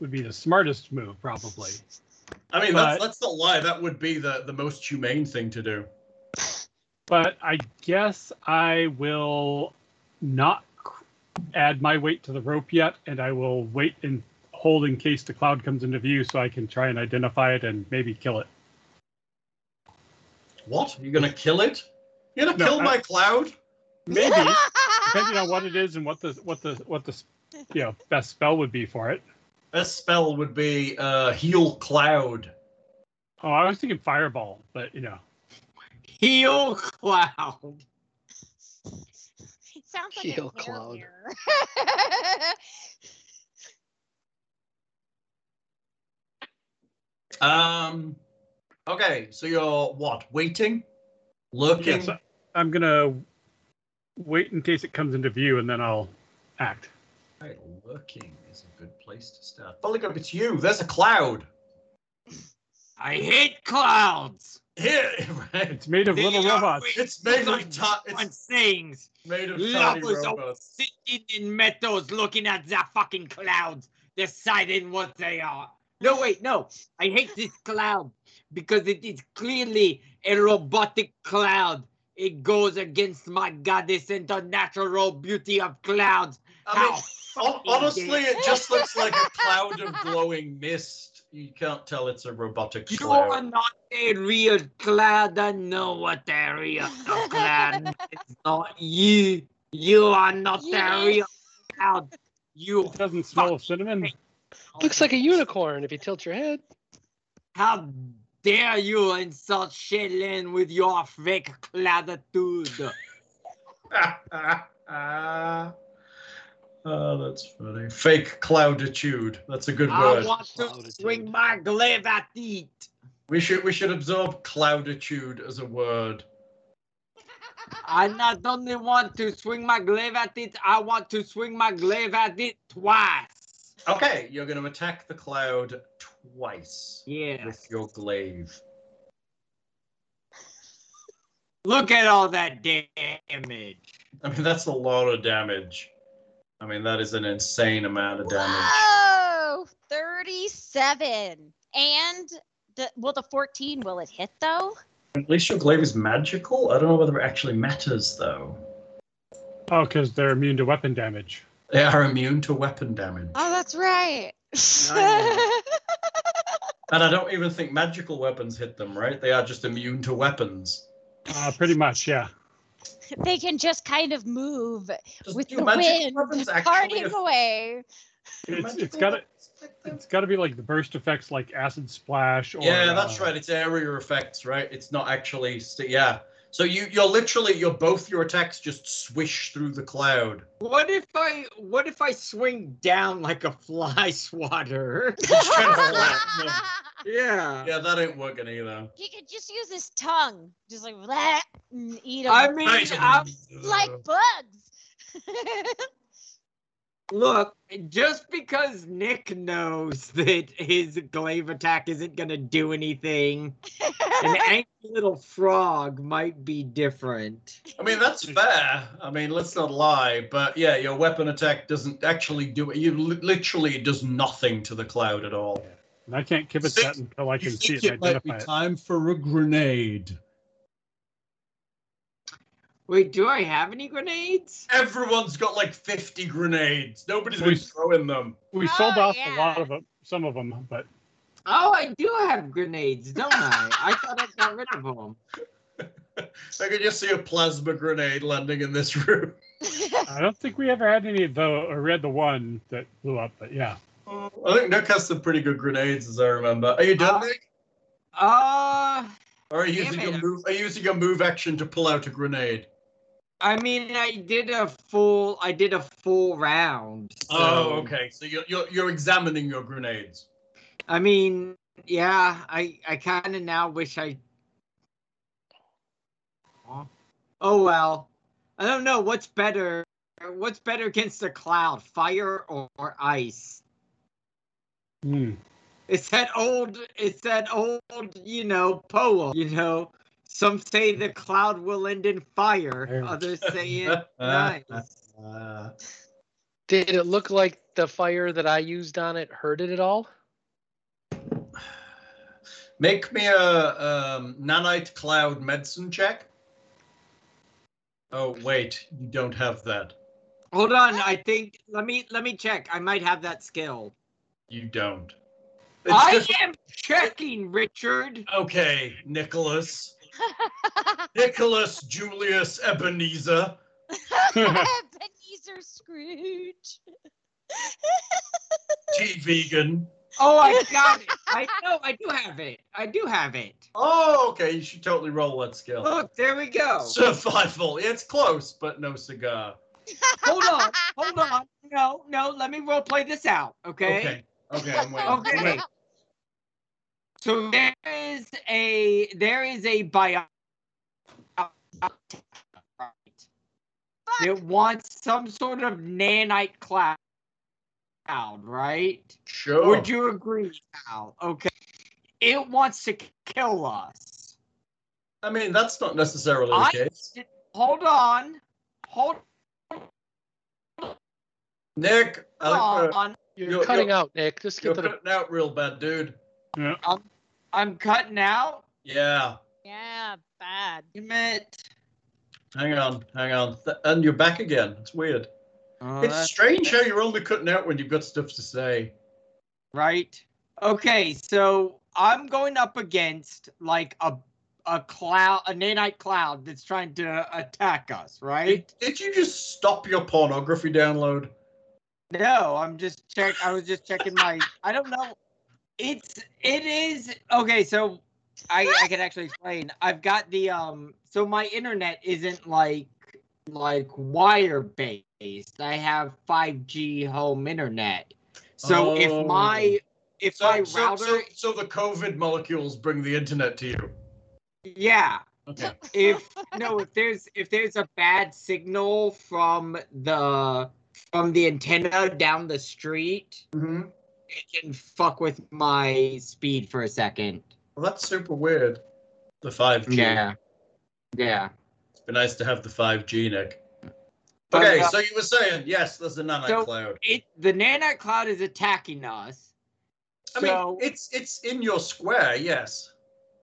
Speaker 4: Would be the smartest move, probably.
Speaker 5: I mean,
Speaker 4: But-
Speaker 5: that's that's not lie. That would be the the most humane thing to do.
Speaker 4: But I guess I will not c- add my weight to the rope yet, and I will wait and hold in case the cloud comes into view, so I can try and identify it and maybe kill it.
Speaker 5: What? You're gonna kill it? You're gonna
Speaker 4: No,
Speaker 5: kill
Speaker 4: I-
Speaker 5: my cloud?
Speaker 3: <laughs>
Speaker 4: Maybe depending on what it is and what the what the what the you know best spell would be for it.
Speaker 5: Best spell would be uh, heal cloud.
Speaker 4: Oh, I was thinking fireball, but you know.
Speaker 7: Heal cloud.
Speaker 3: <laughs> It sounds like
Speaker 6: Heel
Speaker 3: a
Speaker 6: cloud.
Speaker 3: cloud.
Speaker 5: Um. Okay, so you're what? Waiting, lurking.
Speaker 4: Yes, I'm gonna wait in case it comes into view, and then I'll act.
Speaker 5: Right, lurking is a good place to start. But look up, it's you. There's a cloud.
Speaker 7: I hate clouds.
Speaker 5: Here, <laughs> right?
Speaker 4: It's made of
Speaker 7: They
Speaker 4: little
Speaker 7: are
Speaker 4: robots.
Speaker 5: It's made of ti-
Speaker 7: On
Speaker 5: It's
Speaker 7: things.
Speaker 5: made of tiny
Speaker 7: Lovers are
Speaker 5: robots.
Speaker 7: sitting in meadows looking at the fucking clouds, deciding what they are. No, wait, no. I hate this cloud because it is clearly a robotic cloud. It goes against my goddess and the natural beauty of clouds.
Speaker 5: I mean,
Speaker 7: How
Speaker 5: hon- honestly, it just looks like
Speaker 7: <laughs>
Speaker 5: a cloud of glowing mist. You can't tell it's a robotic
Speaker 7: You are
Speaker 5: cloud.
Speaker 7: not a real cloud. I know what a real cloud is. Not you. You are not
Speaker 3: Yes.
Speaker 7: a real cloud. You
Speaker 4: It doesn't smell of cinnamon.
Speaker 6: Looks like a unicorn if you tilt your head.
Speaker 7: How dare you insult Shailen with your fake platitude?
Speaker 5: <laughs> oh, Ah, that's funny. Fake clouditude. That's a good
Speaker 7: I
Speaker 5: word.
Speaker 7: want to
Speaker 6: Platitude.
Speaker 7: swing my glaive at it.
Speaker 5: We should we should absorb clouditude as a word.
Speaker 7: I not only want to swing my glaive at it, I want to swing my glaive at it twice.
Speaker 5: Okay, you're going to attack the cloud twice with
Speaker 7: Yes.
Speaker 5: your glaive.
Speaker 7: Look at all that damage.
Speaker 5: I mean, that's a lot of damage. I mean, that is an insane amount of damage.
Speaker 3: Whoa, 37. And the, well, the 14 will it hit though?
Speaker 5: At least your glaive is magical. I don't know whether it actually matters, though.
Speaker 4: Oh, because they're immune to weapon damage.
Speaker 5: They are immune to weapon damage.
Speaker 3: Oh, that's right.
Speaker 7: I
Speaker 5: And I don't even think magical weapons hit them, right? They are just immune to weapons.
Speaker 4: Uh, pretty much, yeah.
Speaker 3: <laughs> they can just kind of move
Speaker 5: Does-
Speaker 3: with
Speaker 5: do
Speaker 3: the
Speaker 5: magic
Speaker 3: wind,
Speaker 5: weapons actually
Speaker 3: parting
Speaker 5: aff-
Speaker 7: <laughs>
Speaker 3: away.
Speaker 5: do
Speaker 4: It's-
Speaker 5: magical
Speaker 4: it's gotta-
Speaker 5: weapons affect them?
Speaker 4: It's got to be like the burst effects, like acid splash. Or,
Speaker 5: Yeah, that's
Speaker 4: uh,
Speaker 5: right. It's area effects, right? It's not actually. St- yeah. So you, you're literally, you're both your attacks just swish through the cloud.
Speaker 7: What if I what if I swing down like a fly <laughs> swatter?
Speaker 3: <laughs>
Speaker 7: yeah.
Speaker 5: Yeah, that ain't working either.
Speaker 3: he could just use his tongue, just like that, and eat 'em
Speaker 7: I mean, uh,
Speaker 5: Nice.
Speaker 7: I'm
Speaker 3: like bugs. <laughs>
Speaker 7: Look, just because Nick knows <laughs> that his glaive attack isn't going to do anything, an angry little frog might be different.
Speaker 5: I mean, that's fair. I mean, let's not lie. But yeah, your weapon attack doesn't actually do it. You li- literally it does nothing to the cloud at all.
Speaker 4: And I can't kibitz
Speaker 5: Think-
Speaker 4: that until I can
Speaker 8: You
Speaker 4: see
Speaker 8: think
Speaker 4: it and
Speaker 8: it might be
Speaker 4: identify it.
Speaker 8: time for a grenade?
Speaker 7: Wait, do I have any grenades?
Speaker 5: Everyone's got like 50 grenades. Nobody's been
Speaker 4: Nice.
Speaker 5: throwing them.
Speaker 4: We sold
Speaker 3: Oh,
Speaker 4: off
Speaker 3: yeah.
Speaker 4: a lot of them, some of them, but
Speaker 7: Oh, I do have grenades, don't I? I thought I got rid of them.
Speaker 5: I could just see a plasma grenade landing in this <laughs> room.
Speaker 4: I don't think we ever had any of the. Or we had the one that blew up, but yeah.
Speaker 5: I think Nick has some pretty good grenades, as I remember. Are you done,
Speaker 7: Uh,
Speaker 5: Nick?
Speaker 7: Uh,
Speaker 5: Or are you
Speaker 7: damn
Speaker 5: using
Speaker 7: it.
Speaker 5: your move? Are you using your move action to pull out a grenade?
Speaker 7: I mean, I did a full, I did a full round.
Speaker 5: oh,
Speaker 7: so-
Speaker 5: okay. So you're, you're you're examining your grenades.
Speaker 7: I mean, yeah, I I kind of now wish I. Oh well, I don't know what's better. What's better against the cloud, fire or, or ice?
Speaker 4: Hmm.
Speaker 7: It's that old. It's that old, you know, poem. You know, some say the cloud will end in fire.
Speaker 4: Fire.
Speaker 7: Others
Speaker 5: <laughs>
Speaker 7: say it nice.
Speaker 5: Uh,
Speaker 6: Did it look like the fire that I used on it hurt it at all?
Speaker 5: Make me a um, nanite cloud medicine check. Oh wait, you don't have that.
Speaker 7: Hold on, I think. Let me let me check. I might have that skill.
Speaker 5: You don't. It's
Speaker 7: I
Speaker 5: just-
Speaker 7: am checking, Richard.
Speaker 5: okay, Nicholas, Nicholas Julius Ebenezer.
Speaker 3: Ebenezer Scrooge.
Speaker 5: T vegan.
Speaker 7: <laughs> Oh, I <laughs> got it. I know. I do have it. I do have it.
Speaker 5: Oh, okay. You should totally roll that skill.
Speaker 7: Look, there we go.
Speaker 5: Survival. It's close, but no cigar.
Speaker 7: hold on. Hold on. No, no. Let me role play this out. Okay.
Speaker 5: Okay. Okay. I'm waiting.
Speaker 7: Okay.
Speaker 5: Wait.
Speaker 7: So there is a there is a bio. It wants some sort of nanite cloud, right?
Speaker 5: Sure.
Speaker 7: Would you agree, Al? Okay. It wants to kill us.
Speaker 5: I mean, that's not necessarily
Speaker 7: I-
Speaker 5: the case.
Speaker 7: Hold on. Hold
Speaker 5: Nick, I think we're-
Speaker 7: on.
Speaker 6: You're,
Speaker 5: You're-
Speaker 6: cutting
Speaker 5: you're-
Speaker 6: out, Nick. Just
Speaker 5: You're
Speaker 6: get to the.
Speaker 5: cutting out real bad, dude.
Speaker 7: I'm cutting out.
Speaker 5: Yeah.
Speaker 3: Yeah, bad.
Speaker 7: You meant.
Speaker 5: Hang on, hang on. Th- And you're back again. It's weird.
Speaker 7: Oh,
Speaker 5: It's
Speaker 7: that's
Speaker 5: strange how you're only cutting out when you've got stuff to say.
Speaker 7: right. Okay, so I'm going up against like a a cloud, a nanite cloud that's trying to attack us, right?
Speaker 5: Did, did you just stop your pornography download?
Speaker 7: No, I'm just check. I was just checking my. I don't know. It's it is okay. So I I can actually explain. I've got the um. So my internet isn't like like wire based. I have 5G home internet. So
Speaker 5: Oh.
Speaker 7: if my if my
Speaker 5: So, so,
Speaker 7: router,
Speaker 5: so, so the COVID molecules bring the internet to you.
Speaker 7: yeah.
Speaker 5: Okay.
Speaker 7: if no if there's if there's a bad signal from the from the antenna down the street
Speaker 5: hmm
Speaker 7: it can fuck with my speed for a second
Speaker 5: Well, that's super weird. The 5G.
Speaker 7: yeah
Speaker 5: It'd be nice to have the 5G, Nick.
Speaker 7: But,
Speaker 5: okay,
Speaker 7: uh,
Speaker 5: so you were saying, yes, there's a nanite
Speaker 7: So-
Speaker 5: cloud.
Speaker 7: it the nanite cloud is attacking us
Speaker 5: I mean,
Speaker 7: so-
Speaker 5: it's it's in your square, yes.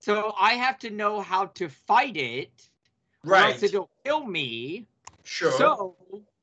Speaker 7: so i have to know how to fight it or
Speaker 5: Right.
Speaker 7: else it'll kill me
Speaker 5: Sure.
Speaker 7: so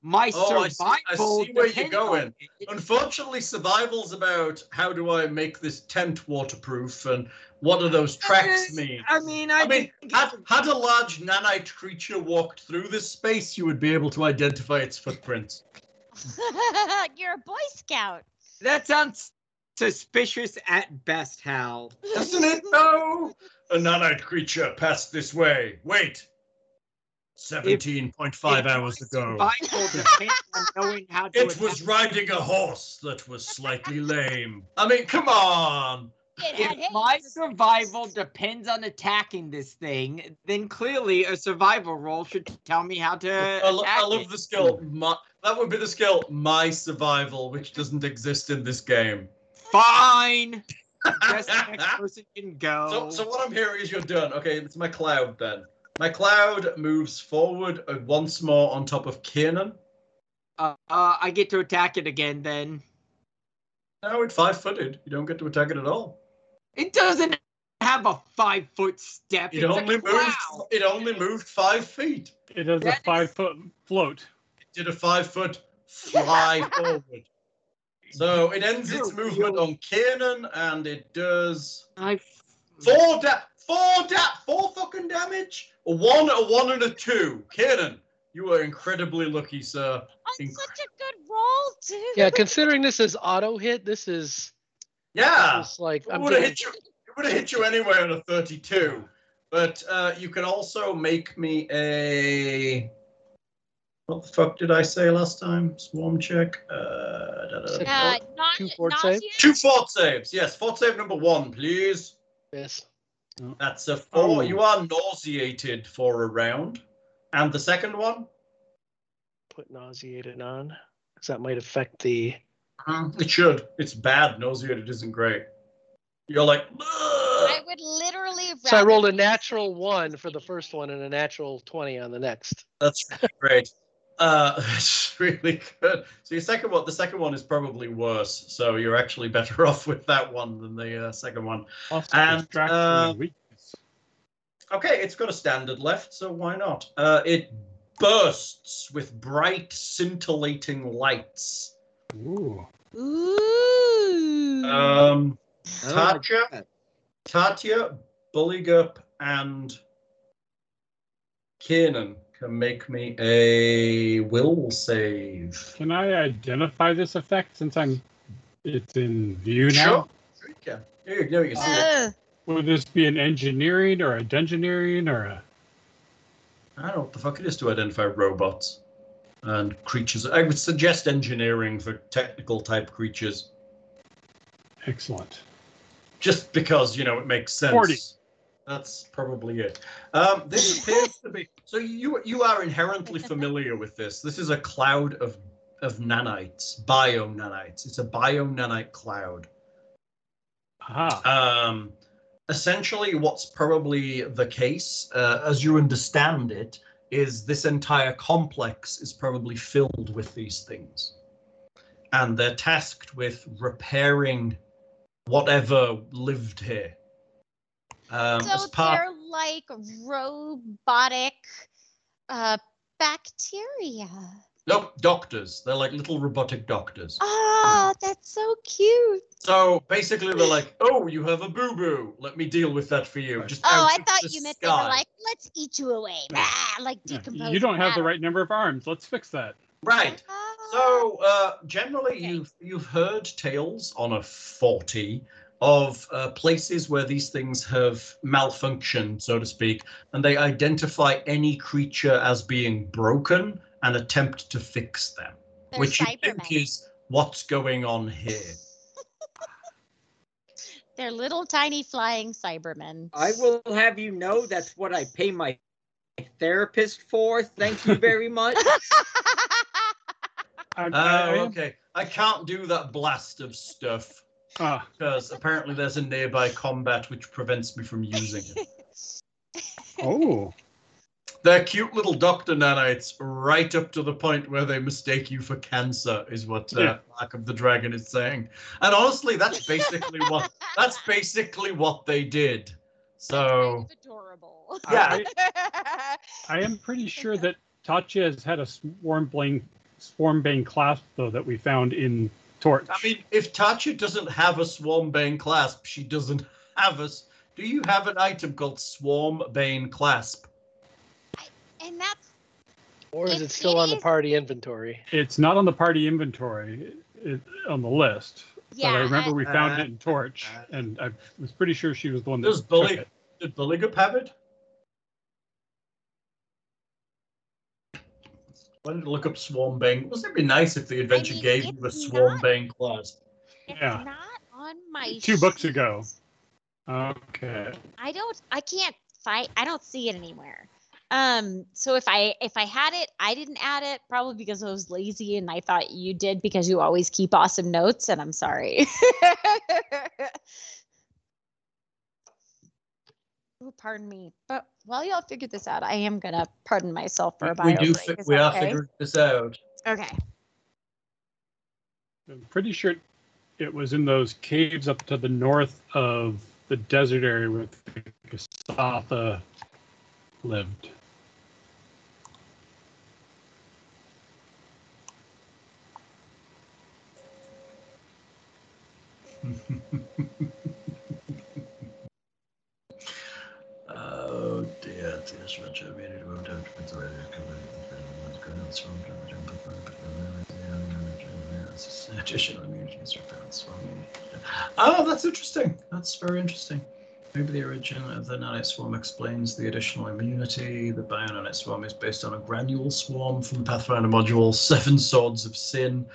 Speaker 7: my
Speaker 5: Oh, I see-
Speaker 7: survival
Speaker 5: I see where you're
Speaker 7: depends on
Speaker 5: going.
Speaker 7: it.
Speaker 5: Unfortunately, survival's about how do I make this tent waterproof and what do those tracks mean?
Speaker 7: i mean i,
Speaker 5: I mean,
Speaker 7: think
Speaker 5: had, had a large nanite creature walked through this space, you would be able to identify its footprints.
Speaker 3: <laughs>
Speaker 7: <laughs>
Speaker 3: You're a Boy Scout.
Speaker 7: That sounds suspicious at best, Hal.
Speaker 5: Doesn't it? No! A nanite creature passed this way. Wait! 17.5
Speaker 7: If
Speaker 5: hours
Speaker 7: my
Speaker 5: ago. <laughs>
Speaker 7: Survival depends on knowing how to
Speaker 5: It was riding a horse that was
Speaker 7: <laughs>
Speaker 5: slightly lame. I mean, come on!
Speaker 3: It had
Speaker 7: If my
Speaker 3: hands.
Speaker 7: survival depends on attacking this thing, then clearly a survival roll should tell me how to.
Speaker 5: I, lo- I
Speaker 7: attack
Speaker 5: love
Speaker 7: it.
Speaker 5: the skill. My, that would be the skill, my survival, which doesn't exist in this game.
Speaker 7: Fine.
Speaker 5: <laughs>
Speaker 7: Just the next person can go.
Speaker 5: So, so what I'm hearing is you're done. Okay, it's my cloud then. My cloud moves forward uh, once more on top of Kiernan.
Speaker 7: uh, uh, I get to attack it again. Then
Speaker 5: Now it's five footed. You don't get to attack it at all.
Speaker 7: it doesn't have a five foot step.
Speaker 5: It
Speaker 7: It's a
Speaker 5: only moved.
Speaker 7: cloud.
Speaker 5: It only moved five feet.
Speaker 4: It has a
Speaker 7: That is-
Speaker 4: five foot float.
Speaker 5: It did a five foot
Speaker 7: <laughs>
Speaker 5: fly forward. So it ends its
Speaker 7: You're
Speaker 5: movement
Speaker 7: real-
Speaker 5: on Kiernan, and it does
Speaker 7: I
Speaker 5: four da- four da- four fucking damage. A one, a one, and a two. Kiernan, you are incredibly lucky, sir.
Speaker 3: On such a good roll, too.
Speaker 6: <laughs> Yeah, considering this is auto hit, this is
Speaker 5: Yeah.
Speaker 6: It's like
Speaker 5: It
Speaker 6: I'm
Speaker 5: would have
Speaker 6: doing-
Speaker 5: hit you. It would have hit you anyway on a 32. But uh, you can also make me a. What the fuck did I say last time? Swarm check. Uh, da, da, da, da.
Speaker 3: Uh, not,
Speaker 6: Two fort
Speaker 3: not
Speaker 6: save?
Speaker 3: you.
Speaker 5: Two fort saves. Yes, fort save number one, please.
Speaker 6: this.
Speaker 5: That's a four.
Speaker 4: Oh.
Speaker 5: You are nauseated for a round. And the second one,
Speaker 6: Put nauseated on because that might affect the.
Speaker 5: it should. It's bad. Nauseated isn't great. You're like.
Speaker 3: I
Speaker 5: "Ugh."
Speaker 3: would literally.
Speaker 6: So I
Speaker 3: rather
Speaker 6: rolled a
Speaker 3: be
Speaker 6: natural
Speaker 3: save
Speaker 6: one
Speaker 3: than
Speaker 6: for the
Speaker 3: anything.
Speaker 6: first one and a natural twenty on the next.
Speaker 5: That's great. Uh, <laughs> that's really good. So your second one, the second one is probably worse. So you're actually better <laughs> off with that one than the uh, second one.
Speaker 4: Also
Speaker 5: And,
Speaker 4: distraction
Speaker 5: uh,
Speaker 4: and weakness.
Speaker 5: Okay, it's got a standard left, so why not? Uh, it bursts with bright, scintillating lights.
Speaker 4: Ooh.
Speaker 3: Ooh.
Speaker 5: Um,
Speaker 7: Oh my
Speaker 5: Tatya,
Speaker 7: God.
Speaker 5: Tatya, Bulligup, and Kiernan can make me a will save.
Speaker 4: Can I identify this effect since I'm it's in view now?
Speaker 5: Sure. Yeah, you, you can see it.
Speaker 3: Ugh.
Speaker 4: Would this be an engineering or a dungeoneering or a
Speaker 5: I don't know what the fuck it is to identify robots and creatures. I would suggest engineering for technical type creatures,
Speaker 4: excellent?
Speaker 5: just because you know it makes sense.
Speaker 4: 40.
Speaker 5: That's probably it. Um, this appears to be so. You you are inherently familiar with this. This is a cloud of of nanites, bio nanites. It's a bio nanite cloud.
Speaker 4: Aha.
Speaker 5: Um, essentially, what's probably the case, uh, as you understand it, is this entire complex is probably filled with these things. and they're tasked with repairing whatever lived here. Um, as
Speaker 3: so
Speaker 5: part,
Speaker 3: they're like robotic uh, bacteria.
Speaker 5: nope, doctors. They're like little robotic doctors.
Speaker 3: Oh, that's so cute.
Speaker 5: So basically, they're like, "Oh, you have a boo boo. Let me deal with that for you." Just
Speaker 3: Oh,
Speaker 5: out
Speaker 3: I
Speaker 5: of
Speaker 3: thought
Speaker 5: the
Speaker 3: you meant they
Speaker 5: sky.
Speaker 3: were like, let's eat you away, Rah, like decompose.
Speaker 4: You don't have the
Speaker 3: rah.
Speaker 4: right number of arms. Let's fix that.
Speaker 5: right.
Speaker 3: Oh.
Speaker 5: So uh, generally, you've you've heard tales on a forty of uh, places where these things have malfunctioned, so to speak, and they identify any creature as being broken and attempt to fix them,
Speaker 3: They're
Speaker 5: which you think
Speaker 3: Cybermen.
Speaker 5: is what's going on here.
Speaker 3: <laughs> They're little tiny flying Cybermen.
Speaker 7: I
Speaker 3: <laughs>
Speaker 7: will have you know that's what I pay my therapist for. Thank you very much.
Speaker 4: I'm,
Speaker 5: Oh,
Speaker 4: I- I-
Speaker 5: okay. I can't do that blast of stuff
Speaker 4: ah,
Speaker 5: because apparently there's a nearby combat which prevents me from using it.
Speaker 4: oh,
Speaker 5: They're cute little doctor nanites, right up to the point where they mistake you for cancer, is what uh,
Speaker 4: Yeah.
Speaker 5: Mark of the Dragon is saying. And honestly, that's basically what that's basically what they did. So
Speaker 3: Kind of adorable.
Speaker 5: yeah,
Speaker 4: I, I am pretty sure that Tatya has had a swarm bang, swarm bang clasp though that we found in Torch.
Speaker 5: I mean, if Tatcha doesn't have a Swarm Bane clasp, she doesn't have us. Do you have an item called Swarm Bane clasp?
Speaker 3: <laughs> and that's
Speaker 6: Or is
Speaker 3: It-
Speaker 6: it still on the
Speaker 3: it is-
Speaker 6: party inventory?
Speaker 4: it's not on the party inventory it, on the list,
Speaker 3: yeah.
Speaker 4: but I remember
Speaker 3: I-
Speaker 4: we found it in Torch,
Speaker 5: uh,
Speaker 4: and I was pretty sure she was the one that
Speaker 5: Does
Speaker 4: took
Speaker 5: Bully-
Speaker 4: it.
Speaker 5: Did Bulligup have it? Why did I look up Swarm Bane? Wouldn't it be nice if the adventure
Speaker 3: mean,
Speaker 5: gave you a
Speaker 3: it's
Speaker 5: Swarm
Speaker 3: not-
Speaker 5: Bane clasp?
Speaker 3: it's
Speaker 4: yeah.
Speaker 3: not on my
Speaker 4: Two books
Speaker 3: sheet.
Speaker 4: ago. Okay.
Speaker 3: I don't I can't find I don't see it anywhere. Um so if I if I had it, I didn't add it probably because I was lazy and I thought you did because you always keep awesome notes and I'm sorry. <laughs> Ooh, pardon me. But while y'all figure this out, I am gonna pardon myself for a
Speaker 5: we
Speaker 3: bio
Speaker 5: do.
Speaker 3: break.
Speaker 5: fi-
Speaker 3: Is
Speaker 5: we
Speaker 3: that
Speaker 5: are
Speaker 3: okay?
Speaker 5: figuring this out.
Speaker 3: Okay.
Speaker 4: I'm pretty sure it was in those caves up to the north of the desert area where the Kasatha lived.
Speaker 5: Oh dear, dear Spencer, I mean, it won't have to be the way it could be. It's from the jump of the additional immunities for parents. Oh, that's interesting. That's very interesting. Maybe the origin of the nanite swarm explains the additional immunity. The bionanite swarm is based on a granule swarm from the Pathfinder module, Seven Swords of Sin.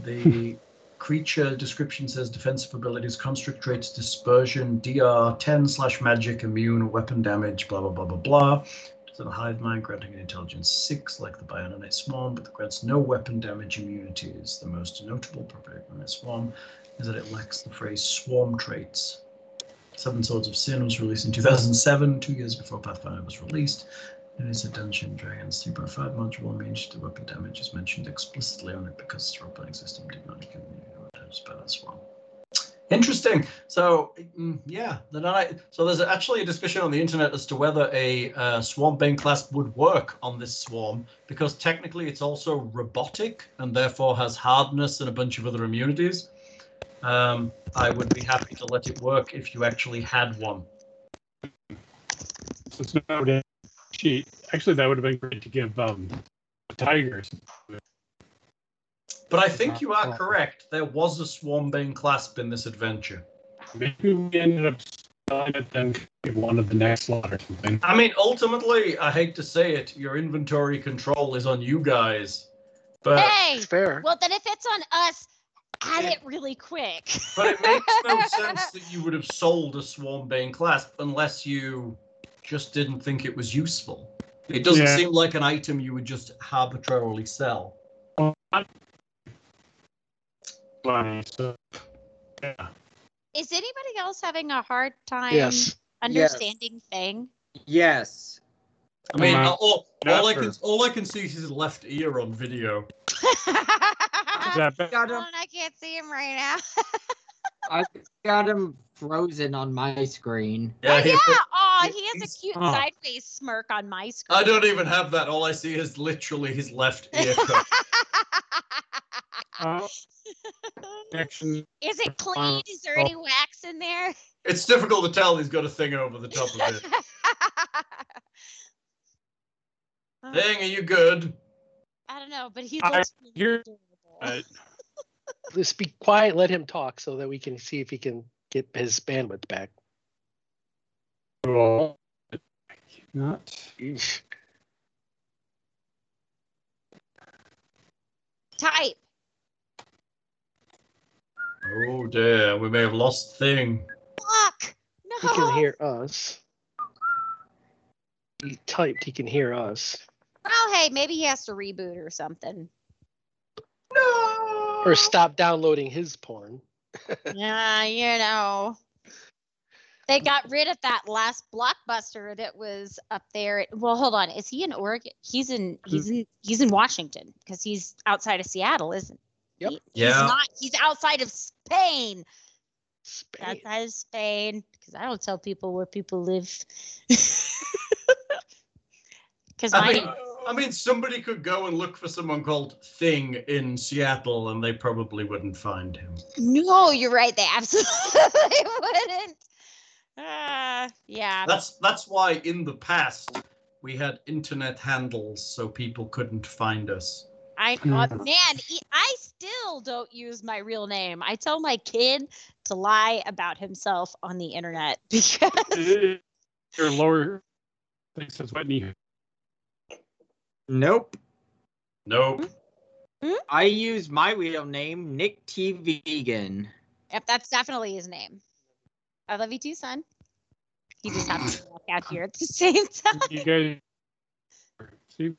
Speaker 5: The creature description says defensive abilities constrict traits dispersion dr 10 slash magic immune weapon damage blah blah blah blah blah to the hive mind granting an intelligence 6 like the bionite swarm but grants no weapon damage immunities the most notable property of the swarm is that it lacks the phrase swarm traits seven swords of sin was released in 2007 two years before pathfinder was released it is a Dungeon Dragons 3.5 module. I mean, the weapon damage is mentioned explicitly on it because the role-playing system did not give me a time spell as well. Interesting. So, mm, yeah, the nanite. So there's actually a discussion on the internet as to whether a uh, Swarm Bane class would work on this swarm because technically it's also robotic and therefore has hardness and a bunch of other immunities. Um, I would be happy to let it work if you actually had one.
Speaker 4: So it's not a sheet. Actually, that would have been great to give um, tigers.
Speaker 5: But I think you are correct. There was a Swarm Bane clasp in this adventure.
Speaker 4: Maybe we ended up selling it then in one of the next lot or something.
Speaker 5: I mean, ultimately, I hate to say it, your inventory control is on you guys. But
Speaker 3: <laughs> hey!
Speaker 6: It's fair.
Speaker 3: Well then if it's on us, add it really quick. <laughs>
Speaker 5: but it makes no sense that you would have sold a Swarm Bane clasp unless you just didn't think it was useful. It doesn't
Speaker 4: Yeah.
Speaker 5: seem like an item you would just arbitrarily sell.
Speaker 4: So, yeah.
Speaker 3: Is anybody else having a hard time
Speaker 6: yes.
Speaker 3: understanding thing?
Speaker 7: yes.
Speaker 5: I mean, uh,
Speaker 4: Wow.
Speaker 5: all, all
Speaker 4: That's
Speaker 5: I can
Speaker 4: her.
Speaker 5: all I can see is his left ear on video.
Speaker 3: I
Speaker 4: that be-
Speaker 7: got him.
Speaker 3: and I can't see him right
Speaker 5: <laughs>
Speaker 3: now.
Speaker 7: I got him frozen on my screen.
Speaker 3: Yeah,
Speaker 5: he-
Speaker 3: Oh, he has
Speaker 5: he's-
Speaker 3: a cute
Speaker 4: oh.
Speaker 3: sideways smirk on my screen.
Speaker 5: I don't e-, even have that. All I see is literally his left ear.
Speaker 4: uh, action.
Speaker 3: Is it clean? Is there
Speaker 4: Oh.
Speaker 3: any wax in there?
Speaker 5: it's difficult to tell. He's got a thing over
Speaker 3: <laughs>
Speaker 5: the top of it.
Speaker 3: Uh,
Speaker 5: Thing, are you good?
Speaker 3: I don't know, but he
Speaker 4: I
Speaker 3: looks really
Speaker 4: hear-
Speaker 3: adorable.
Speaker 4: Uh,
Speaker 6: Just be quiet. Let him talk so that we can see if he can get his bandwidth back.
Speaker 4: roll. Not.
Speaker 6: Eesh.
Speaker 3: Type.
Speaker 5: Oh dear, we may have lost thing.
Speaker 3: Fuck.
Speaker 6: He
Speaker 3: No.
Speaker 6: can hear us. He typed. He can hear us.
Speaker 3: Well, Oh, hey, maybe he has to reboot or something.
Speaker 5: No.
Speaker 6: Or stop downloading his porn.
Speaker 3: Yeah, you know. They got rid of that last blockbuster that was up there. Well, hold on. Is he in Oregon? He's in he's in he's in Washington because he's outside of Seattle, isn't
Speaker 6: Yep.
Speaker 3: he? He's
Speaker 5: Yeah.
Speaker 3: not he's outside of Spain.
Speaker 6: Spain.
Speaker 3: Outside of Spain. Because I don't tell people where people live. <laughs> Cause
Speaker 5: I
Speaker 3: I
Speaker 5: mean, I mean, somebody could go and look for someone called Thing in Seattle, and they probably wouldn't find him.
Speaker 3: No, oh, you're right. They absolutely <laughs> wouldn't. Uh, yeah.
Speaker 5: That's that's why in the past we had internet handles so people couldn't find us.
Speaker 3: I
Speaker 4: Hmm.
Speaker 3: uh, man, e- I still don't use my real name. I tell my kid to lie about himself on the internet <laughs>
Speaker 4: <laughs>
Speaker 3: because
Speaker 4: Your lower thing says Whitney.
Speaker 7: Nope.
Speaker 5: Nope.
Speaker 7: I use my real name, Nick T. Vegan.
Speaker 3: yep, that's definitely his name. I love you too, son. He just happens to walk out here at the <laughs> same time.
Speaker 4: You guys. See,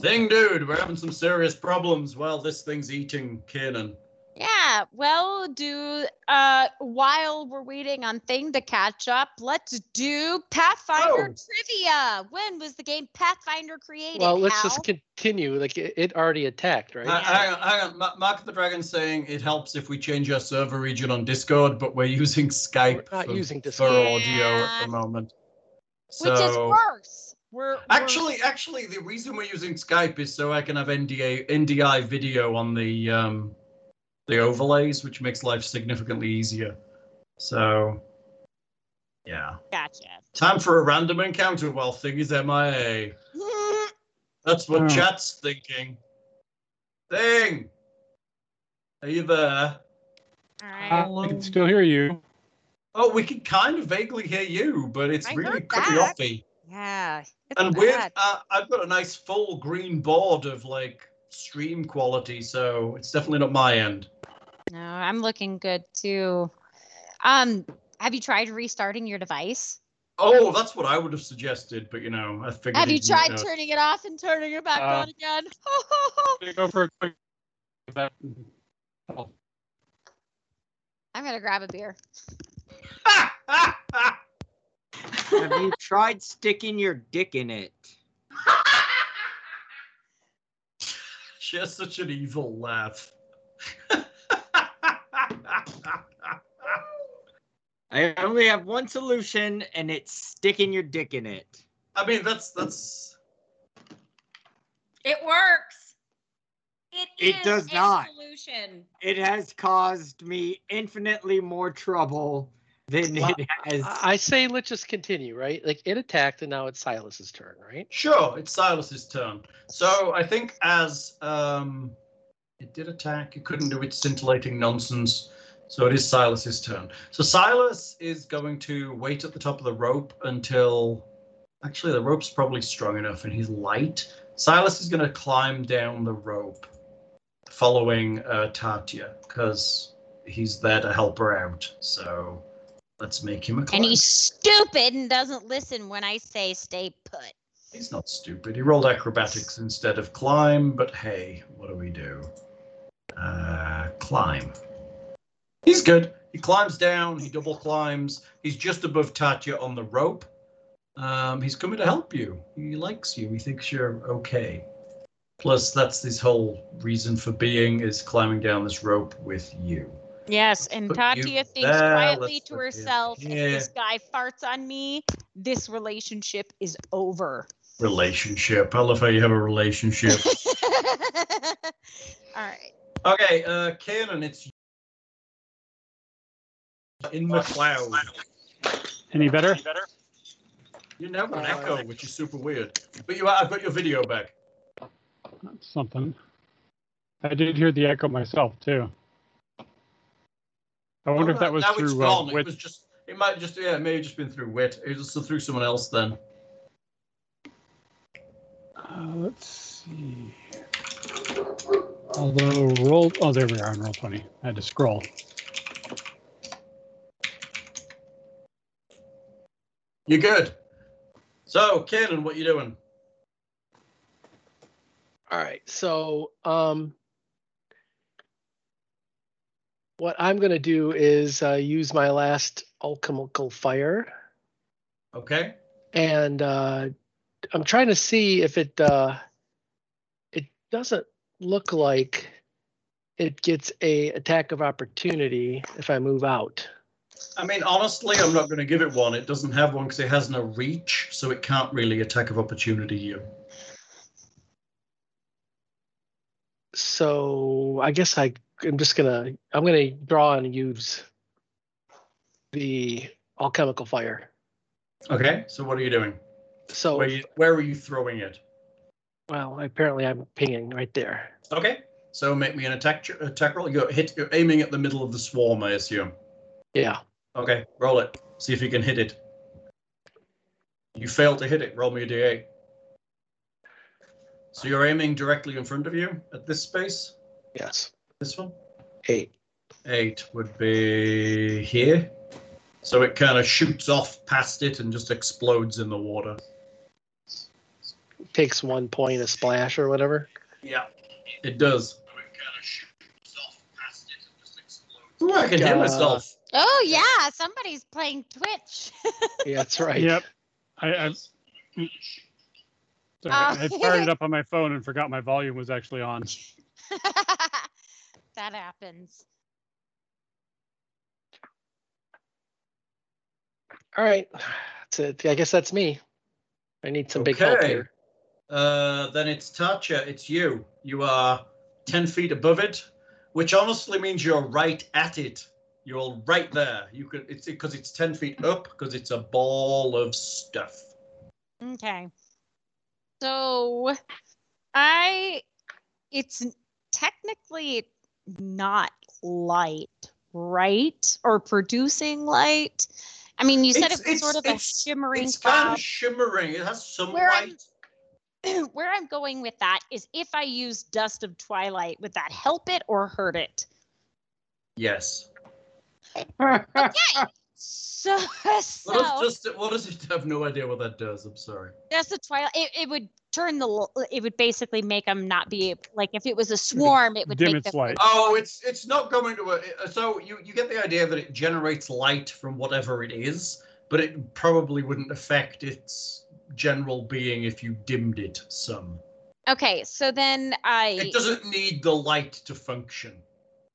Speaker 5: Thing, dude, we're having some serious problems while this thing's eating Kanan.
Speaker 3: Yeah. Well, do uh while we're waiting on thing to catch up, let's do Pathfinder
Speaker 5: Oh.
Speaker 3: trivia. When was the game Pathfinder created?
Speaker 6: Well, let's
Speaker 3: Hal?
Speaker 6: just continue. Like it, it already attacked, right?
Speaker 5: Uh, Hang on, hang on. Ma- Mark the Dragon's saying it helps if we change our server region on Discord, but we're using Skype
Speaker 6: We're not
Speaker 5: for,
Speaker 6: using
Speaker 5: for
Speaker 6: Discord.
Speaker 5: audio at
Speaker 3: Yeah.
Speaker 5: the moment.
Speaker 3: Which is
Speaker 5: So-
Speaker 3: worse. We're we're-
Speaker 5: Actually, actually, the reason we're using Skype is so I can have NDA NDI video on the um, the overlays, which makes life significantly easier. So, yeah,
Speaker 3: gotcha.
Speaker 5: time for a random encounter while Thing is MIA. That's what
Speaker 4: Hmm.
Speaker 5: chat's thinking. Thing, are you there?
Speaker 3: Alright.
Speaker 4: I can still hear you.
Speaker 5: Oh, we can kind of vaguely hear you, but it's
Speaker 3: I
Speaker 5: really
Speaker 3: heard
Speaker 5: cutting
Speaker 3: that.
Speaker 5: offy.
Speaker 3: Yeah. it's
Speaker 5: And weird,
Speaker 3: bad.
Speaker 5: uh, I've got a nice full green board of like stream quality, so it's definitely not my end.
Speaker 3: No, I'm looking good too. Um, have you tried restarting your device?
Speaker 5: Oh, that's what I would have suggested, but you know, I figured.
Speaker 3: Have you
Speaker 5: he'd not
Speaker 3: tried
Speaker 5: know.
Speaker 3: turning it off and turning it back
Speaker 4: Uh,
Speaker 3: on again? <laughs>
Speaker 4: Gonna Go for a quick. That. oh,
Speaker 3: I'm gonna grab a beer.
Speaker 7: Have you tried sticking your dick in it?
Speaker 5: she has such an evil laugh. <laughs>
Speaker 7: I only have one solution, and it's sticking <laughs> your dick in it.
Speaker 5: I mean, that's that's.
Speaker 3: It works.
Speaker 7: It is does a not.
Speaker 3: Solution.
Speaker 7: It has caused me infinitely more trouble than
Speaker 6: Well,
Speaker 7: it has.
Speaker 6: I I say let's just continue, right? Like it attacked, and now it's Silas's turn, right?
Speaker 5: Sure, it's Silas's turn. So I think as um, it did attack, it couldn't do its scintillating nonsense. So it is Silas's turn. So Silas is going to wait at the top of the rope until. Actually, the rope's probably strong enough and he's light. Silas is going to climb down the rope following uh, Tatya because he's there to help her out. So let's make him a climb.
Speaker 3: And he's stupid and doesn't listen when I say stay put.
Speaker 5: He's not stupid. He rolled acrobatics instead of climb, but hey, what do we do? Uh, climb. He's good. He climbs down, he double climbs. He's just above Tatya on the rope. Um, he's coming to help you. He likes you. He thinks you're okay. Plus, that's this whole reason for being is climbing down this rope with you.
Speaker 3: Yes, and
Speaker 5: put you
Speaker 3: Tatia thinks
Speaker 5: there,
Speaker 3: quietly
Speaker 5: let's
Speaker 3: to
Speaker 5: put you
Speaker 3: herself,
Speaker 5: here."
Speaker 3: if this guy farts on me, this relationship is over.
Speaker 5: Relationship. I love how you have a relationship.
Speaker 3: <laughs> All right.
Speaker 5: okay, uh, Kanan, it's in the cloud.
Speaker 4: Any better?
Speaker 5: You never an
Speaker 6: Uh,
Speaker 5: echo, which is super weird. But you, I've got your video back.
Speaker 4: That's something. I did hear the echo myself too. I wonder if that was
Speaker 5: now it's
Speaker 4: through uh,
Speaker 5: gone. It
Speaker 4: which
Speaker 5: was just. It might just. Yeah, it may have just been through wit. It was through someone else then.
Speaker 4: Uh, let's see. Although roll, oh, there we are on roll twenty. I had to scroll.
Speaker 5: You're good. So, Kanan, what you doing?
Speaker 6: All right. So, um, what I'm going to do is uh, use my last alchemical fire,
Speaker 5: Okay.
Speaker 6: and uh, I'm trying to see if it uh, it doesn't look like it gets a attack of opportunity if I move out.
Speaker 5: I mean, honestly, I'm not going to give it one. It doesn't have one because it has no reach, so it can't really attack of opportunity you.
Speaker 6: So I guess I I'm just gonna I'm gonna draw and use the alchemical fire.
Speaker 5: Okay. So, what are you doing?
Speaker 6: So
Speaker 5: Where, you, where are you throwing it?
Speaker 6: Well, apparently I'm pinging right there.
Speaker 5: Okay. So, make me an attack ch- attack roll. You're hit. You're aiming at the middle of the swarm, I assume.
Speaker 6: Yeah.
Speaker 5: Okay. Roll it. See if you can hit it. You fail to hit it. Roll me a d8. So you're aiming directly in front of you at this space.
Speaker 6: Yes.
Speaker 5: This one.
Speaker 6: Eight.
Speaker 5: Eight would be here. So it kind of shoots off past it and just explodes in the water.
Speaker 6: Takes one point a splash or whatever.
Speaker 5: Yeah. It does. Ooh, I can hear
Speaker 6: Uh,
Speaker 5: myself.
Speaker 3: Oh yeah, somebody's playing Twitch. <laughs>
Speaker 5: <laughs>
Speaker 6: Yeah, that's right.
Speaker 4: Yep. I, I've sorry,
Speaker 3: Ah.
Speaker 4: I fired it up on my phone and forgot my volume was actually on.
Speaker 3: that happens.
Speaker 6: All right. That's it. I guess that's me. I need some big help
Speaker 5: Okay.
Speaker 6: here.
Speaker 5: Uh, then it's Tatcha. It's you. You are 10 feet above it, which honestly means you're right at it. You're right there. You could it's because it's 10 feet up because it's a ball of stuff.
Speaker 3: Okay. So I it's n- technically not light, right? Or producing light. I mean, you said
Speaker 5: It's-
Speaker 3: it was sort
Speaker 5: it's-
Speaker 3: of a
Speaker 5: it's-
Speaker 3: shimmering
Speaker 5: It's kind
Speaker 3: cloud.
Speaker 5: of shimmering. It has some
Speaker 3: Where I'm-
Speaker 5: light.
Speaker 3: <clears throat> Where I'm going with that is if I use Dust of Twilight, would that help it or hurt it?
Speaker 5: Yes.
Speaker 3: So, <laughs> so
Speaker 5: What does, just, what does it I have no idea what that does? I'm sorry.
Speaker 3: That's the twilight. It, it would turn the. l- It would basically make them not be able- like if it was a swarm, it would
Speaker 4: Dim
Speaker 3: make
Speaker 4: its
Speaker 3: them-
Speaker 4: light.
Speaker 5: Oh, it's it's not going to. A, so you you get the idea that it generates light from whatever it is, but it probably wouldn't affect its general being if you dimmed it some.
Speaker 3: Okay, so then I.
Speaker 5: It doesn't need the light to function.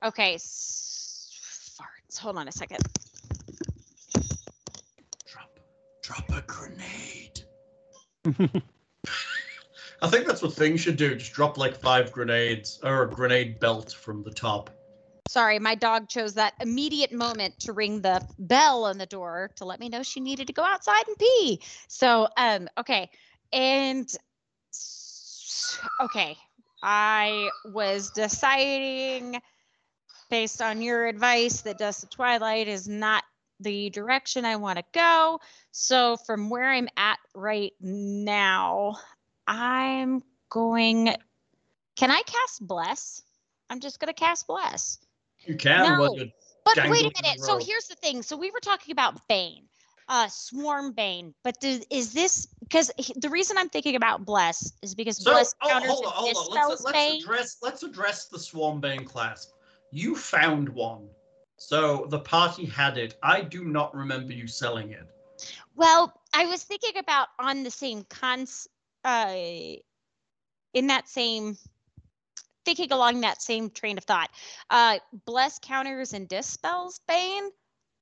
Speaker 3: Okay, s- farts. Hold on a second.
Speaker 5: Drop drop a grenade. I think that's what things should do. Just drop like five grenades or a grenade belt from the top.
Speaker 3: Sorry, my dog chose that immediate moment to ring the bell on the door to let me know she needed to go outside and pee. So, um, okay, and s- okay, I was deciding based on your advice that Dust of Twilight is not the direction I want to go. So, from where I'm at right now, I'm going. Can I cast Bless? I'm just going to cast Bless.
Speaker 5: You can. while
Speaker 3: No.
Speaker 5: you're-
Speaker 3: But
Speaker 5: dangling
Speaker 3: wait
Speaker 5: in
Speaker 3: a minute.
Speaker 5: the
Speaker 3: So
Speaker 5: row.
Speaker 3: here's the thing. So we were talking about Bane, uh, Swarm Bane. But does, is this because he- the reason I'm thinking about Bless is because
Speaker 5: So,
Speaker 3: Bless
Speaker 5: oh,
Speaker 3: counters
Speaker 5: hold on,
Speaker 3: and
Speaker 5: hold on. Let's,
Speaker 3: dispels
Speaker 5: let's
Speaker 3: Bane.
Speaker 5: address let's address the Swarmbane clasp. You found one, so the party had it. I do not remember you selling it.
Speaker 3: Well, I was thinking about on the same cons. Uh, in that same thinking along that same train of thought. Uh, bless counters and dispels Bane.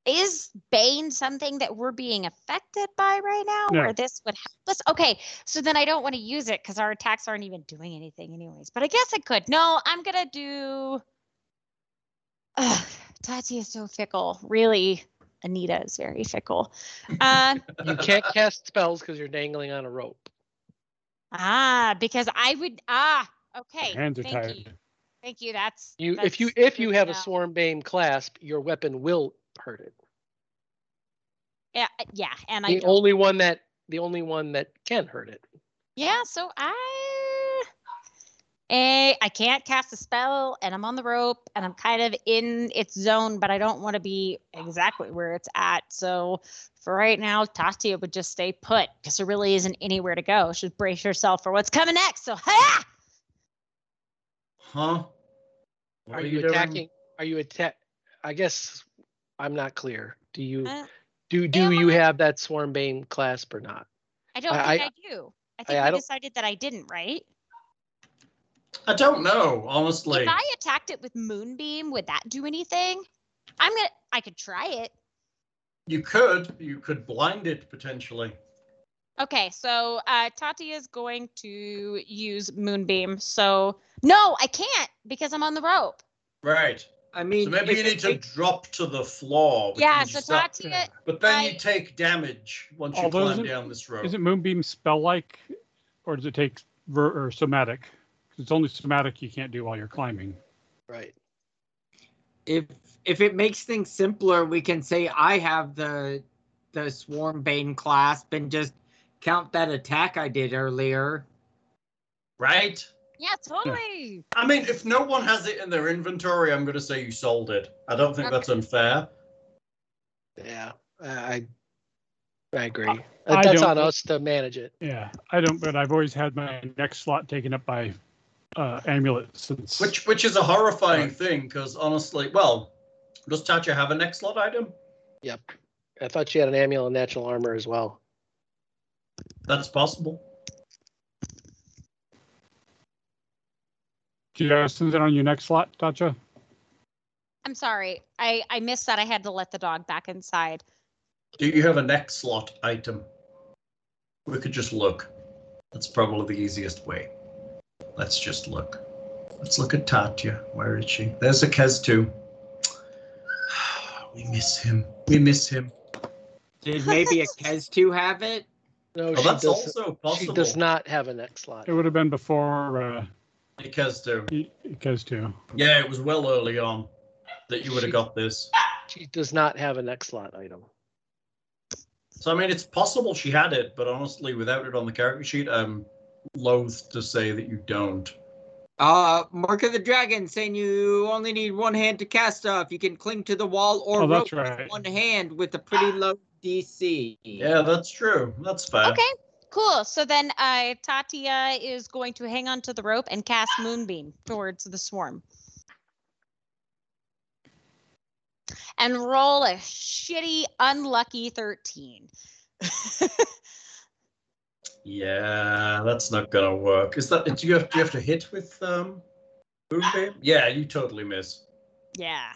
Speaker 3: Is Bane something that we're being affected by right now,
Speaker 4: No.
Speaker 3: or this would help us? Okay, so then I don't want to use it because our attacks aren't even doing anything, anyways. But I guess I could. No, I'm gonna do. Ugh, Tati is so fickle. Really, Anita is very fickle. Um,
Speaker 5: <laughs>
Speaker 6: You can't cast spells because you're dangling on a rope.
Speaker 3: Ah, because I would ah okay.
Speaker 4: hands are
Speaker 3: thank
Speaker 4: tired.
Speaker 3: you. Thank you. That's
Speaker 6: You if
Speaker 3: that's
Speaker 6: you if you
Speaker 3: good
Speaker 6: have
Speaker 3: to
Speaker 6: a
Speaker 3: know.
Speaker 6: swarm bane clasp, your weapon will hurt it.
Speaker 3: Yeah, yeah, and I
Speaker 6: The
Speaker 3: don't.
Speaker 6: only one that the only one that can hurt it.
Speaker 3: yeah. So I eh, I can't cast a spell, and I'm on the rope, and I'm kind of in its zone, but I don't want to be exactly where it's at. So for right now, Tatia would just stay put because there really isn't anywhere to go. She'd brace herself for what's coming next. So <laughs> ha!
Speaker 5: Huh? What
Speaker 6: Are you,
Speaker 5: doing?
Speaker 6: attacking? Are you attack? I guess I'm not clear. Do you
Speaker 3: Uh,
Speaker 6: do
Speaker 3: am
Speaker 6: do you
Speaker 3: I?
Speaker 6: have that swarm bane clasp or not?
Speaker 3: I don't
Speaker 6: I-
Speaker 3: think I, do. I think
Speaker 6: I- I
Speaker 3: we
Speaker 6: don't-
Speaker 3: decided that I didn't, right?
Speaker 5: I don't know, honestly.
Speaker 3: If I attacked it with moonbeam, would that do anything? I'm gonna. I could try it.
Speaker 5: You could. You could blind it potentially.
Speaker 3: Okay, so uh, Tati is going to use moonbeam. So no, I can't because I'm on the rope.
Speaker 5: Right.
Speaker 7: I mean,
Speaker 5: So maybe you
Speaker 7: could
Speaker 5: need to
Speaker 7: take-
Speaker 5: drop to the floor. which
Speaker 3: yeah,
Speaker 5: means
Speaker 3: so
Speaker 5: you start-
Speaker 3: Tati.
Speaker 4: Yeah.
Speaker 5: But then
Speaker 3: I-
Speaker 5: you take damage once you
Speaker 4: Although
Speaker 5: climb
Speaker 4: isn't-
Speaker 5: down this rope.
Speaker 4: Is it Moonbeam spell like, or does it take ver- or somatic? 'Cause It's only somatic you can't do while you're climbing.
Speaker 6: Right.
Speaker 7: if if it makes things simpler, we can say I have the the swarm bane clasp and just count that attack I did earlier.
Speaker 5: Right?
Speaker 3: Yeah, totally.
Speaker 5: I mean, if no one has it in their inventory, I'm going to say you sold it. I don't think that's unfair.
Speaker 6: Yeah. I I I agree.
Speaker 4: I
Speaker 6: That's
Speaker 4: don't
Speaker 6: on
Speaker 4: think-
Speaker 6: us to manage it.
Speaker 4: Yeah, I don't, but I've always had my next slot taken up by uh, amulet since.
Speaker 5: Which which is a horrifying thing, because honestly, well, does Tatcha have a next slot item?
Speaker 6: Yep. I thought she had an amulet and natural armor as well.
Speaker 5: That's possible.
Speaker 4: Do you guys send it on your next slot, Tatcha?
Speaker 3: I'm sorry. I I missed that. I had to let the dog back inside.
Speaker 5: Do you have a next slot item? We could just look. That's probably the easiest way. Let's just look. Let's look at Tatya. Where is she? There's a Kez too. <sighs> We miss him. We miss him.
Speaker 7: Did maybe a Kez two have it?
Speaker 6: No,
Speaker 5: Oh,
Speaker 6: she
Speaker 5: that's
Speaker 6: does.
Speaker 5: also
Speaker 6: She
Speaker 5: possible.
Speaker 6: does not have a next slot.
Speaker 4: It would have been before uh,
Speaker 5: A Kez too.
Speaker 4: it it goes to.
Speaker 5: Yeah, it was well early on that you would have
Speaker 6: She-
Speaker 5: got this.
Speaker 6: She does not have a next slot item.
Speaker 5: So I mean, it's possible she had it, but honestly, without it on the character sheet, I'm loath to say that you don't.
Speaker 7: Uh, Mark of the Dragon saying you only need one hand to cast stuff. You can cling to the wall or
Speaker 4: Oh,
Speaker 7: rope
Speaker 4: that's right.
Speaker 7: with one hand with a pretty low DC.
Speaker 5: Yeah, that's true. That's fair.
Speaker 3: Okay, cool. So then uh, Tatia is going to hang onto the rope and cast moonbeam towards the swarm. And roll a shitty, unlucky 13.
Speaker 5: Yeah, that's not gonna work. Is that do you have do you have to hit with um move beam? Yeah, you totally miss.
Speaker 3: yeah.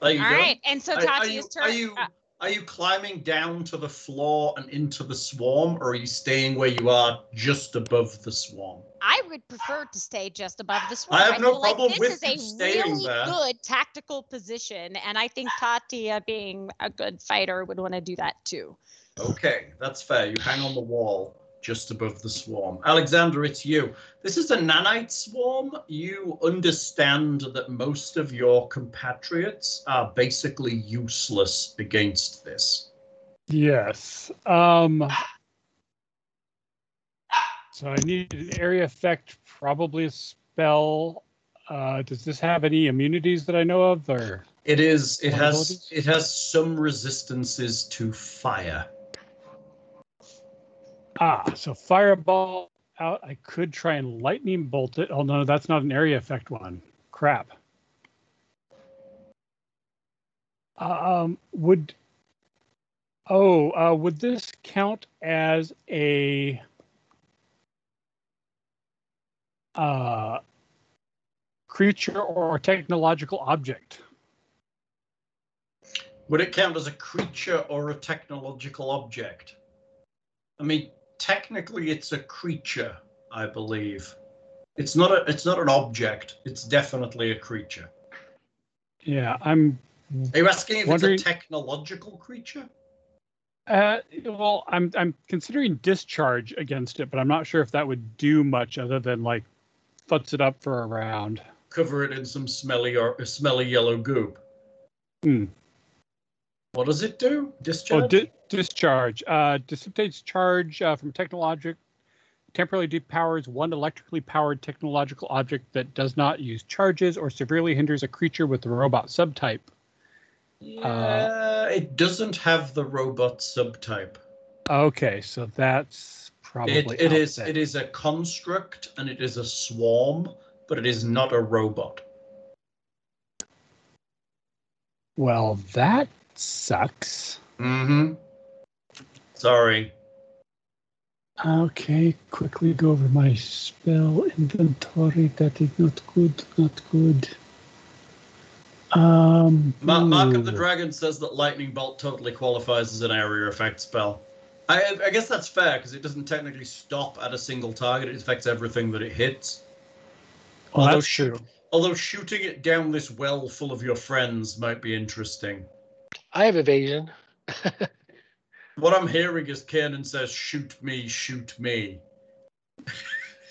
Speaker 5: There you
Speaker 3: All
Speaker 5: go.
Speaker 3: right. And so Uh,
Speaker 5: Are- are,
Speaker 3: Tati
Speaker 5: you,
Speaker 3: is
Speaker 5: are
Speaker 3: turning.
Speaker 5: you are you climbing down to the floor and into the swarm, or are you staying where you are just above the swarm?
Speaker 3: I would prefer to stay just above the swarm.
Speaker 5: I have no
Speaker 3: feel like
Speaker 5: problem with you
Speaker 3: This is a
Speaker 5: staying
Speaker 3: really
Speaker 5: there.
Speaker 3: good tactical position, and I think Tatia, being a good fighter, would want to do that too.
Speaker 5: Okay, that's fair. You hang on the wall just above the swarm. Alexander, it's you. This is a nanite swarm. You understand that most of your compatriots are basically useless against this.
Speaker 4: Yes. Um, so I need an area effect, probably a spell. Uh, does this have any immunities that I know of, or
Speaker 5: It is. It has.
Speaker 4: Vulnerabilities?
Speaker 5: It has some resistances to fire.
Speaker 4: ah? So fireball out. I could try and lightning bolt it. Oh no, that's not an area effect one. Crap. Um, would Oh, uh, would this count as a uh, creature or technological object?
Speaker 5: Would it count as a creature or a technological object? I mean, technically, it's a creature, I believe. It's not a. It's not an object. It's definitely a creature.
Speaker 4: Yeah, I'm.
Speaker 5: Are you asking if
Speaker 4: Wondering-
Speaker 5: it's a technological creature?
Speaker 4: Uh, well, I'm I'm considering discharge against it, but I'm not sure if that would do much other than like futz it up for a round.
Speaker 5: Cover it in some smelly or smelly yellow goop.
Speaker 4: Hmm.
Speaker 5: What does it do? Discharge.
Speaker 4: Oh, di- discharge. Uh, dissipates charge uh, from technologic. Temporarily depowers one electrically powered technological object that does not use charges or severely hinders a creature with the robot subtype.
Speaker 5: yeah, it doesn't have the robot subtype.
Speaker 4: Okay, so that's probably
Speaker 5: It, it
Speaker 4: out
Speaker 5: is
Speaker 4: then.
Speaker 5: it is a construct and it is a swarm, but it is not a robot.
Speaker 4: Well, that sucks.
Speaker 5: Mm-hmm. Sorry.
Speaker 4: Okay, quickly go over my spell inventory. That is not good, not good. Um,
Speaker 5: Ma- Mark of the
Speaker 4: ooh.
Speaker 5: Dragon says that lightning bolt totally qualifies as an area effect spell. I, I guess that's fair because it doesn't technically stop at a single target; it affects everything that it hits.
Speaker 6: Well,
Speaker 5: although,
Speaker 6: that's true.
Speaker 5: although shooting it down this well full of your friends might be interesting.
Speaker 6: I have evasion.
Speaker 5: What I'm hearing is Kanan says, "Shoot me, shoot me."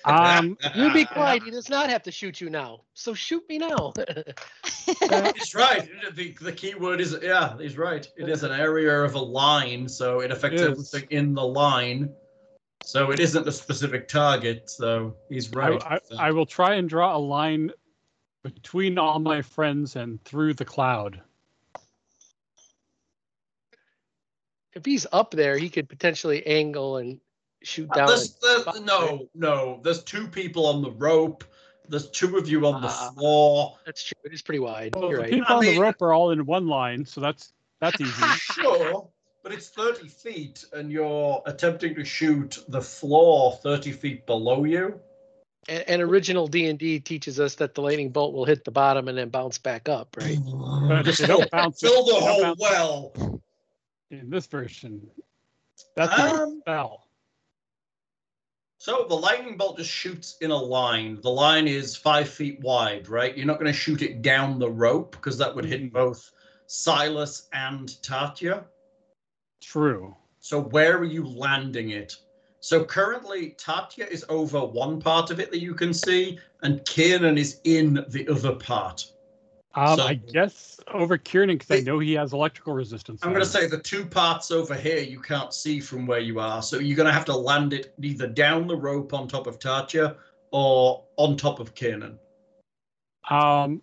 Speaker 4: Um,
Speaker 6: You
Speaker 4: <laughs>
Speaker 5: <laughs>
Speaker 6: be quiet. He does not have to shoot you now. So shoot me now.
Speaker 5: He's right. The, the key word is yeah. He's right. It is an area of a line, so it affects
Speaker 4: Yes.
Speaker 5: everything in the line. So it isn't a specific target. So he's
Speaker 4: I,
Speaker 5: right.
Speaker 4: I, I will try and draw a line between all my friends and through the cloud.
Speaker 6: if he's up there, he could potentially angle and shoot down.
Speaker 5: there's,
Speaker 6: it.
Speaker 5: there's, Uh, no, no. There's two people on the rope. There's two of you on the
Speaker 6: Ah.
Speaker 5: floor.
Speaker 6: That's true. It is pretty wide.
Speaker 4: Well,
Speaker 6: You're
Speaker 4: the
Speaker 6: right.
Speaker 4: people
Speaker 5: I
Speaker 4: on the
Speaker 5: mean-
Speaker 4: rope are all in one line, so that's that's
Speaker 5: <laughs>
Speaker 4: easy.
Speaker 5: Sure, but it's 30 feet, and you're attempting to shoot the floor 30 feet below you.
Speaker 6: And, and original D and D teaches us that the lightning bolt will hit the bottom and then bounce back up, right?
Speaker 4: but if they don't bounce it <laughs>
Speaker 5: Fill the
Speaker 4: they don't
Speaker 5: whole
Speaker 4: bounce
Speaker 5: well.
Speaker 4: in this version. That's not a
Speaker 5: Um,
Speaker 4: spell.
Speaker 5: So the lightning bolt just shoots in a line. The line is five feet wide, right? You're not going to shoot it down the rope because that would hit
Speaker 4: Mhm.
Speaker 5: both Silas and Tatya.
Speaker 4: True.
Speaker 5: So where are you landing it? So currently, Tatya is over one part of it that you can see, and Kiernan is in the other part.
Speaker 4: Um,
Speaker 5: So-
Speaker 4: I guess over Kiernan because I
Speaker 5: Wait.
Speaker 4: know he has electrical resistance.
Speaker 5: I'm going to
Speaker 4: on it.
Speaker 5: say the two parts over here you can't see from where you are. So you're going to have to land it either down the rope on top of Tatya or on top of Kiernan.
Speaker 4: Um,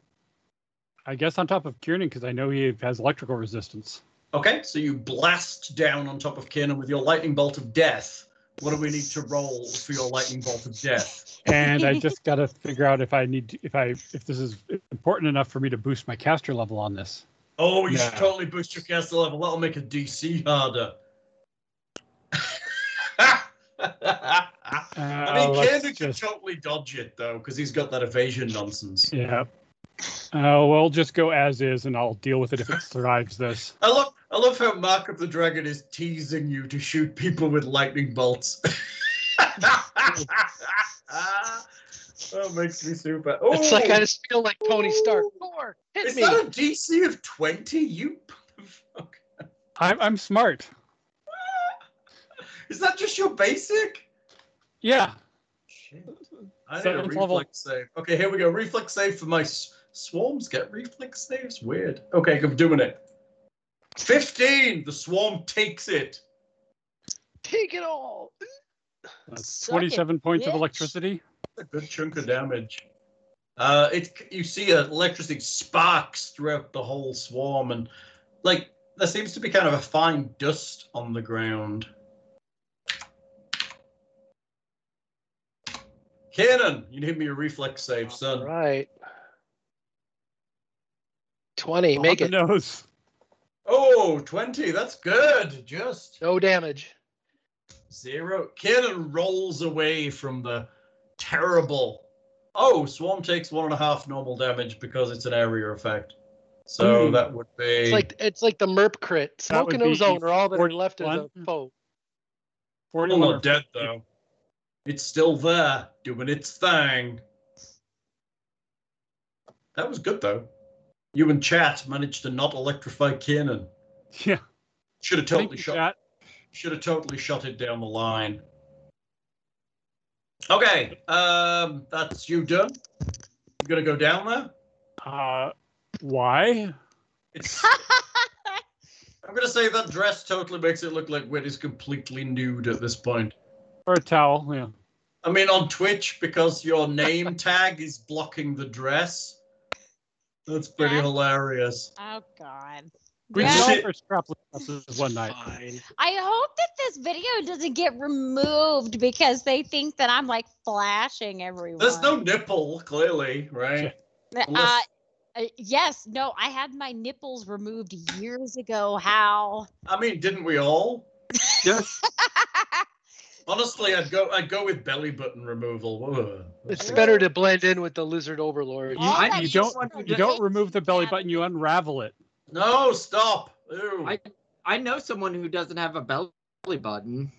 Speaker 4: I guess on top of Kiernan because I know he has electrical resistance.
Speaker 5: Okay, so you blast down on top of Kiernan with your lightning bolt of death. What do we need to roll for your lightning bolt of death?
Speaker 4: And I
Speaker 5: <laughs>
Speaker 4: just got to figure out if I need to, if I if this is important enough for me to boost my caster level on this.
Speaker 5: Oh, you should
Speaker 4: No.
Speaker 5: totally boost your caster level. That'll make a DC harder. <laughs>
Speaker 4: Uh,
Speaker 5: I mean,
Speaker 4: let's
Speaker 5: Kiernan
Speaker 4: just-
Speaker 5: can totally dodge it though, because he's got that evasion nonsense.
Speaker 4: yeah. Uh, we'll just go as is, and I'll deal with it
Speaker 5: <laughs>
Speaker 4: if it survives this.
Speaker 5: I love, I love how Mark of the Dragon is teasing you to shoot people with lightning bolts. <laughs> that makes me super.
Speaker 6: It's
Speaker 5: <laughs>
Speaker 6: like
Speaker 5: Ooh.
Speaker 6: I just feel like Tony Stark.
Speaker 5: Ooh.
Speaker 6: Thor, hit
Speaker 5: Is
Speaker 6: me.
Speaker 5: that a DC of 20? You motherfucker.
Speaker 4: I'm I'm smart.
Speaker 5: Is that just your basic?
Speaker 4: Yeah.
Speaker 5: Shit. I need a
Speaker 4: Seventh
Speaker 5: reflex
Speaker 4: level.
Speaker 5: save. Okay, here we go. Reflex save for my s- swarms get reflex saves? Weird. Okay, I'm doing it. 15! The swarm takes it.
Speaker 6: Take it all.
Speaker 4: That's
Speaker 3: Suck it, <laughs>
Speaker 4: 27 points of
Speaker 3: bitch.
Speaker 4: electricity.
Speaker 5: A good chunk of damage. Uh, it you see uh, electricity sparks throughout the whole swarm, and like there seems to be kind of a fine dust on the ground. Cannon, you need me a reflex save,
Speaker 6: All
Speaker 5: son.
Speaker 6: right. Twenty. Make
Speaker 4: On
Speaker 6: it.
Speaker 4: the nose.
Speaker 5: Oh, 20. That's good. Just
Speaker 6: No damage.
Speaker 5: zero. Kieran rolls away from the terrible. Oh, Swarm takes one and a half normal damage because it's an area effect. So
Speaker 4: Ooh.
Speaker 5: that would be.
Speaker 6: It's like it's like the merp crit.
Speaker 4: That would
Speaker 6: Smoke and
Speaker 4: be
Speaker 6: ozone are all that are left of
Speaker 4: 41?
Speaker 6: the foe.
Speaker 5: Still
Speaker 4: 41
Speaker 5: not
Speaker 4: or
Speaker 5: dead though. It's still there, doing its thing. That was good though. You and Chat managed to not electrify Kiernan.
Speaker 4: Yeah.
Speaker 5: Should have
Speaker 4: Thank
Speaker 5: totally
Speaker 4: you,
Speaker 5: shot.
Speaker 4: chat.
Speaker 5: Should have totally shot it down the line. Okay, um, that's you done. You're gonna go down there.
Speaker 4: Uh, why?
Speaker 5: It's, I'm gonna say that dress totally makes it look like Wit is completely nude at this point.
Speaker 4: Or a towel? Yeah.
Speaker 5: I mean, on Twitch, because your name tag is blocking the dress. That's pretty
Speaker 3: Yeah.
Speaker 5: hilarious.
Speaker 3: oh God.
Speaker 4: We
Speaker 3: Yeah.
Speaker 4: can
Speaker 5: Yes.
Speaker 4: all for strapless dresses one night.
Speaker 6: Fine.
Speaker 3: I hope that this video doesn't get removed because they think that I'm like flashing everyone.
Speaker 5: There's no nipple, clearly, right?
Speaker 3: Uh,
Speaker 5: unless-
Speaker 3: uh, yes, no, I had my nipples removed years ago.
Speaker 5: <laughs>
Speaker 3: How? <laughs>
Speaker 5: I mean, didn't we all?
Speaker 4: Yes.
Speaker 5: Honestly, I'd go. I'd go with belly button removal. Ugh.
Speaker 6: It's better to blend in with the lizard overlord.
Speaker 3: All
Speaker 4: I-
Speaker 3: that
Speaker 4: you
Speaker 3: is
Speaker 4: don't-
Speaker 3: from
Speaker 4: You don't
Speaker 3: Dick
Speaker 4: remove the belly
Speaker 3: Cavett.
Speaker 4: button, you unravel it.
Speaker 5: No, stop. Ew.
Speaker 7: I- I know someone who doesn't have a belly button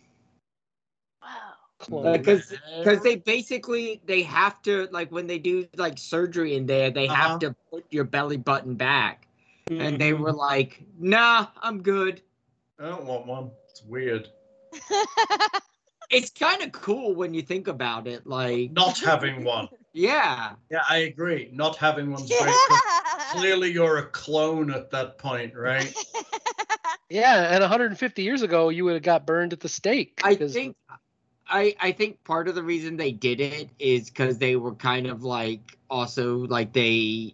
Speaker 3: Wow.
Speaker 6: Clone.
Speaker 7: because because they basically they have to like when they do like surgery in there they
Speaker 5: Uh-huh.
Speaker 7: have to put your belly button back and they were like nah i'm good
Speaker 5: I don't want one. It's weird.
Speaker 7: it's kind of cool when you think about it like
Speaker 5: Not having one.
Speaker 7: yeah
Speaker 5: Yeah, I agree. Not
Speaker 3: <laughs>
Speaker 5: having one's great. 'cause
Speaker 3: Yeah.
Speaker 5: Clearly, you're a clone at that point, right?
Speaker 6: Yeah, and 150 years ago, you would have got burned at the stake.
Speaker 7: i
Speaker 6: 'cause
Speaker 7: think i i think part of the reason they did it is because they were kind of like also like they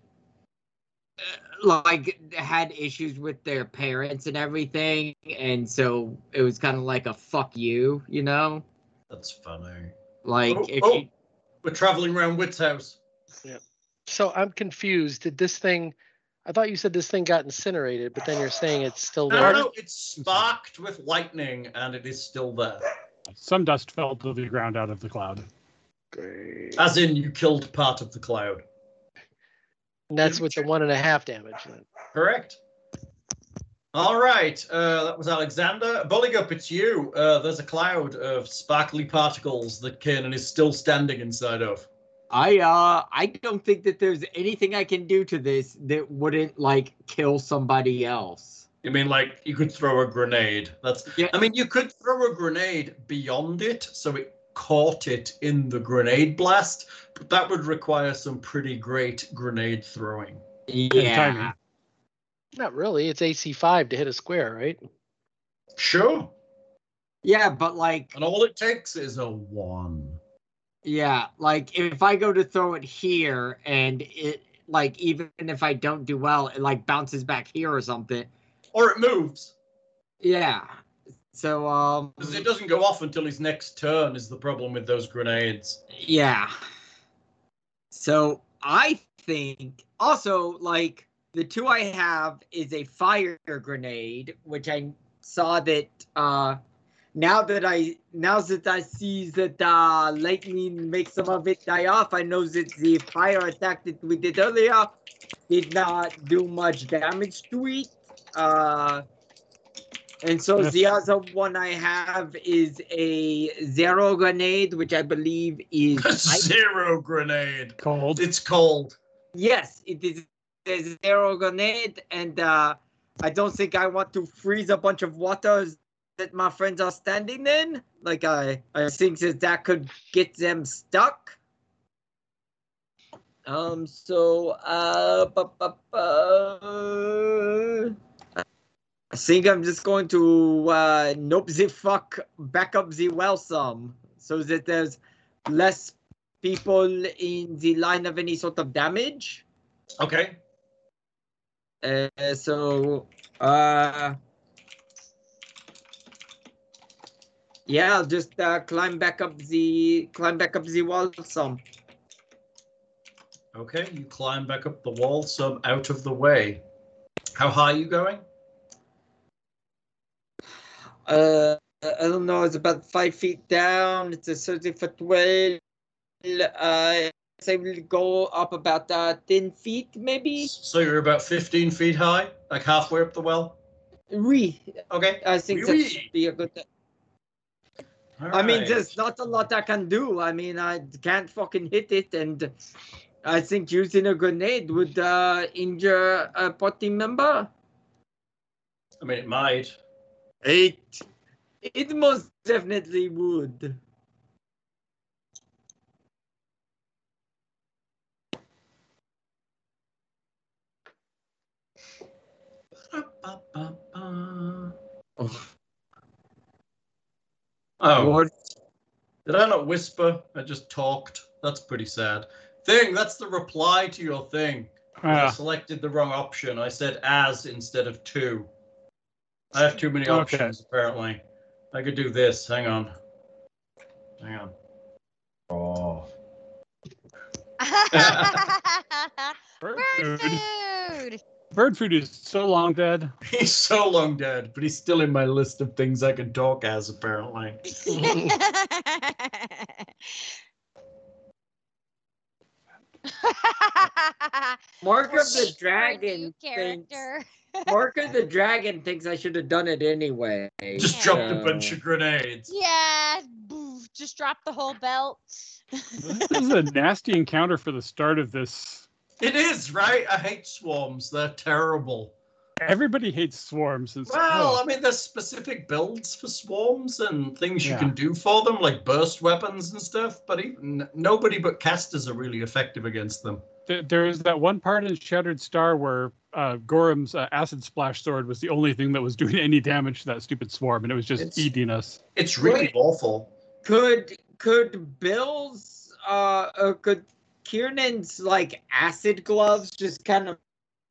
Speaker 7: uh, like had issues with their parents and everything and so it was kind of like a fuck you you know
Speaker 5: That's funny.
Speaker 7: Like
Speaker 5: Oh,
Speaker 7: if
Speaker 5: oh,
Speaker 7: you,
Speaker 5: we're traveling around Wit's house.
Speaker 6: So I'm confused. Did this thing? I thought you said this thing got incinerated, but then you're saying it's still
Speaker 5: No,
Speaker 6: there.
Speaker 5: no, it's sparked with lightning and it is still there.
Speaker 4: Some dust fell to the ground out of the cloud.
Speaker 5: As in, you killed part of the cloud.
Speaker 6: And that's with the one and a half damage. Then.
Speaker 5: Correct. All right, uh, that was Alexander. Bullying up, it's you. Uh, there's a cloud of sparkly particles that Kanan is still standing inside of.
Speaker 7: I uh I don't think that there's anything I can do to this that wouldn't like kill somebody else.
Speaker 5: You mean like you could throw a grenade? That's.
Speaker 7: Yeah.
Speaker 5: I mean, you could throw a grenade beyond it, so it caught it in the grenade blast, but that would require some pretty great grenade throwing.
Speaker 7: Yeah.
Speaker 4: timing.
Speaker 6: Not really. It's AC five to hit a square, right?
Speaker 5: Sure.
Speaker 7: Yeah, but like
Speaker 5: And all it takes is a one.
Speaker 7: yeah, like if I go to throw it here and it like even if I don't do well, it like bounces back here or something.
Speaker 5: Or it moves.
Speaker 7: Yeah. So um
Speaker 5: Because it doesn't go off until his next turn, is the problem with those grenades. <laughs>
Speaker 7: Yeah. So I think also like the two I have is a fire grenade, which I saw that uh now that I now that I see that uh lightning makes some of it die off, I know that the fire attack that we did earlier did not do much damage to it. Uh and so
Speaker 4: Yes.
Speaker 7: the other one I have is a zero grenade, which I believe is I-
Speaker 5: Zero grenade.
Speaker 4: Cold.
Speaker 5: It's cold.
Speaker 7: Yes, it is a zero grenade, and uh, I don't think I want to freeze a bunch of waters that my friends are standing in. Like I, I think that that could get them stuck. Um. So, uh, bu- bu- bu- I think I'm just going to uh, nope the fuck back up the well some, so that there's less people in the line of any sort of damage.
Speaker 5: Okay.
Speaker 7: Uh, so, uh, yeah, I'll just uh, climb back up the climb back up the wall some.
Speaker 5: Okay. You climb back up the wall, some out of the way. How high are you going?
Speaker 7: Uh, I don't know. It's about five feet down. It's a thirty foot well. Uh, so I will go up about uh, ten feet, maybe.
Speaker 5: So you're about 15 feet high, like halfway up the well.
Speaker 7: Re.
Speaker 5: Okay.
Speaker 7: I think
Speaker 5: Wee-wee.
Speaker 7: that should be a good.
Speaker 5: All
Speaker 7: I mean,
Speaker 5: right.
Speaker 7: there's not a lot I can do. I mean, I can't fucking hit it, and I think using a grenade would uh, injure a party member.
Speaker 5: I mean, it
Speaker 7: <laughs>
Speaker 5: might.
Speaker 7: It, it most definitely would.
Speaker 5: Oh,
Speaker 7: What?
Speaker 5: did I not whisper? I just talked. That's pretty sad. Thing, that's the reply to your thing. I
Speaker 7: Ah.
Speaker 4: Uh,
Speaker 5: selected the wrong option. I said as instead of two. I have too many
Speaker 4: Okay.
Speaker 5: options, apparently. I could do this. Hang on. Hang on.
Speaker 8: Oh.
Speaker 4: bird
Speaker 3: Bird
Speaker 4: food.
Speaker 3: food.
Speaker 4: Bird food is so long dead.
Speaker 5: He's so long dead, but he's still in my list of things I can talk as, apparently.
Speaker 3: <laughs>
Speaker 5: <laughs>
Speaker 7: Mark of the
Speaker 3: Bird
Speaker 7: Dragon
Speaker 3: You
Speaker 7: thinks.
Speaker 3: character.
Speaker 7: <laughs>
Speaker 3: <laughs>
Speaker 7: Mark of the Dragon thinks I should have done it anyway.
Speaker 5: Just
Speaker 3: Yeah.
Speaker 5: dropped a bunch of grenades.
Speaker 3: Yeah, boof, just drop the whole belt.
Speaker 4: This is a nasty encounter for the start of this.
Speaker 5: It is, right? I hate swarms. They're terrible.
Speaker 4: Everybody hates swarms. And so,
Speaker 5: Well, I mean, there's specific builds for swarms and things you
Speaker 4: Yeah.
Speaker 5: can do for them, like burst weapons and stuff. But even nobody but casters are really effective against them.
Speaker 4: Th- there is that one part in Shattered Star where uh, Gorham's uh, acid splash sword was the only thing that was doing any damage to that stupid swarm, and it was just
Speaker 5: It's-
Speaker 4: eating us.
Speaker 5: It's really
Speaker 7: Right.
Speaker 5: awful.
Speaker 7: Could could Bill's uh, uh could Kiernan's like acid gloves just kind of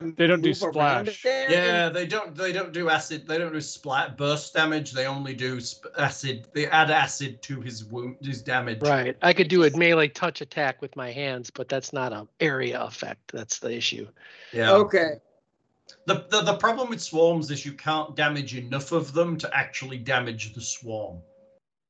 Speaker 4: They don't do
Speaker 7: move around
Speaker 4: splash.
Speaker 7: there?
Speaker 5: Yeah, they don't. They don't do acid. They don't do splat burst damage. They only do sp- acid. They add acid to his wound, his damage.
Speaker 6: Right. I could do a melee touch attack with my hands, but that's not an area effect. That's the issue.
Speaker 5: Yeah.
Speaker 7: Okay.
Speaker 5: The, the the problem with swarms is you can't damage enough of them to actually damage the swarm.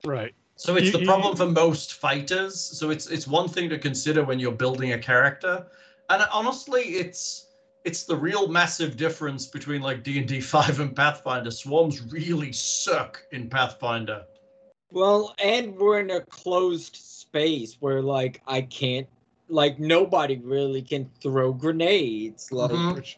Speaker 4: Right.
Speaker 5: So it's
Speaker 4: You-
Speaker 5: the
Speaker 4: you-
Speaker 5: problem for most fighters. So it's it's one thing to consider when you're building a character, and honestly, it's it's the real massive difference between like D and D five and Pathfinder. Swarms really suck in Pathfinder.
Speaker 7: Well, and we're in a closed space where like I can't like nobody really can throw grenades. Like
Speaker 5: Mhm.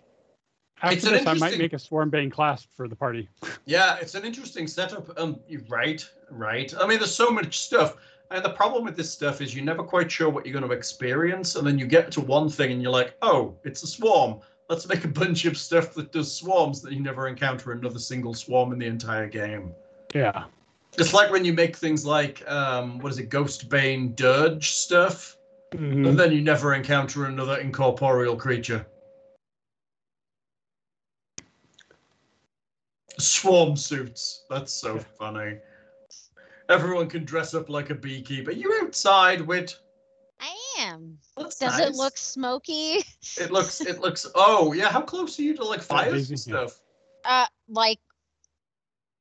Speaker 4: After
Speaker 5: It's an
Speaker 4: this, I might
Speaker 5: interesting-
Speaker 4: make a swarm bane clasp for the party.
Speaker 5: Yeah, it's an interesting setup. Um, you- right, right. I mean, there's so much stuff, and the problem with this stuff is you're never quite sure what you're going to experience, and then you get to one thing and you're like, oh, it's a swarm. Let's make a bunch of stuff that does swarms that you never encounter another single swarm in the entire game.
Speaker 4: Yeah.
Speaker 5: It's like when you make things like um, what is it, Ghostbane Dirge stuff,
Speaker 3: Hmm.
Speaker 5: and then you never encounter another incorporeal creature. Swarm suits. That's so funny. Everyone can dress up like a beekeeper. You outside, Wit?
Speaker 3: I am.
Speaker 5: That's
Speaker 3: Does it
Speaker 5: nice.
Speaker 3: look smoky? <laughs>
Speaker 5: It looks. It looks. Oh yeah. How close are you to like fires
Speaker 4: Daisy,
Speaker 5: and
Speaker 4: yeah.
Speaker 5: stuff?
Speaker 3: Uh, like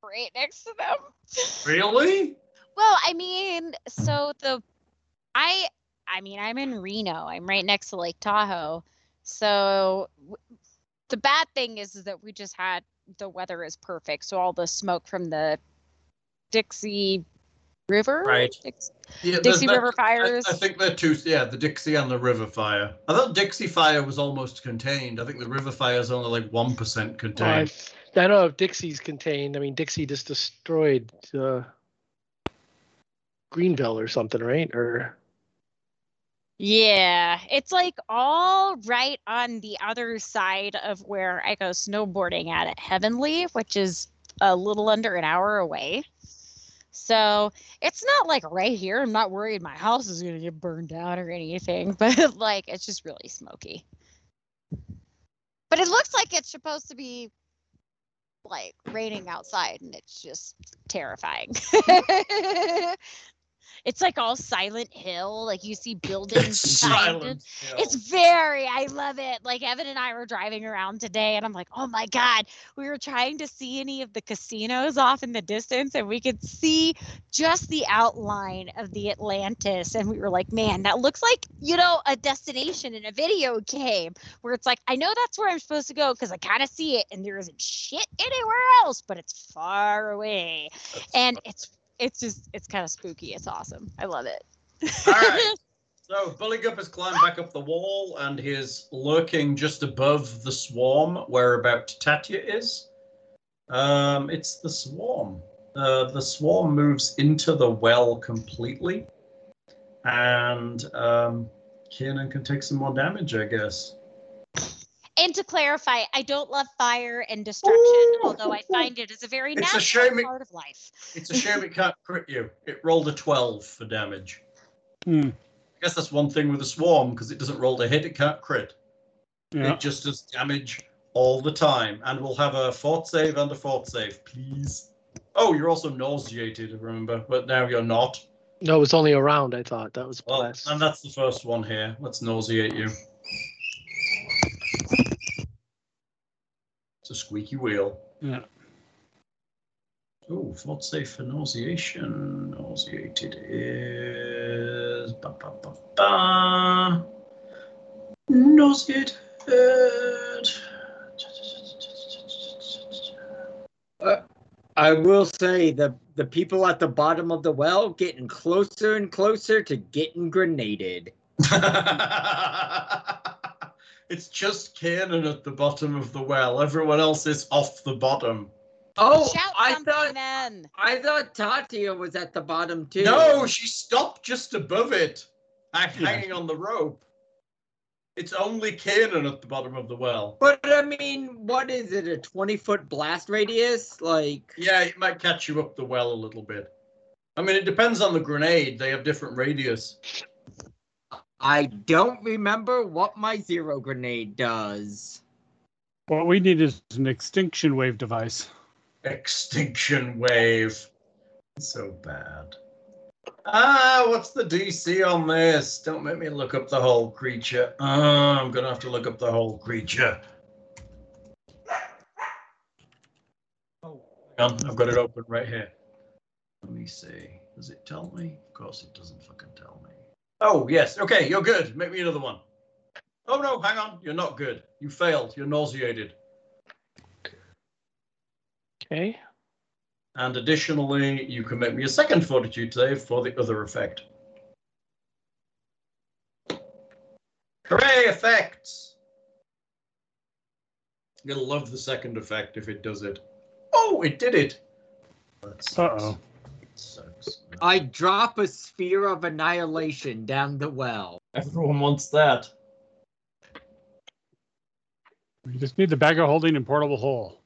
Speaker 3: right next to them. <laughs>
Speaker 5: Really?
Speaker 3: Well, I mean, so the I I mean, I'm in Reno. I'm right next to Lake Tahoe. So w- the bad thing is, is that we just had the weather is perfect. So all the smoke from the Dixie River,
Speaker 5: Right.
Speaker 3: Dix-
Speaker 5: Yeah, there's
Speaker 3: Dixie
Speaker 5: that-
Speaker 3: River
Speaker 5: I,
Speaker 3: fires.
Speaker 5: I think they're two. Yeah, the Dixie and the River Fire. I thought Dixie Fire was almost contained. I think the River Fire is only like one percent
Speaker 6: Well, I,
Speaker 5: contained.
Speaker 6: I don't know if Dixie's contained. I mean, Dixie just destroyed uh, Greenville or something, right? Or
Speaker 3: Yeah, it's like all right on the other side of where I go snowboarding at at Heavenly, which is a little under an hour away. So it's not like right here. I'm not worried my house is going to get burned down or anything, <laughs> but like it's just really smoky. But it looks like it's supposed to be like raining outside and it's just terrifying. <laughs> It's like all Silent Hill. Like you see buildings. behind it.
Speaker 5: Silent. Hill.
Speaker 3: It's very, I love it. Like Evan and I were driving around today, and I'm like, oh my God, we were trying to see any of the casinos off in the distance, and we could see just the outline of the Atlantis. And we were like, man, that looks like, you know, a destination in a video game where it's like, I know that's where I'm supposed to go because I kind of see it, and there isn't shit anywhere else, but it's far away. And it's, it's just, it's kind of spooky. It's awesome. I love it.
Speaker 5: All right. So Bulligup has climbed back up the wall and he is lurking just above the swarm where about Tatya is. Um, it's the swarm. Uh, the swarm moves into the well completely. And um, Kiernan can take some more damage, I guess.
Speaker 3: And to clarify, I don't love fire and destruction,
Speaker 5: Ooh.
Speaker 3: although I find it is a very
Speaker 5: It's a
Speaker 3: natural
Speaker 5: shame it-
Speaker 3: part of life.
Speaker 5: It's a shame it can't crit you. It rolled a 12 for damage.
Speaker 4: Hmm.
Speaker 5: I guess that's one thing with a swarm because it doesn't roll to hit, it can't crit.
Speaker 4: Yeah.
Speaker 5: It just does damage all the time, and we'll have a fort save and a fort save, please. Oh, you're also nauseated, remember? But now you're not.
Speaker 6: No, it was only a round. I thought that was
Speaker 5: Well,
Speaker 6: blessed.
Speaker 5: and that's the first one here. Let's nauseate you. It's a squeaky wheel.
Speaker 4: Yeah.
Speaker 5: Oh, fort save for nauseation. Nauseated is. Ba, ba, ba, ba. Nauseated.
Speaker 7: I will say the the people at the bottom of the well getting closer and closer to getting grenaded.
Speaker 5: <laughs> it's just Kanan at the bottom of the well. Everyone else is off the bottom.
Speaker 7: Oh,
Speaker 3: Shout
Speaker 7: I
Speaker 3: something
Speaker 7: thought
Speaker 3: then.
Speaker 7: I thought Tatia was at the bottom too.
Speaker 5: No, she stopped just above it. I'm hanging on the rope. It's only Kanan at the bottom of the well.
Speaker 7: but I mean, what is it? A twenty foot blast radius? Like,
Speaker 5: Yeah, it might catch you up the well a little bit. I mean, it depends on the grenade. They have different radius.
Speaker 7: I don't remember what my zero grenade does.
Speaker 4: What we need is an extinction wave device.
Speaker 5: Extinction wave. So bad. Ah, what's the DC on this? Don't make me look up the whole creature. Ah, I'm gonna have to look up the whole creature. Oh, hang on, I've got it open right here. Let me see. Does it tell me? Of course, it doesn't fucking tell me. Oh yes. Okay, you're good. Make me another one. Oh no, hang on. You're not good. You failed. You're nauseated.
Speaker 6: Okay.
Speaker 5: And additionally, you can make me a second fortitude save for the other effect. Hooray, effects! You'll love the second effect if it does it. Oh, it did it! That sucks.
Speaker 4: Uh-oh.
Speaker 5: Sucks.
Speaker 7: I drop a sphere of annihilation down the well.
Speaker 5: Everyone wants that.
Speaker 4: We just need the bag of holding and portable hole.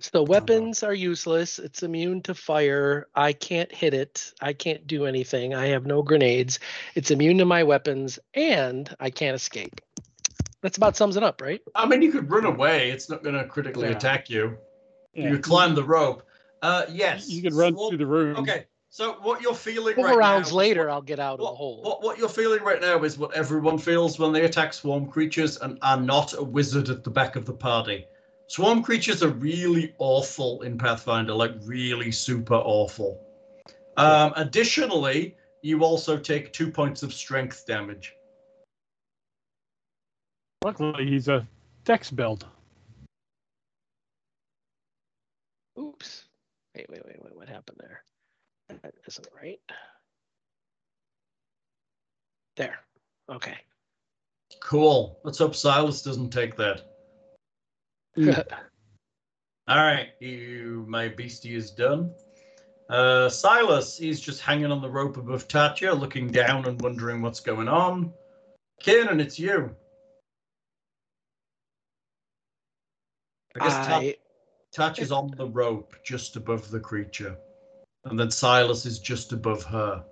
Speaker 6: So weapons are useless. It's immune to fire. I can't hit it. I can't do anything. I have no grenades. It's immune to my weapons, and I can't escape. That's about sums it up, right?
Speaker 5: I mean, you could run away. It's not going to critically
Speaker 4: Yeah.
Speaker 5: attack you. You could climb the rope. Uh, yes.
Speaker 4: You could run
Speaker 5: Slow-
Speaker 4: through the room.
Speaker 5: Okay, so what you're feeling
Speaker 6: Four
Speaker 5: right
Speaker 6: rounds
Speaker 5: now-
Speaker 6: later, I'll get out of the
Speaker 5: What,
Speaker 6: hole.
Speaker 5: what, what you're feeling right now is what everyone feels when they attack swarm creatures and are not a wizard at the back of the party. Swarm creatures are really awful in Pathfinder, like really super awful. Um, additionally, you also take two points of strength damage.
Speaker 4: Luckily, he's a dex build.
Speaker 6: Oops. Wait, wait, wait, wait. What happened there? That isn't right. There. Okay.
Speaker 5: Cool. Let's hope Silas doesn't take that. Mm.
Speaker 6: <laughs>
Speaker 5: All right, you, my beastie is done. Uh, Silas is just hanging on the rope above Tatya, looking down and wondering what's going on. Kieran, it's you. I guess Tat-
Speaker 6: I,
Speaker 5: Tatya's on the rope just above the creature, and then Silas is just above her.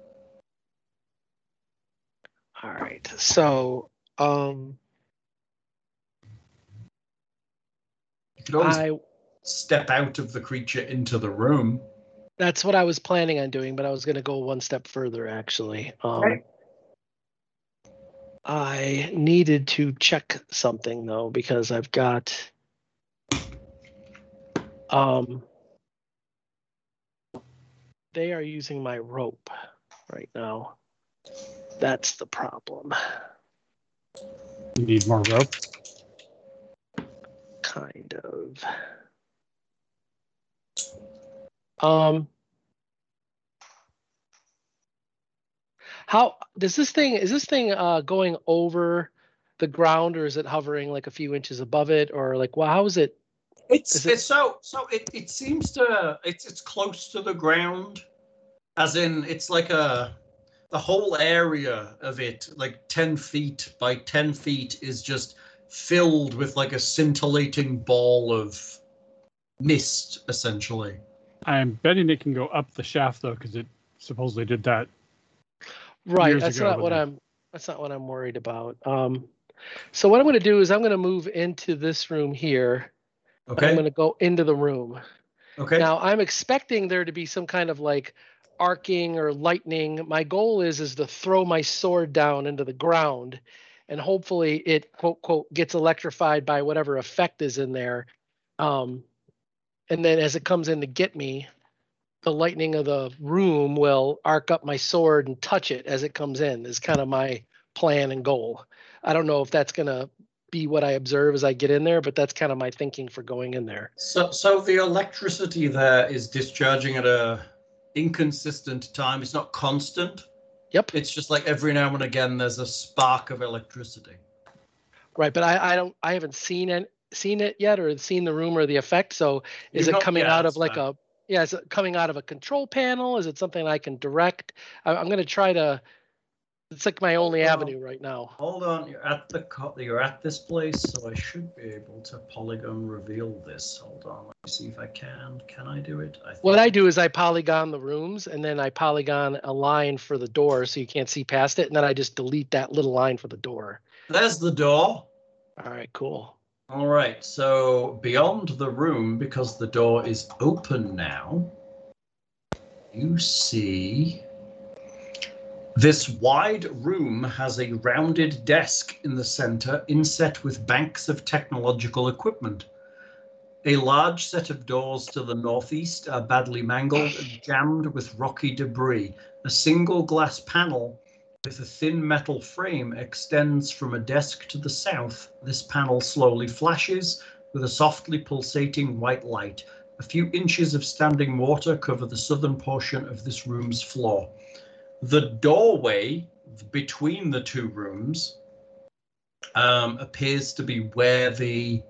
Speaker 6: all right. So, um,
Speaker 5: You could always
Speaker 6: I
Speaker 5: step out of the creature into the room.
Speaker 6: That's what I was planning on doing, but I was going to go one step further actually. Um,
Speaker 7: Okay.
Speaker 6: I needed to check something though because I've got um they are using my rope right now. That's the problem.
Speaker 4: You need more rope.
Speaker 6: kind of. Um, how does this thing is this thing uh, going over the ground or is it hovering like a few inches above it or like well how is it
Speaker 5: It's,
Speaker 6: Is it-
Speaker 5: it's so so it, it seems to it's it's close to the ground, as in it's like a the whole area of it, like ten feet by ten feet, is just filled with like a scintillating ball of mist, essentially.
Speaker 4: I'm betting it can go up the shaft though, because it supposedly did that.
Speaker 6: right
Speaker 4: years
Speaker 6: that's
Speaker 4: ago,
Speaker 6: not
Speaker 4: but
Speaker 6: what
Speaker 4: they-
Speaker 6: I'm that's not what I'm worried about um so what I'm going to do is I'm going to move into this room here I'm
Speaker 5: Okay.
Speaker 6: going to go into the room
Speaker 5: Okay.
Speaker 6: Now I'm expecting there to be some kind of like arcing or lightning. My goal is is to throw my sword down into the ground and hopefully it quote quote gets electrified by whatever effect is in there. Um and then as it comes in to get me, the lightning of the room will arc up my sword and touch it as it comes in is kind of my plan and goal. I don't know if that's gonna be what I observe as I get in there, but that's kind of my thinking for going in there.
Speaker 5: So, so the electricity there is discharging at a inconsistent time. It's not constant.
Speaker 6: Yep.
Speaker 5: It's just like every now and again there's a spark of electricity.
Speaker 6: Right, but I, I don't I haven't seen it seen it yet or seen the room or the effect. So is
Speaker 5: You've
Speaker 6: it
Speaker 5: not-
Speaker 6: coming
Speaker 5: yeah,
Speaker 6: out of
Speaker 5: it's
Speaker 6: like
Speaker 5: fine.
Speaker 6: a yeah, is it coming out of a control panel? Is it something I can direct? I, I'm gonna try to it's like my only
Speaker 5: Oh.
Speaker 6: avenue right now.
Speaker 5: Hold on, you're at the co- you're at this place, so I should be able to polygon reveal this. Hold on, let me see if I can. Can I do it? I think
Speaker 6: What I do is I polygon the rooms and then I polygon a line for the door so you can't see past it, and then I just delete that little line for the door.
Speaker 5: There's the door.
Speaker 6: All right, cool.
Speaker 5: All right, so beyond the room, because the door is open now, you see this wide room has a rounded desk in the center, inset with banks of technological equipment. A large set of doors to the northeast are badly mangled and jammed with rocky debris. A single glass panel with a thin metal frame extends from a desk to the south. This panel slowly flashes with a softly pulsating white light. A few inches of standing water cover the southern portion of this room's floor. The doorway between the two rooms um, appears to be where the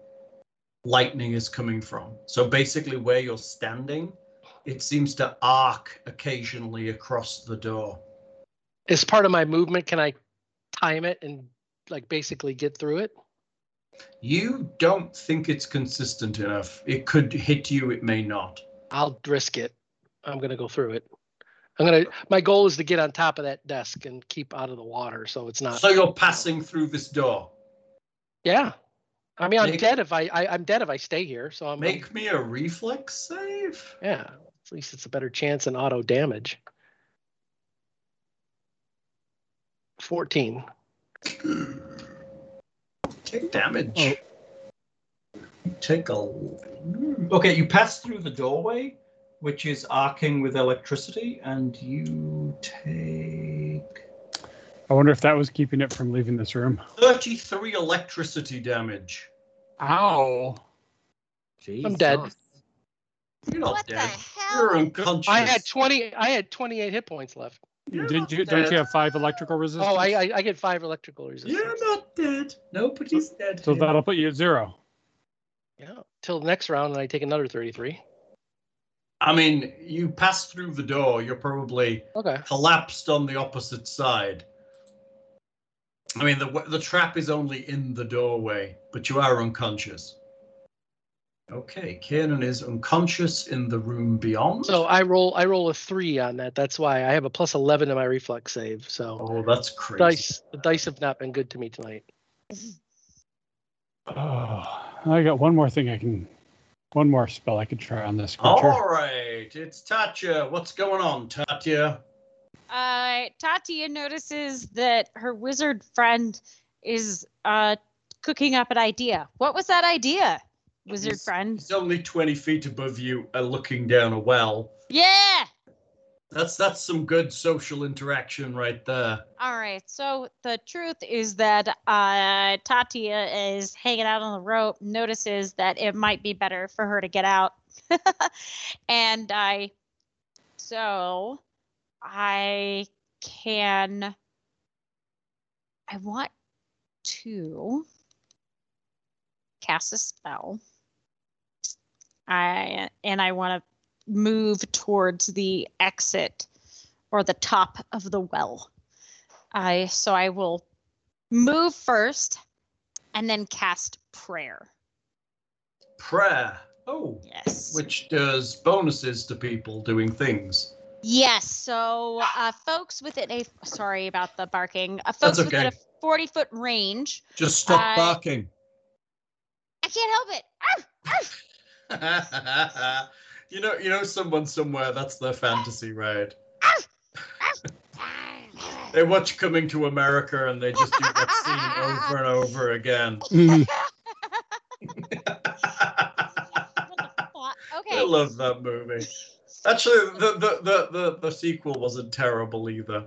Speaker 5: lightning is coming from. So basically, where you're standing, it seems to arc occasionally across the door.
Speaker 6: As part of my movement, can I time it and like basically get through it?
Speaker 5: You don't think it's consistent enough. It could hit you, it may not.
Speaker 6: I'll risk it. I'm gonna go through it. I'm gonna. My goal is to get on top of that desk and keep out of the water, so it's not.
Speaker 5: So you're passing through this door.
Speaker 6: yeah, I mean, I'm
Speaker 5: Make-
Speaker 6: dead if I, I. I'm dead if I stay here. So I'm.
Speaker 5: Make me a reflex save.
Speaker 6: yeah, at least it's a better chance than auto damage. Fourteen.
Speaker 5: Take damage.
Speaker 4: Oh.
Speaker 5: Take a. Okay, you pass through the doorway, which is arcing with electricity, and you take
Speaker 4: I wonder if that was keeping it from leaving this room.
Speaker 5: 33 electricity damage.
Speaker 4: Ow!
Speaker 6: I'm dead.
Speaker 7: Jesus.
Speaker 5: You're not
Speaker 3: What the
Speaker 5: dead.
Speaker 3: hell?
Speaker 5: You're unconscious.
Speaker 6: I had twenty. I had twenty-eight hit points left.
Speaker 5: You're
Speaker 4: Didn't
Speaker 5: not
Speaker 4: you? Don't
Speaker 5: dead.
Speaker 4: you have five electrical resistance?
Speaker 6: Oh, I. I, I get five electrical resistance.
Speaker 5: You're not dead. Nobody's dead.
Speaker 4: So
Speaker 5: here.
Speaker 4: that'll put you at zero.
Speaker 6: Yeah. Till the next round, and I take another thirty-three.
Speaker 5: I mean, you pass through the door, you're probably
Speaker 6: Okay.
Speaker 5: collapsed on the opposite side. I mean, the w- the trap is only in the doorway, but you are unconscious. Okay, Kanan is unconscious in the room beyond.
Speaker 6: So I roll. I roll a three on that. That's why I have a plus eleven to my reflex save. So.
Speaker 5: oh, that's crazy.
Speaker 6: dice the dice have not been good to me tonight
Speaker 4: Oh, I got one more thing I can One more spell I could try on this creature.
Speaker 5: All right, it's Tatya. What's going on, Tatya?
Speaker 3: Uh, Tatia notices that her wizard friend is uh, cooking up an idea. What was that idea, wizard
Speaker 5: Yes.
Speaker 3: friend?
Speaker 5: He's only 20 feet above you and looking down a well.
Speaker 3: Yeah.
Speaker 5: That's that's some good social interaction right there.
Speaker 3: All right. So the truth is that uh, Tatia is hanging out on the rope, notices that it might be better for her to get out. <laughs> and I, so I can, I want to cast a spell. I, and I want to move towards the exit or the top of the well. I so I will move first and then cast prayer.
Speaker 5: Prayer. Oh,
Speaker 3: Yes.
Speaker 5: which does bonuses to people doing things.
Speaker 3: yes. So uh, folks within a sorry about the barking. Uh,
Speaker 5: That's
Speaker 3: folks within a
Speaker 5: okay.
Speaker 3: forty foot range.
Speaker 8: Just stop
Speaker 3: I-
Speaker 8: barking.
Speaker 3: I can't help it. Arf!
Speaker 5: <laughs> you know, you know someone somewhere, that's their fantasy, right?
Speaker 3: Ah!
Speaker 5: <laughs> They watch Coming to America and they just do
Speaker 3: <laughs>
Speaker 5: that scene over and over again.
Speaker 4: Mm,
Speaker 5: <laughs> I
Speaker 3: okay.
Speaker 5: love that movie. Actually, the, the, the, the, the sequel wasn't terrible either.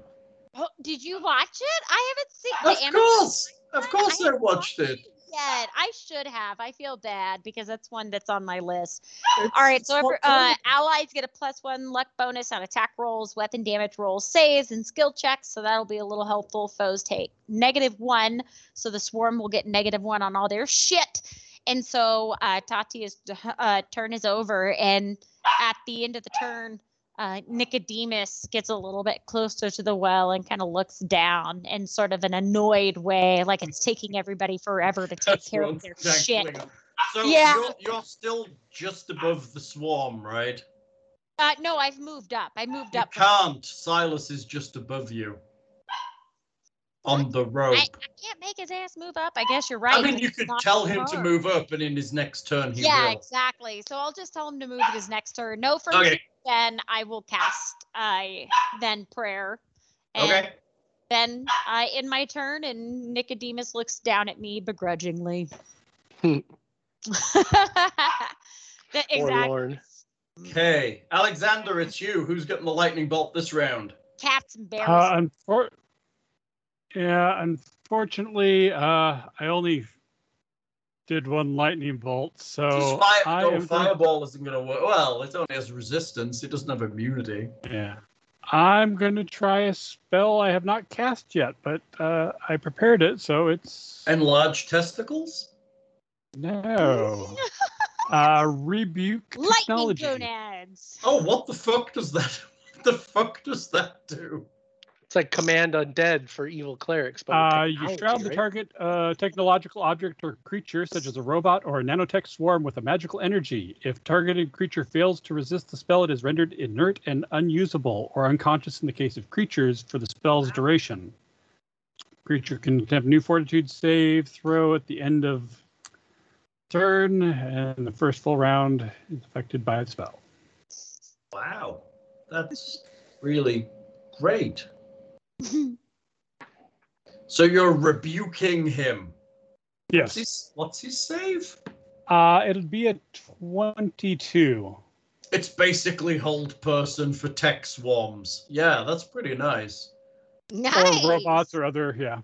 Speaker 3: Oh, did you watch it? I haven't seen the
Speaker 5: Of
Speaker 3: animated
Speaker 5: course, of
Speaker 3: one.
Speaker 5: course, I
Speaker 3: haven't
Speaker 5: watched it.
Speaker 3: Yet I should have. I feel bad because that's one that's on my list.
Speaker 5: It's-
Speaker 3: All right,
Speaker 5: it's
Speaker 3: so
Speaker 5: not
Speaker 3: every, uh, allies get a plus one luck bonus on attack rolls, weapon damage rolls, saves, and skill checks. So that'll be a little helpful. Foes take negative one, so the swarm will get negative one on all their shit. And so uh, Tati's uh, turn is over, and at the end of the turn, uh, Nicodemus gets a little bit closer to the well and kind of looks down in sort of an annoyed way, like it's taking everybody forever to take
Speaker 5: That's
Speaker 3: care
Speaker 5: one
Speaker 3: of their
Speaker 5: dangling
Speaker 3: shit.
Speaker 5: off. So
Speaker 3: Yeah.
Speaker 5: you're, you're still just above the swarm, right?
Speaker 3: Uh, no, I've moved up. I moved
Speaker 5: You
Speaker 3: up. from-
Speaker 5: can't. Silas is just above you. On the rope.
Speaker 3: I,
Speaker 5: I,
Speaker 3: I can't make his ass move up. I guess you're right.
Speaker 5: mean,
Speaker 3: but
Speaker 5: you
Speaker 3: it's
Speaker 5: could
Speaker 3: not
Speaker 5: tell him to
Speaker 3: hard.
Speaker 5: move up, and in his next turn, he
Speaker 3: Yeah,
Speaker 5: will.
Speaker 3: exactly. So I'll just tell him to move at his next turn. No further.
Speaker 5: Okay.
Speaker 3: Then I will cast I then prayer. And
Speaker 5: Okay.
Speaker 3: Then I end my turn, and Nicodemus looks down at me
Speaker 4: <laughs>
Speaker 3: begrudgingly.
Speaker 6: Hmm.
Speaker 3: That- exactly.
Speaker 6: Forlorn.
Speaker 5: Okay. Alexander, it's you. Who's getting the lightning bolt this round?
Speaker 3: Cat's embarrassed.
Speaker 4: uh, unfor- yeah, unfortunately, uh, I only did one lightning bolt, so
Speaker 5: Just fire,
Speaker 4: I
Speaker 5: no,
Speaker 4: am gonna-
Speaker 5: fireball isn't going to work. Well, it only has resistance. It doesn't have immunity.
Speaker 4: yeah, I'm going to try a spell I have not cast yet, but uh, I prepared it, so it's
Speaker 5: Enlarged testicles?
Speaker 4: no uh, rebuke
Speaker 3: Lightning
Speaker 4: technology.
Speaker 3: gonads.
Speaker 5: Oh, what the fuck does that? <laughs> What the fuck does that do?
Speaker 6: It's like command undead for evil clerics. But with
Speaker 4: Uh, you
Speaker 6: technology,
Speaker 4: shroud the
Speaker 6: right?
Speaker 4: target uh, technological object or creature, such as a robot or a nanotech swarm, with a magical energy. If targeted creature fails to resist the spell, it is rendered inert and unusable, or unconscious in the case of creatures for the spell's duration. Creature can attempt new fortitude save throw at the end of turn, and the first full round is affected by the spell.
Speaker 5: Wow, that's really great. So you're rebuking him.
Speaker 4: Yes,
Speaker 5: What's his, what's his save?
Speaker 4: uh, it'll be a twenty-two.
Speaker 5: It's basically hold person for tech swarms. Yeah, that's pretty nice.
Speaker 3: nice.
Speaker 4: Or robots or other, yeah.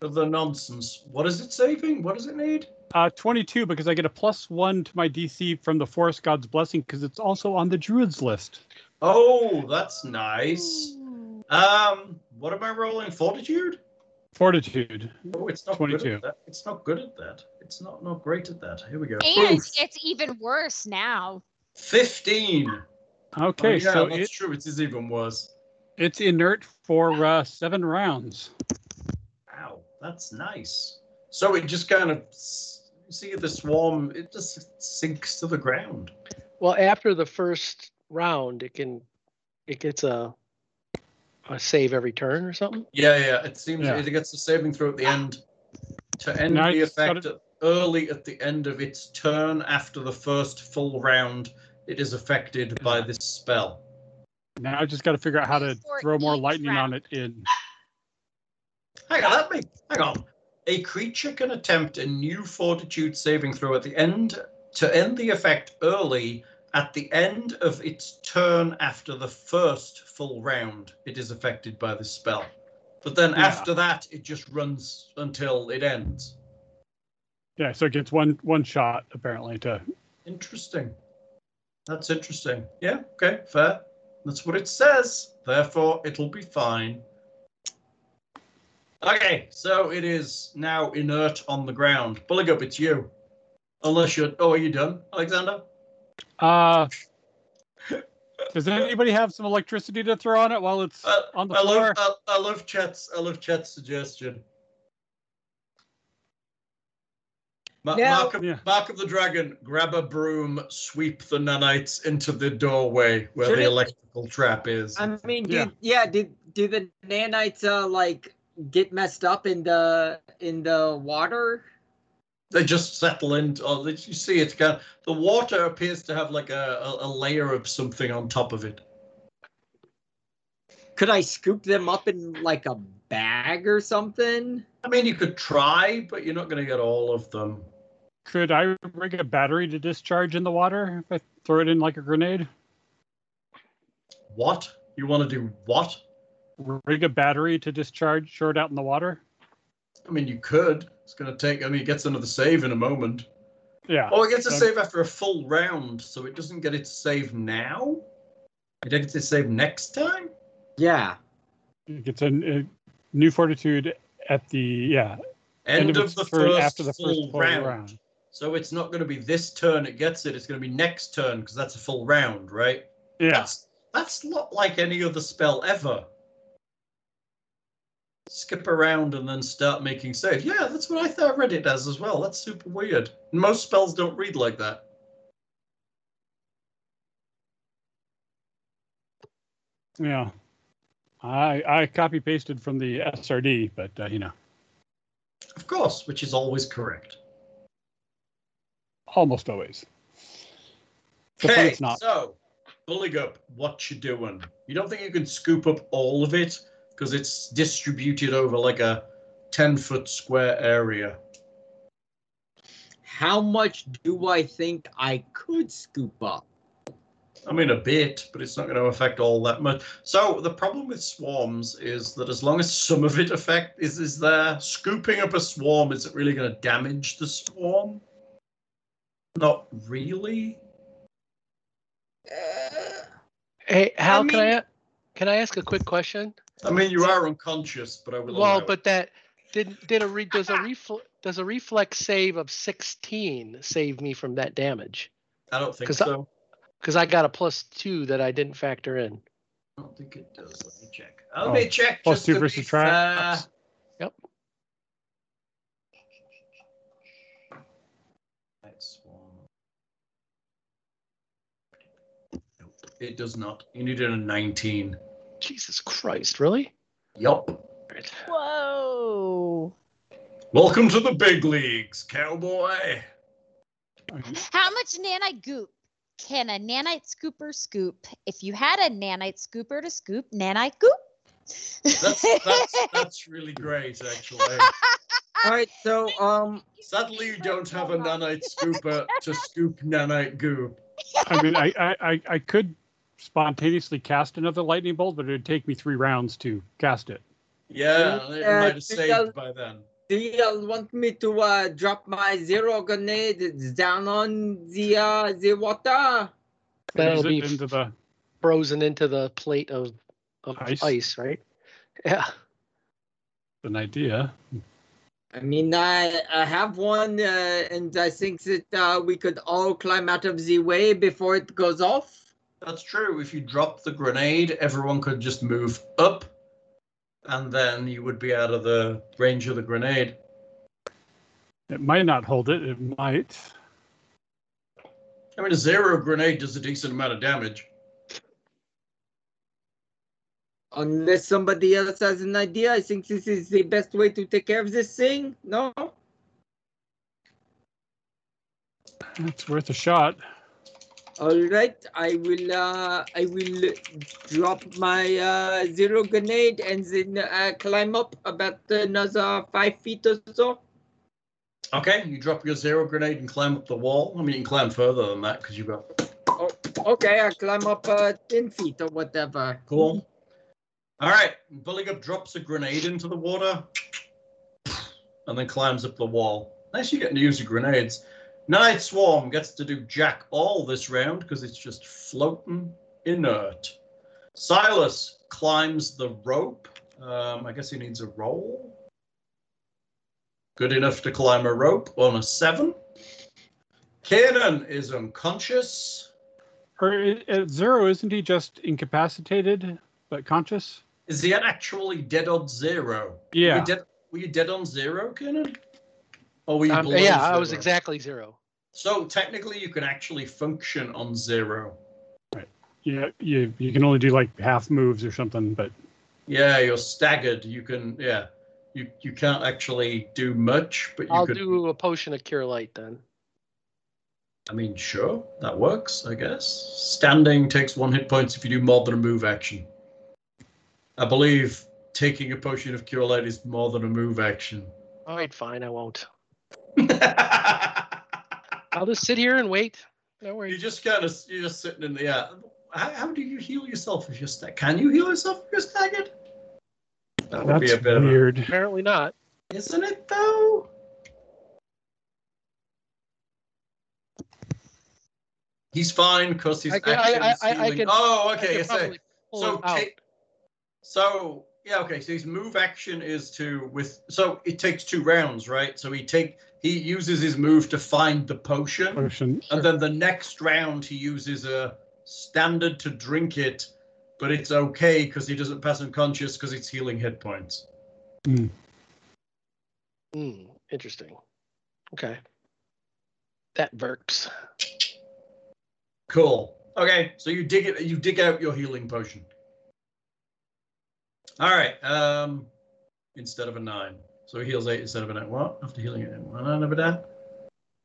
Speaker 5: The nonsense. What is it saving? What does it need?
Speaker 4: Uh, 22 because I get a plus one to my DC from the Forest God's Blessing because it's also on the Druids list.
Speaker 5: Oh, that's nice.
Speaker 3: Ooh.
Speaker 5: Um, what am I rolling? Fortitude?
Speaker 4: Fortitude.
Speaker 5: Oh, it's not good
Speaker 4: 22.
Speaker 5: at that. It's not good at that. It's not not great at that. Here we go.
Speaker 3: And
Speaker 5: Oof.
Speaker 3: it's even worse now.
Speaker 5: Fifteen.
Speaker 4: Okay,
Speaker 5: oh, yeah,
Speaker 4: so
Speaker 5: that's
Speaker 4: it,
Speaker 5: true. It is even worse.
Speaker 4: it's inert for uh, seven rounds.
Speaker 5: Wow, that's nice. So it just kind of s- you see the swarm. It just sinks to the ground.
Speaker 6: Well, after the first round, it can it gets a a save every turn or something.
Speaker 5: Yeah, yeah. It seems
Speaker 4: Yeah.
Speaker 5: it gets a saving throw at the end to end
Speaker 4: Now
Speaker 5: the
Speaker 4: it's
Speaker 5: effect
Speaker 4: gotta-
Speaker 5: at early at the end of its turn after the first full round, it is affected by this spell.
Speaker 4: Now I just got to figure out how to
Speaker 3: For
Speaker 4: throw more
Speaker 3: each
Speaker 4: lightning
Speaker 3: round.
Speaker 4: on it. In
Speaker 5: Hang on, let me. Hang on. A creature can attempt a new fortitude saving throw at the end to end the effect early at the end of its turn after the first full round. It is affected by this spell. But then
Speaker 4: Yeah.
Speaker 5: after that, it just runs until it ends.
Speaker 4: yeah, so it gets one one shot apparently to
Speaker 5: Interesting. That's interesting. Yeah, okay, fair. That's what it says. Therefore, it'll be fine. Okay, so it is now inert on the ground. Bullygup, it's you. Unless you're. Oh, are you done, Alexander? <laughs>
Speaker 4: Uh, does anybody have some electricity to throw on it while it's
Speaker 5: Uh,
Speaker 4: on the
Speaker 5: I love,
Speaker 4: floor?
Speaker 5: I, I love Chet's. I love Chet's suggestion. Ma-
Speaker 7: No.
Speaker 5: Mark, of,
Speaker 4: Yeah.
Speaker 5: Mark of the Dragon, grab a broom, sweep the nanites into the doorway where
Speaker 7: Should
Speaker 5: the
Speaker 7: it-
Speaker 5: electrical trap is.
Speaker 7: I mean,
Speaker 4: Yeah.
Speaker 7: yeah. yeah, did do the nanites uh like get messed up in the in the water?
Speaker 5: they just settle in. Or you see, it's kind of, the water appears to have like a, a, a layer of something on top of it.
Speaker 7: Could I scoop them up in like a bag or something?
Speaker 5: I mean, you could try, but you're not going to get all of them.
Speaker 4: Could I rig a battery to discharge in the water if I throw it in like a grenade?
Speaker 5: What you want to do? What?
Speaker 4: Rig a battery to discharge short out in the water?
Speaker 5: I mean, you could. It's going to take. I mean, it gets another save in a moment.
Speaker 4: Yeah.
Speaker 5: Oh, it gets a
Speaker 4: Um,
Speaker 5: save after a full round, so it doesn't get its save now. It gets its save next time.
Speaker 7: Yeah.
Speaker 4: It gets a, a new fortitude at the yeah
Speaker 5: End, of,
Speaker 4: its
Speaker 5: the
Speaker 4: turn
Speaker 5: first
Speaker 4: after the first
Speaker 5: full round. So it's not going to be this turn it gets it. It's going to be next turn because that's a full round, right?
Speaker 4: Yeah.
Speaker 5: That's that's not like any other spell ever. Skip around and then start making saves. Yeah, that's what I thought I read it as as well. That's super weird. Most spells don't read like that.
Speaker 4: Yeah. I I copy pasted from the SRD, but uh, you know
Speaker 5: Of course, which is always correct.
Speaker 4: almost always. Except when
Speaker 5: Okay,
Speaker 4: it's not.
Speaker 5: so bullying up what you doing. You don't think you can scoop up all of it because it's distributed over like a ten foot square area.
Speaker 7: How much do I think I could scoop up?
Speaker 5: I mean, a bit, but it's not going to affect all that much. So the problem with swarms is that as long as some of it affect is is there, scooping up a swarm isn't really going to damage the swarm. Not really.
Speaker 6: Hey, Hal, can
Speaker 7: mean-
Speaker 6: I can I ask a quick question?
Speaker 5: I mean, you are unconscious, but I will. allow
Speaker 6: Well,
Speaker 5: it.
Speaker 6: but that did did a re, does a refl, does a reflex save of 16 save me from that damage?
Speaker 5: I don't think
Speaker 6: 'cause I-
Speaker 5: so.
Speaker 6: Because I got a plus two that I didn't factor in.
Speaker 5: I don't think it does. Let me check. Let me
Speaker 4: Oh,
Speaker 5: check.
Speaker 4: plus
Speaker 5: just
Speaker 4: two
Speaker 5: to be
Speaker 4: versus traps.
Speaker 5: fair. That's one. Nope, It does not. You needed a 19.
Speaker 6: Jesus Christ, really?
Speaker 5: Yup.
Speaker 3: Whoa.
Speaker 5: Welcome to the big leagues, cowboy.
Speaker 3: How much nanite goop can a nanite scooper scoop if you had a nanite scooper to scoop nanite goop?
Speaker 5: That's
Speaker 3: <laughs>
Speaker 5: that's,
Speaker 7: <laughs>
Speaker 5: that's really great, actually.
Speaker 7: All right, so um
Speaker 5: Sadly, you don't have a nanite scooper
Speaker 7: <laughs>
Speaker 5: to scoop nanite goo.
Speaker 4: I mean, I, I, I, I could spontaneously cast another lightning bolt, but it would take me three rounds to cast it.
Speaker 5: Yeah, it
Speaker 7: Yeah,
Speaker 5: might have
Speaker 7: it does-
Speaker 5: saved by then.
Speaker 7: do you want me to uh drop my zero grenade down on the uh the water?
Speaker 6: That'll
Speaker 4: Freeze it
Speaker 6: be
Speaker 4: into the
Speaker 6: frozen into the plate of, of
Speaker 4: Ice.
Speaker 6: ice. right? Yeah.
Speaker 4: an idea.
Speaker 7: I mean, I, I have one, uh, and I think that uh, we could all climb out of the way before it goes off.
Speaker 5: That's true. If you drop the grenade, everyone could just move up, and then you would be out of the range of the grenade.
Speaker 4: It might not hold it. It might.
Speaker 5: I mean, a zero grenade does a decent amount of damage.
Speaker 7: Unless somebody else has an idea, I think this is the best way to take care of this thing. No?
Speaker 4: It's worth a shot.
Speaker 7: All right, I will. Uh, I will drop my uh, zero grenade and then uh, climb up about another five feet or so.
Speaker 5: Okay, you drop your zero grenade and climb up the wall. I mean, you can climb further than that because you've got
Speaker 7: Okay, I climb up uh, ten feet or whatever.
Speaker 5: Cool. All right. Bullygup drops a grenade into the water and then climbs up the wall. Nice, you getting to use your grenades. Night Swarm gets to do jack all this round because it's just floating inert. Silas climbs the rope. Um, I guess he needs a roll. Good enough to climb a rope on a seven. Kanan is unconscious.
Speaker 4: Or i- at zero, isn't he just incapacitated but conscious?
Speaker 5: Is he actually dead on zero? Were
Speaker 4: Yeah.
Speaker 5: you dead, were you dead on zero, Kenan? Or were you
Speaker 6: Um,
Speaker 5: below
Speaker 6: yeah, I was
Speaker 5: zero?
Speaker 6: exactly zero.
Speaker 5: So technically, you can actually function on zero.
Speaker 4: Yeah, you, you can only do like half moves or something, but
Speaker 5: Yeah, you're staggered. You can, yeah, you you can't actually do much, but you
Speaker 6: I'll
Speaker 5: could.
Speaker 6: do a potion of cure light then.
Speaker 5: I mean, sure, that works, I guess. Standing takes one hit points if you do more than a move action. I believe taking a potion of cure light is more than a move action. <laughs>
Speaker 6: All right, fine, I won't. I'll just sit here and wait. No
Speaker 5: You're
Speaker 6: worries.
Speaker 5: just kind of you're just sitting in the air. How, how do you heal yourself if you're stag? Can you heal yourself if you're staggered? That would
Speaker 4: that's
Speaker 5: be a bit of
Speaker 4: weird.
Speaker 6: Apparently not.
Speaker 5: a, isn't it though? He's fine because he's
Speaker 6: I can- I-
Speaker 5: actually
Speaker 6: I- I- I
Speaker 5: healing.
Speaker 6: can-
Speaker 5: oh,
Speaker 6: I
Speaker 5: okay.
Speaker 6: could
Speaker 5: I say.
Speaker 6: probably pull
Speaker 5: So
Speaker 6: it out.
Speaker 5: take. So yeah, okay. So his move action is to with. So it takes two rounds, right? So he take he uses his move to find the potion.
Speaker 4: Potion.
Speaker 5: And then the next round, he uses a standard to drink it, but it's okay because he doesn't pass unconscious because it's healing hit points.
Speaker 6: Hmm, interesting. Okay. That works.
Speaker 5: Cool. Okay, so you dig it. You dig out your healing potion. All right. Um, instead of a nine, so he heals eight instead of a nine. What after healing it? One out of a nine.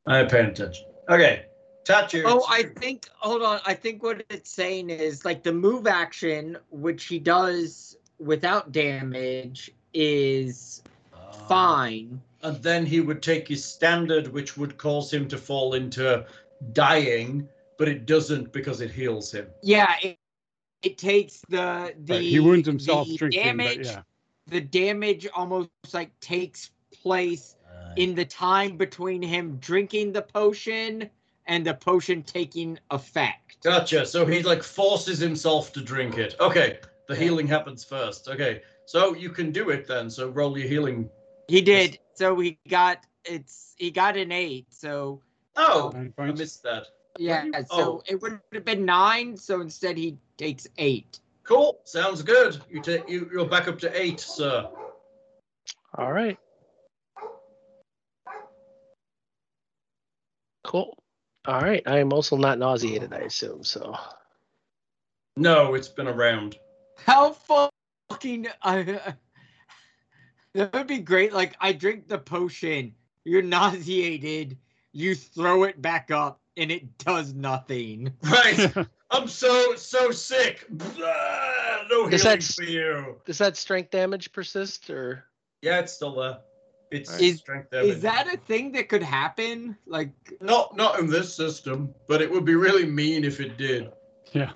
Speaker 5: I am paying attention. Okay, Tachi.
Speaker 7: Oh, I think. Hold on. I think what it's saying is like the move action, which he does without damage, is
Speaker 5: Ah.
Speaker 7: fine.
Speaker 5: and then he would take his standard, which would cause him to fall into dying, but it doesn't because it heals him.
Speaker 7: Yeah. It, it takes the the
Speaker 4: Right, he wounds himself
Speaker 7: the
Speaker 4: drinking,
Speaker 7: damage
Speaker 4: but yeah.
Speaker 7: the damage almost like takes place in the time between him drinking the potion and the potion taking effect.
Speaker 5: Gotcha. So he like forces himself to drink it. Okay, the healing happens first. Okay, so you can do it then. So roll your healing.
Speaker 7: He did. So he got it's he got an eight. So
Speaker 5: Oh,
Speaker 4: Nine
Speaker 5: I
Speaker 4: points.
Speaker 5: missed that.
Speaker 7: yeah.
Speaker 5: you-
Speaker 7: So
Speaker 5: oh.
Speaker 7: it would have been nine. So instead he takes eight.
Speaker 5: Cool. Sounds good. You take you. You're back up to eight, sir.
Speaker 6: All right. Cool. All right. I am also not nauseated, I assume. So
Speaker 5: No, it's been a round.
Speaker 7: How fucking <laughs> uh, that would be great. Like I drink the potion. You're nauseated. You throw it back up, and it does nothing.
Speaker 5: <laughs> Right.
Speaker 7: <laughs>
Speaker 5: I'm so so sick. Blah, no
Speaker 6: Is
Speaker 5: healing
Speaker 6: that-
Speaker 5: for you.
Speaker 6: does that strength damage persist or
Speaker 5: Yeah, it's still there. It's
Speaker 7: Is-
Speaker 5: strength
Speaker 7: Is that a thing that could happen? Like,
Speaker 5: Not not in this system, but it would be really mean if it did.
Speaker 4: Yeah.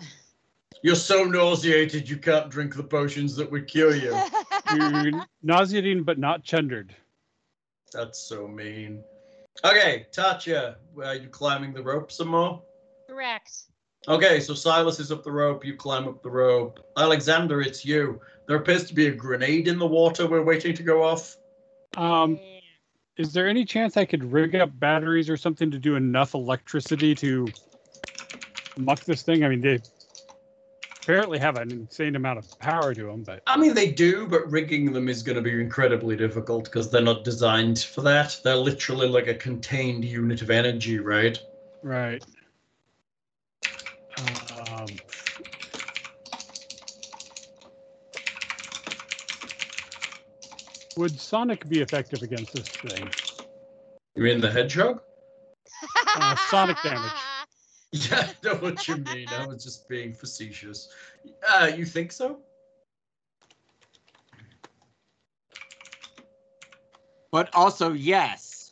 Speaker 5: You're so nauseated you can't drink the potions that would
Speaker 3: <laughs>
Speaker 5: cure you.
Speaker 4: <laughs> You're nauseating but not chundered.
Speaker 5: That's so mean. Okay, Tatya, are you climbing the rope some more?
Speaker 3: Correct.
Speaker 5: Okay, so Silas is up the rope, you climb up the rope. Alexander, it's you. There appears to be a grenade in the water we're waiting to go off.
Speaker 4: Um,
Speaker 3: Yeah.
Speaker 4: is there any chance I could rig up batteries or something to do enough electricity to muck this thing? I mean, they apparently have an insane amount of power to them, but
Speaker 5: I mean, they do, but rigging them is going to be incredibly difficult because they're not designed for that. They're literally like a contained unit of energy, right?
Speaker 4: right. Um, would Sonic be effective against this thing?
Speaker 5: You mean the hedgehog?
Speaker 4: Uh, sonic damage.
Speaker 5: <laughs> Yeah, I know what you mean. I was just being facetious. Uh, you think so?
Speaker 7: But also, yes.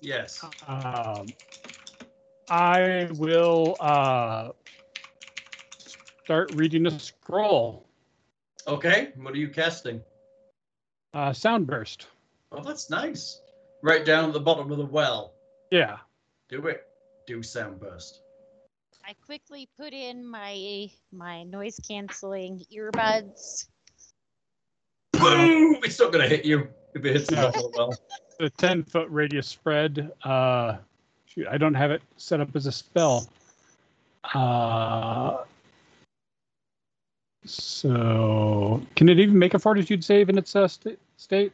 Speaker 5: Yes.
Speaker 4: Um, I will uh, start reading a scroll.
Speaker 5: Okay. What are you casting?
Speaker 4: Uh, sound burst.
Speaker 5: Oh, that's nice. Right down at the bottom of the well.
Speaker 4: Yeah.
Speaker 5: Do it. Do sound burst.
Speaker 3: <laughs> I quickly put in my my noise canceling earbuds.
Speaker 5: Boom! It's not going to hit you if it hits the
Speaker 4: No.
Speaker 5: bottom of the well.
Speaker 4: The 10 foot radius spread. Uh, shoot, I don't have it set up as a spell. Uh, so, can it even make a fortitude save in its uh, sta- state?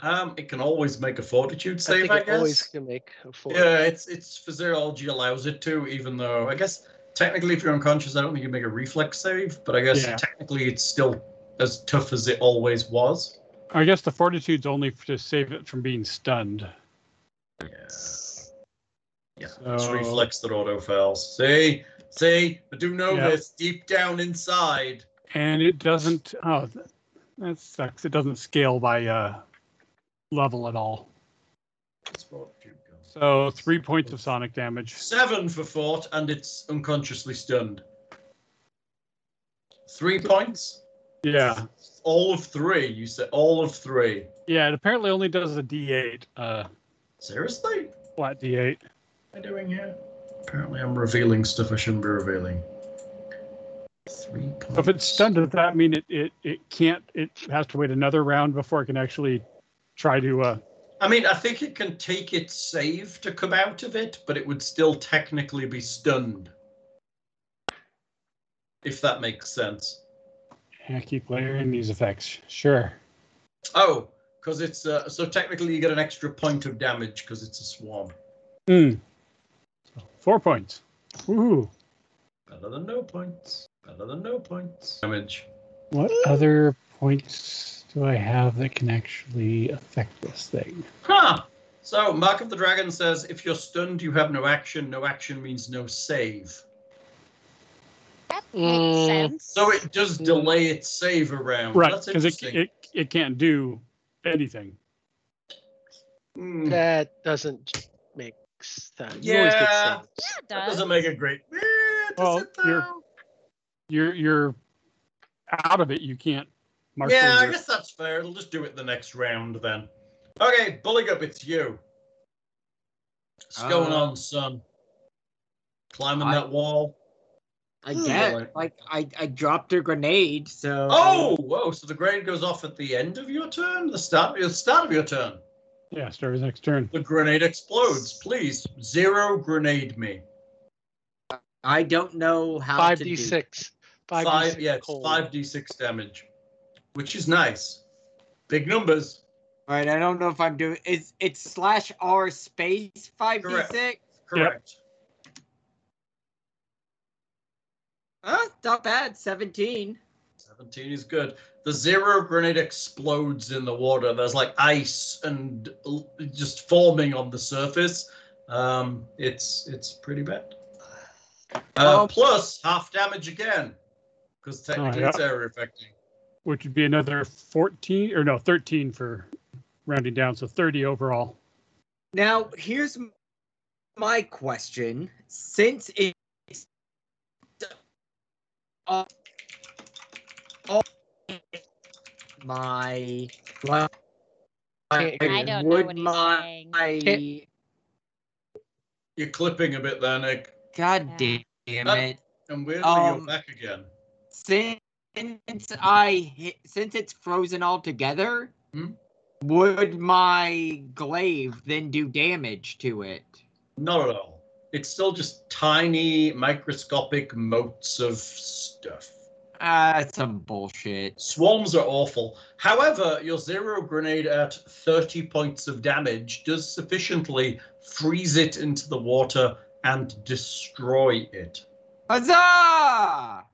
Speaker 5: Um, it can always make a fortitude save,
Speaker 6: I
Speaker 5: I,
Speaker 6: think it
Speaker 5: guess.
Speaker 6: always can make a four.
Speaker 5: Yeah, it's it's physiology allows it to, even though I guess technically if you're unconscious, I don't think you make a reflex save, but I guess
Speaker 4: Yeah.
Speaker 5: technically it's still as tough as it always was.
Speaker 4: I guess the fortitude's only f- to save it from being stunned.
Speaker 5: Yeah. Yeah. It's
Speaker 4: So-
Speaker 5: reflex that auto fails. See? See? I do know
Speaker 4: Yeah.
Speaker 5: this deep down inside.
Speaker 4: And it doesn't. Oh, th- that sucks. It doesn't scale by uh, level at all.
Speaker 5: It's fortitude goes.
Speaker 4: So, three points of sonic damage.
Speaker 5: Seven for fort, and it's unconsciously stunned. Three points?
Speaker 4: Yeah.
Speaker 5: All of three. You said all of three.
Speaker 4: Yeah, it apparently only does a d8, uh,
Speaker 5: Seriously?
Speaker 4: flat d8.
Speaker 5: am I doing here? Apparently, I'm revealing stuff I shouldn't be revealing. Three points.
Speaker 4: If it's stunned, does that mean it, it, it can't, it has to wait another round before it can actually try to, uh,
Speaker 5: I mean, I think it can take its save to come out of it, but it would still technically be stunned. If that makes sense.
Speaker 4: I keep layering these effects. Sure.
Speaker 5: Oh, because it's uh, so technically you get an extra point of damage because it's a swarm.
Speaker 4: Mm. Four points. Woohoo.
Speaker 5: Better than no points. Better than no points. Damage.
Speaker 4: What other points do I have that can actually affect this thing?
Speaker 5: Huh. So Mark of the Dragon says if you're stunned, you have no action. No action means no save.
Speaker 3: That makes
Speaker 6: Mm.
Speaker 3: sense.
Speaker 5: So it does delay its save around.
Speaker 4: Hmm. Right,
Speaker 5: That's
Speaker 4: because it,
Speaker 5: interesting.
Speaker 4: it, it can't do anything.
Speaker 5: Hmm, that
Speaker 6: Mm, That doesn't make sense.
Speaker 5: Yeah.
Speaker 3: yeah, it does.
Speaker 5: doesn't make it great. Eh, does
Speaker 4: Well,
Speaker 5: it
Speaker 4: you're-
Speaker 5: though?
Speaker 4: You're, you're out of it. You can't marshal
Speaker 5: yeah, I
Speaker 4: your-
Speaker 5: guess that's fair. It'll just do it the next round then. Okay, bully up, it's you. What's going
Speaker 7: Uh,
Speaker 5: on, son? Climbing
Speaker 7: I-
Speaker 5: that wall.
Speaker 7: I
Speaker 5: Hmm.
Speaker 7: get like I I dropped a grenade, so
Speaker 5: Oh, whoa! So the grenade goes off at the end of your turn, the start, the start of your turn.
Speaker 4: Yeah, start his next turn.
Speaker 5: The grenade explodes. Please zero grenade me.
Speaker 7: I don't know how
Speaker 6: Five
Speaker 7: to
Speaker 6: d
Speaker 7: do-
Speaker 6: six.
Speaker 5: Five,
Speaker 6: Five d
Speaker 5: yeah, it's
Speaker 6: <laughs>
Speaker 5: five d six damage, which is nice. Big numbers.
Speaker 7: All right, I don't know if I'm doing is it's slash R space five d six.
Speaker 5: Correct.
Speaker 7: Huh? Not bad. Seventeen.
Speaker 5: 17 is good. The zero grenade explodes in the water. There's like ice and l- just forming on the surface. Um, it's it's pretty bad. Uh,
Speaker 7: Um,
Speaker 5: plus half damage again, because technically
Speaker 4: yeah.
Speaker 5: it's area affecting.
Speaker 4: which would be another 14 or no 13 for rounding down so 30 overall
Speaker 7: Now here's m- my question: Since it's all, all- my like,
Speaker 6: Can't hear
Speaker 3: I don't
Speaker 6: you.
Speaker 3: know
Speaker 7: would
Speaker 3: what he's
Speaker 7: my
Speaker 3: saying.
Speaker 7: my-
Speaker 5: You're clipping a bit there, Nick.
Speaker 7: God
Speaker 3: Yeah.
Speaker 7: damn it.
Speaker 5: Uh, And weirdly,
Speaker 7: Um,
Speaker 5: you're back again.
Speaker 7: since I hit, since it's frozen altogether,
Speaker 5: Hmm?
Speaker 7: would my glaive then do damage to it?
Speaker 5: Not at all. It's still just tiny, microscopic motes of stuff.
Speaker 7: Ah, that's some bullshit.
Speaker 5: Swarms are awful. However, your zero grenade at 30 points of damage does sufficiently freeze it into the water and destroy it.
Speaker 7: Huzzah!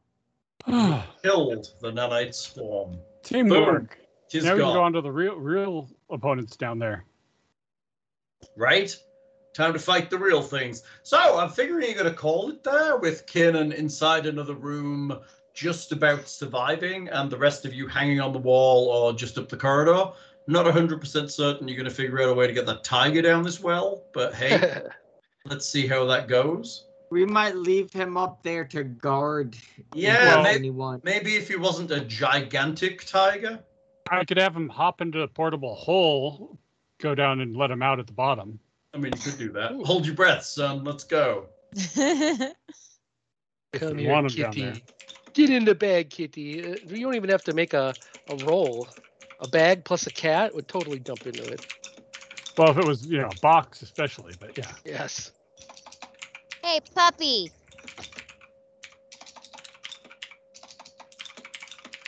Speaker 5: Killed the nanite swarm.
Speaker 4: teamwork
Speaker 5: Tis
Speaker 4: now we can go
Speaker 5: gone.
Speaker 4: on to the real real opponents down there
Speaker 5: right? Time to fight the real things. So I'm figuring you're going to call it there with Kiernan inside another room, just about surviving, and the rest of you hanging on the wall or just up the corridor. Not 100% certain you're going to figure out a way to get that tiger down this well, but
Speaker 6: <laughs>
Speaker 5: hey, let's see how that goes.
Speaker 7: We might leave him up there to guard.
Speaker 5: Yeah,
Speaker 4: Well-
Speaker 7: if
Speaker 5: maybe,
Speaker 7: anyone.
Speaker 5: maybe if he wasn't a gigantic tiger.
Speaker 4: I could have him hop into the portable hole, go down and let him out at the bottom.
Speaker 5: I mean, you could do that. Hold your breath, son. Let's go.
Speaker 4: If
Speaker 6: Come
Speaker 4: you
Speaker 6: here,
Speaker 4: want 'em down
Speaker 6: kitty. Get in the bag, kitty. Uh, You don't even have to make a, a roll. A bag plus a cat would totally dump into it.
Speaker 4: Well, if it was, you know, a box especially, but yeah.
Speaker 6: Yes.
Speaker 3: <laughs> hey, puppy.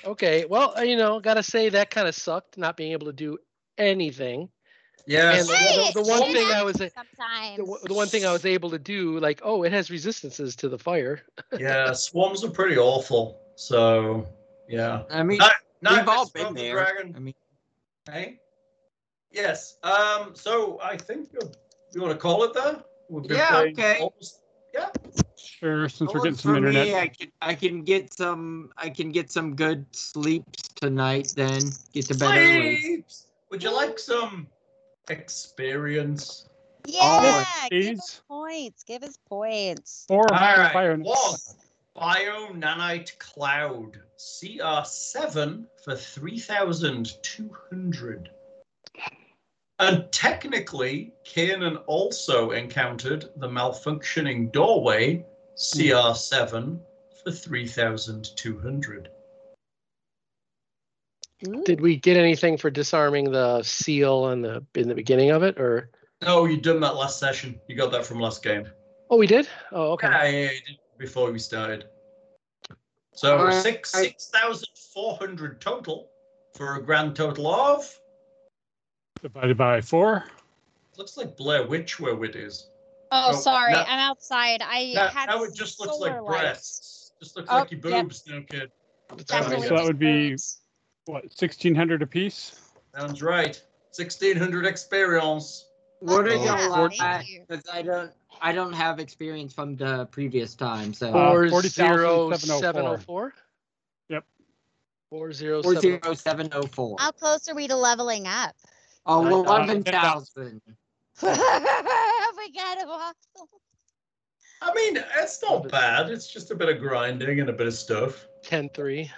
Speaker 6: Okay. Well, uh, you know, gotta say that kind of sucked, not being able to do anything.
Speaker 5: Yes.
Speaker 6: And-
Speaker 3: Hey,
Speaker 6: the- the
Speaker 3: it
Speaker 6: one
Speaker 3: shit
Speaker 6: thing I
Speaker 3: happens
Speaker 6: was-
Speaker 3: sometimes.
Speaker 6: The, w- the one thing I was able to do, like, oh, it has resistances to the fire.
Speaker 5: yeah, swarms are pretty awful. So, yeah.
Speaker 7: I mean,
Speaker 5: Not- Night
Speaker 7: all
Speaker 5: Mist
Speaker 7: been
Speaker 5: from the
Speaker 7: there.
Speaker 5: Dragon.
Speaker 7: I mean,
Speaker 5: Hey? Yes. Um. So I think you're, you want to call it that. We've been
Speaker 7: Yeah,
Speaker 5: playing
Speaker 7: okay.
Speaker 5: almost-
Speaker 4: Sure, since we're
Speaker 7: Well,
Speaker 4: getting some
Speaker 7: for
Speaker 4: internet.
Speaker 7: Me, I can I can get some I can get some good sleeps tonight. Then get to bed early.
Speaker 5: Sleeps. Would you like some experience?
Speaker 3: yeah,
Speaker 4: Oh,
Speaker 3: give
Speaker 4: Please.
Speaker 3: us points. Give us points.
Speaker 4: Or
Speaker 5: All right.
Speaker 4: fire and
Speaker 5: One. Bio nanite cloud. CR seven for three thousand two hundred. And technically, Kanan also encountered the malfunctioning doorway. CR seven for three thousand two hundred.
Speaker 3: Ooh.
Speaker 6: Did we get anything for disarming the seal in the in the beginning of it, or?
Speaker 5: No, Oh, you done that last session. You got that from last game.
Speaker 6: Oh, we did. Oh, okay.
Speaker 5: Yeah, yeah, yeah, you did before we started. So
Speaker 7: All right.
Speaker 5: six six thousand four hundred total for a grand total of
Speaker 4: divided by four.
Speaker 5: looks like Blair Witch where it is.
Speaker 3: Oh,
Speaker 5: No,
Speaker 3: sorry,
Speaker 5: no.
Speaker 3: I'm outside. I
Speaker 5: Now,
Speaker 3: had
Speaker 5: now it just looks like
Speaker 3: solar lights.
Speaker 5: breasts. Just looks
Speaker 3: Oh,
Speaker 5: like your
Speaker 3: yep.
Speaker 5: boobs, no kid.
Speaker 6: That's all right.
Speaker 3: Definitely
Speaker 5: So
Speaker 4: Oh, that would be-
Speaker 3: disturbs.
Speaker 4: What, sixteen hundred apiece?
Speaker 5: Sounds right. Sixteen hundred experience.
Speaker 7: What are
Speaker 3: Oh, yeah,
Speaker 7: y'all
Speaker 3: thank
Speaker 7: at?
Speaker 3: you.
Speaker 7: Because I don't I don't have experience from the previous time. So
Speaker 4: Uh,
Speaker 6: Four
Speaker 4: 40,704. Yep.
Speaker 6: Four zero
Speaker 7: four
Speaker 6: seven. oh
Speaker 7: zero seven zero four.
Speaker 3: How close are we to leveling up?
Speaker 7: Oh,
Speaker 4: Uh,
Speaker 7: eleven thousand.
Speaker 3: <laughs> we gotta walk.
Speaker 5: I mean, it's not bad. It's just a bit of grinding and a bit of stuff.
Speaker 6: Ten three.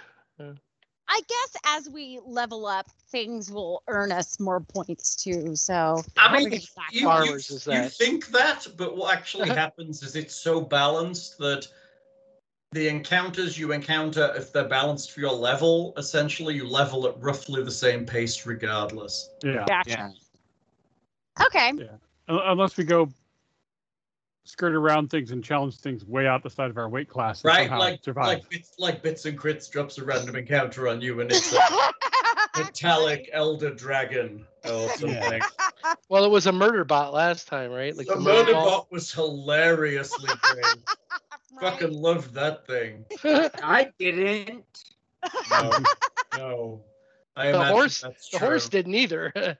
Speaker 3: I guess as we level up, things will earn us more points too. So
Speaker 5: I mean,
Speaker 3: Bring
Speaker 5: if
Speaker 3: it back.
Speaker 5: you, you,
Speaker 6: Farmers is
Speaker 5: you
Speaker 6: that.
Speaker 5: think that, but what
Speaker 3: <laughs>
Speaker 5: actually happens is it's so balanced that the encounters you encounter, if they're balanced for your level, essentially you level at roughly the same pace regardless.
Speaker 4: Yeah.
Speaker 3: Gotcha.
Speaker 7: Yeah.
Speaker 3: Okay.
Speaker 4: Un- Unless we go skirt around things and challenge things way out the side of our weight class and
Speaker 5: Right?
Speaker 4: somehow
Speaker 5: Like,
Speaker 4: survive.
Speaker 5: like, bits, like bits and crits drops a random encounter on you and
Speaker 3: <laughs>
Speaker 5: it's a metallic elder dragon or something.
Speaker 6: Well, it was a murder bot last time, right?
Speaker 5: The
Speaker 6: the
Speaker 5: murder
Speaker 6: ball-
Speaker 5: bot was hilariously
Speaker 6: <laughs>
Speaker 5: great. Fucking
Speaker 3: Right.
Speaker 5: loved that thing.
Speaker 7: I didn't.
Speaker 5: No, no. I
Speaker 6: The
Speaker 5: imagine
Speaker 6: horse-
Speaker 5: that's
Speaker 6: <laughs> The horse
Speaker 5: true.
Speaker 6: didn't either.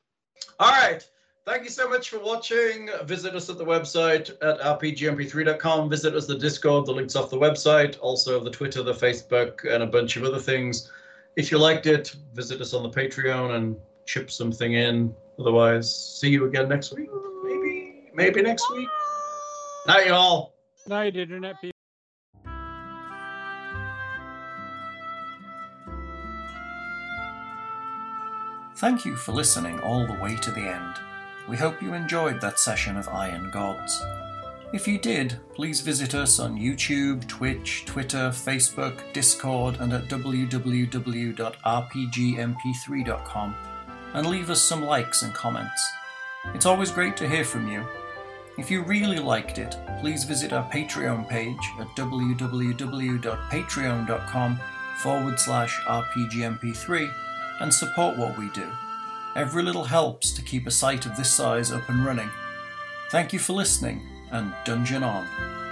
Speaker 6: <laughs>
Speaker 5: All right. Thank you so much for watching. Visit us at the website at rpgmp3.com. Visit us the Discord, the links off the website, also the Twitter, the Facebook, and a bunch of other things. If you liked it, visit us on the Patreon and chip something in. Otherwise, see you again next week. Maybe, maybe next week. Night, y'all.
Speaker 4: Night, internet people.
Speaker 1: Thank you for listening all the way to the end. We hope you enjoyed that session of Iron Gods. If you did, please visit us on YouTube, Twitch, Twitter, Facebook, Discord, and at www.rpgmp3.com, and leave us some likes and comments. It's always great to hear from you. If you really liked it, please visit our Patreon page at www.patreon.com forward slash rpgmp3 and support what we do. Every little helps to keep a site of this size up and running. Thank you for listening, and Dungeon On.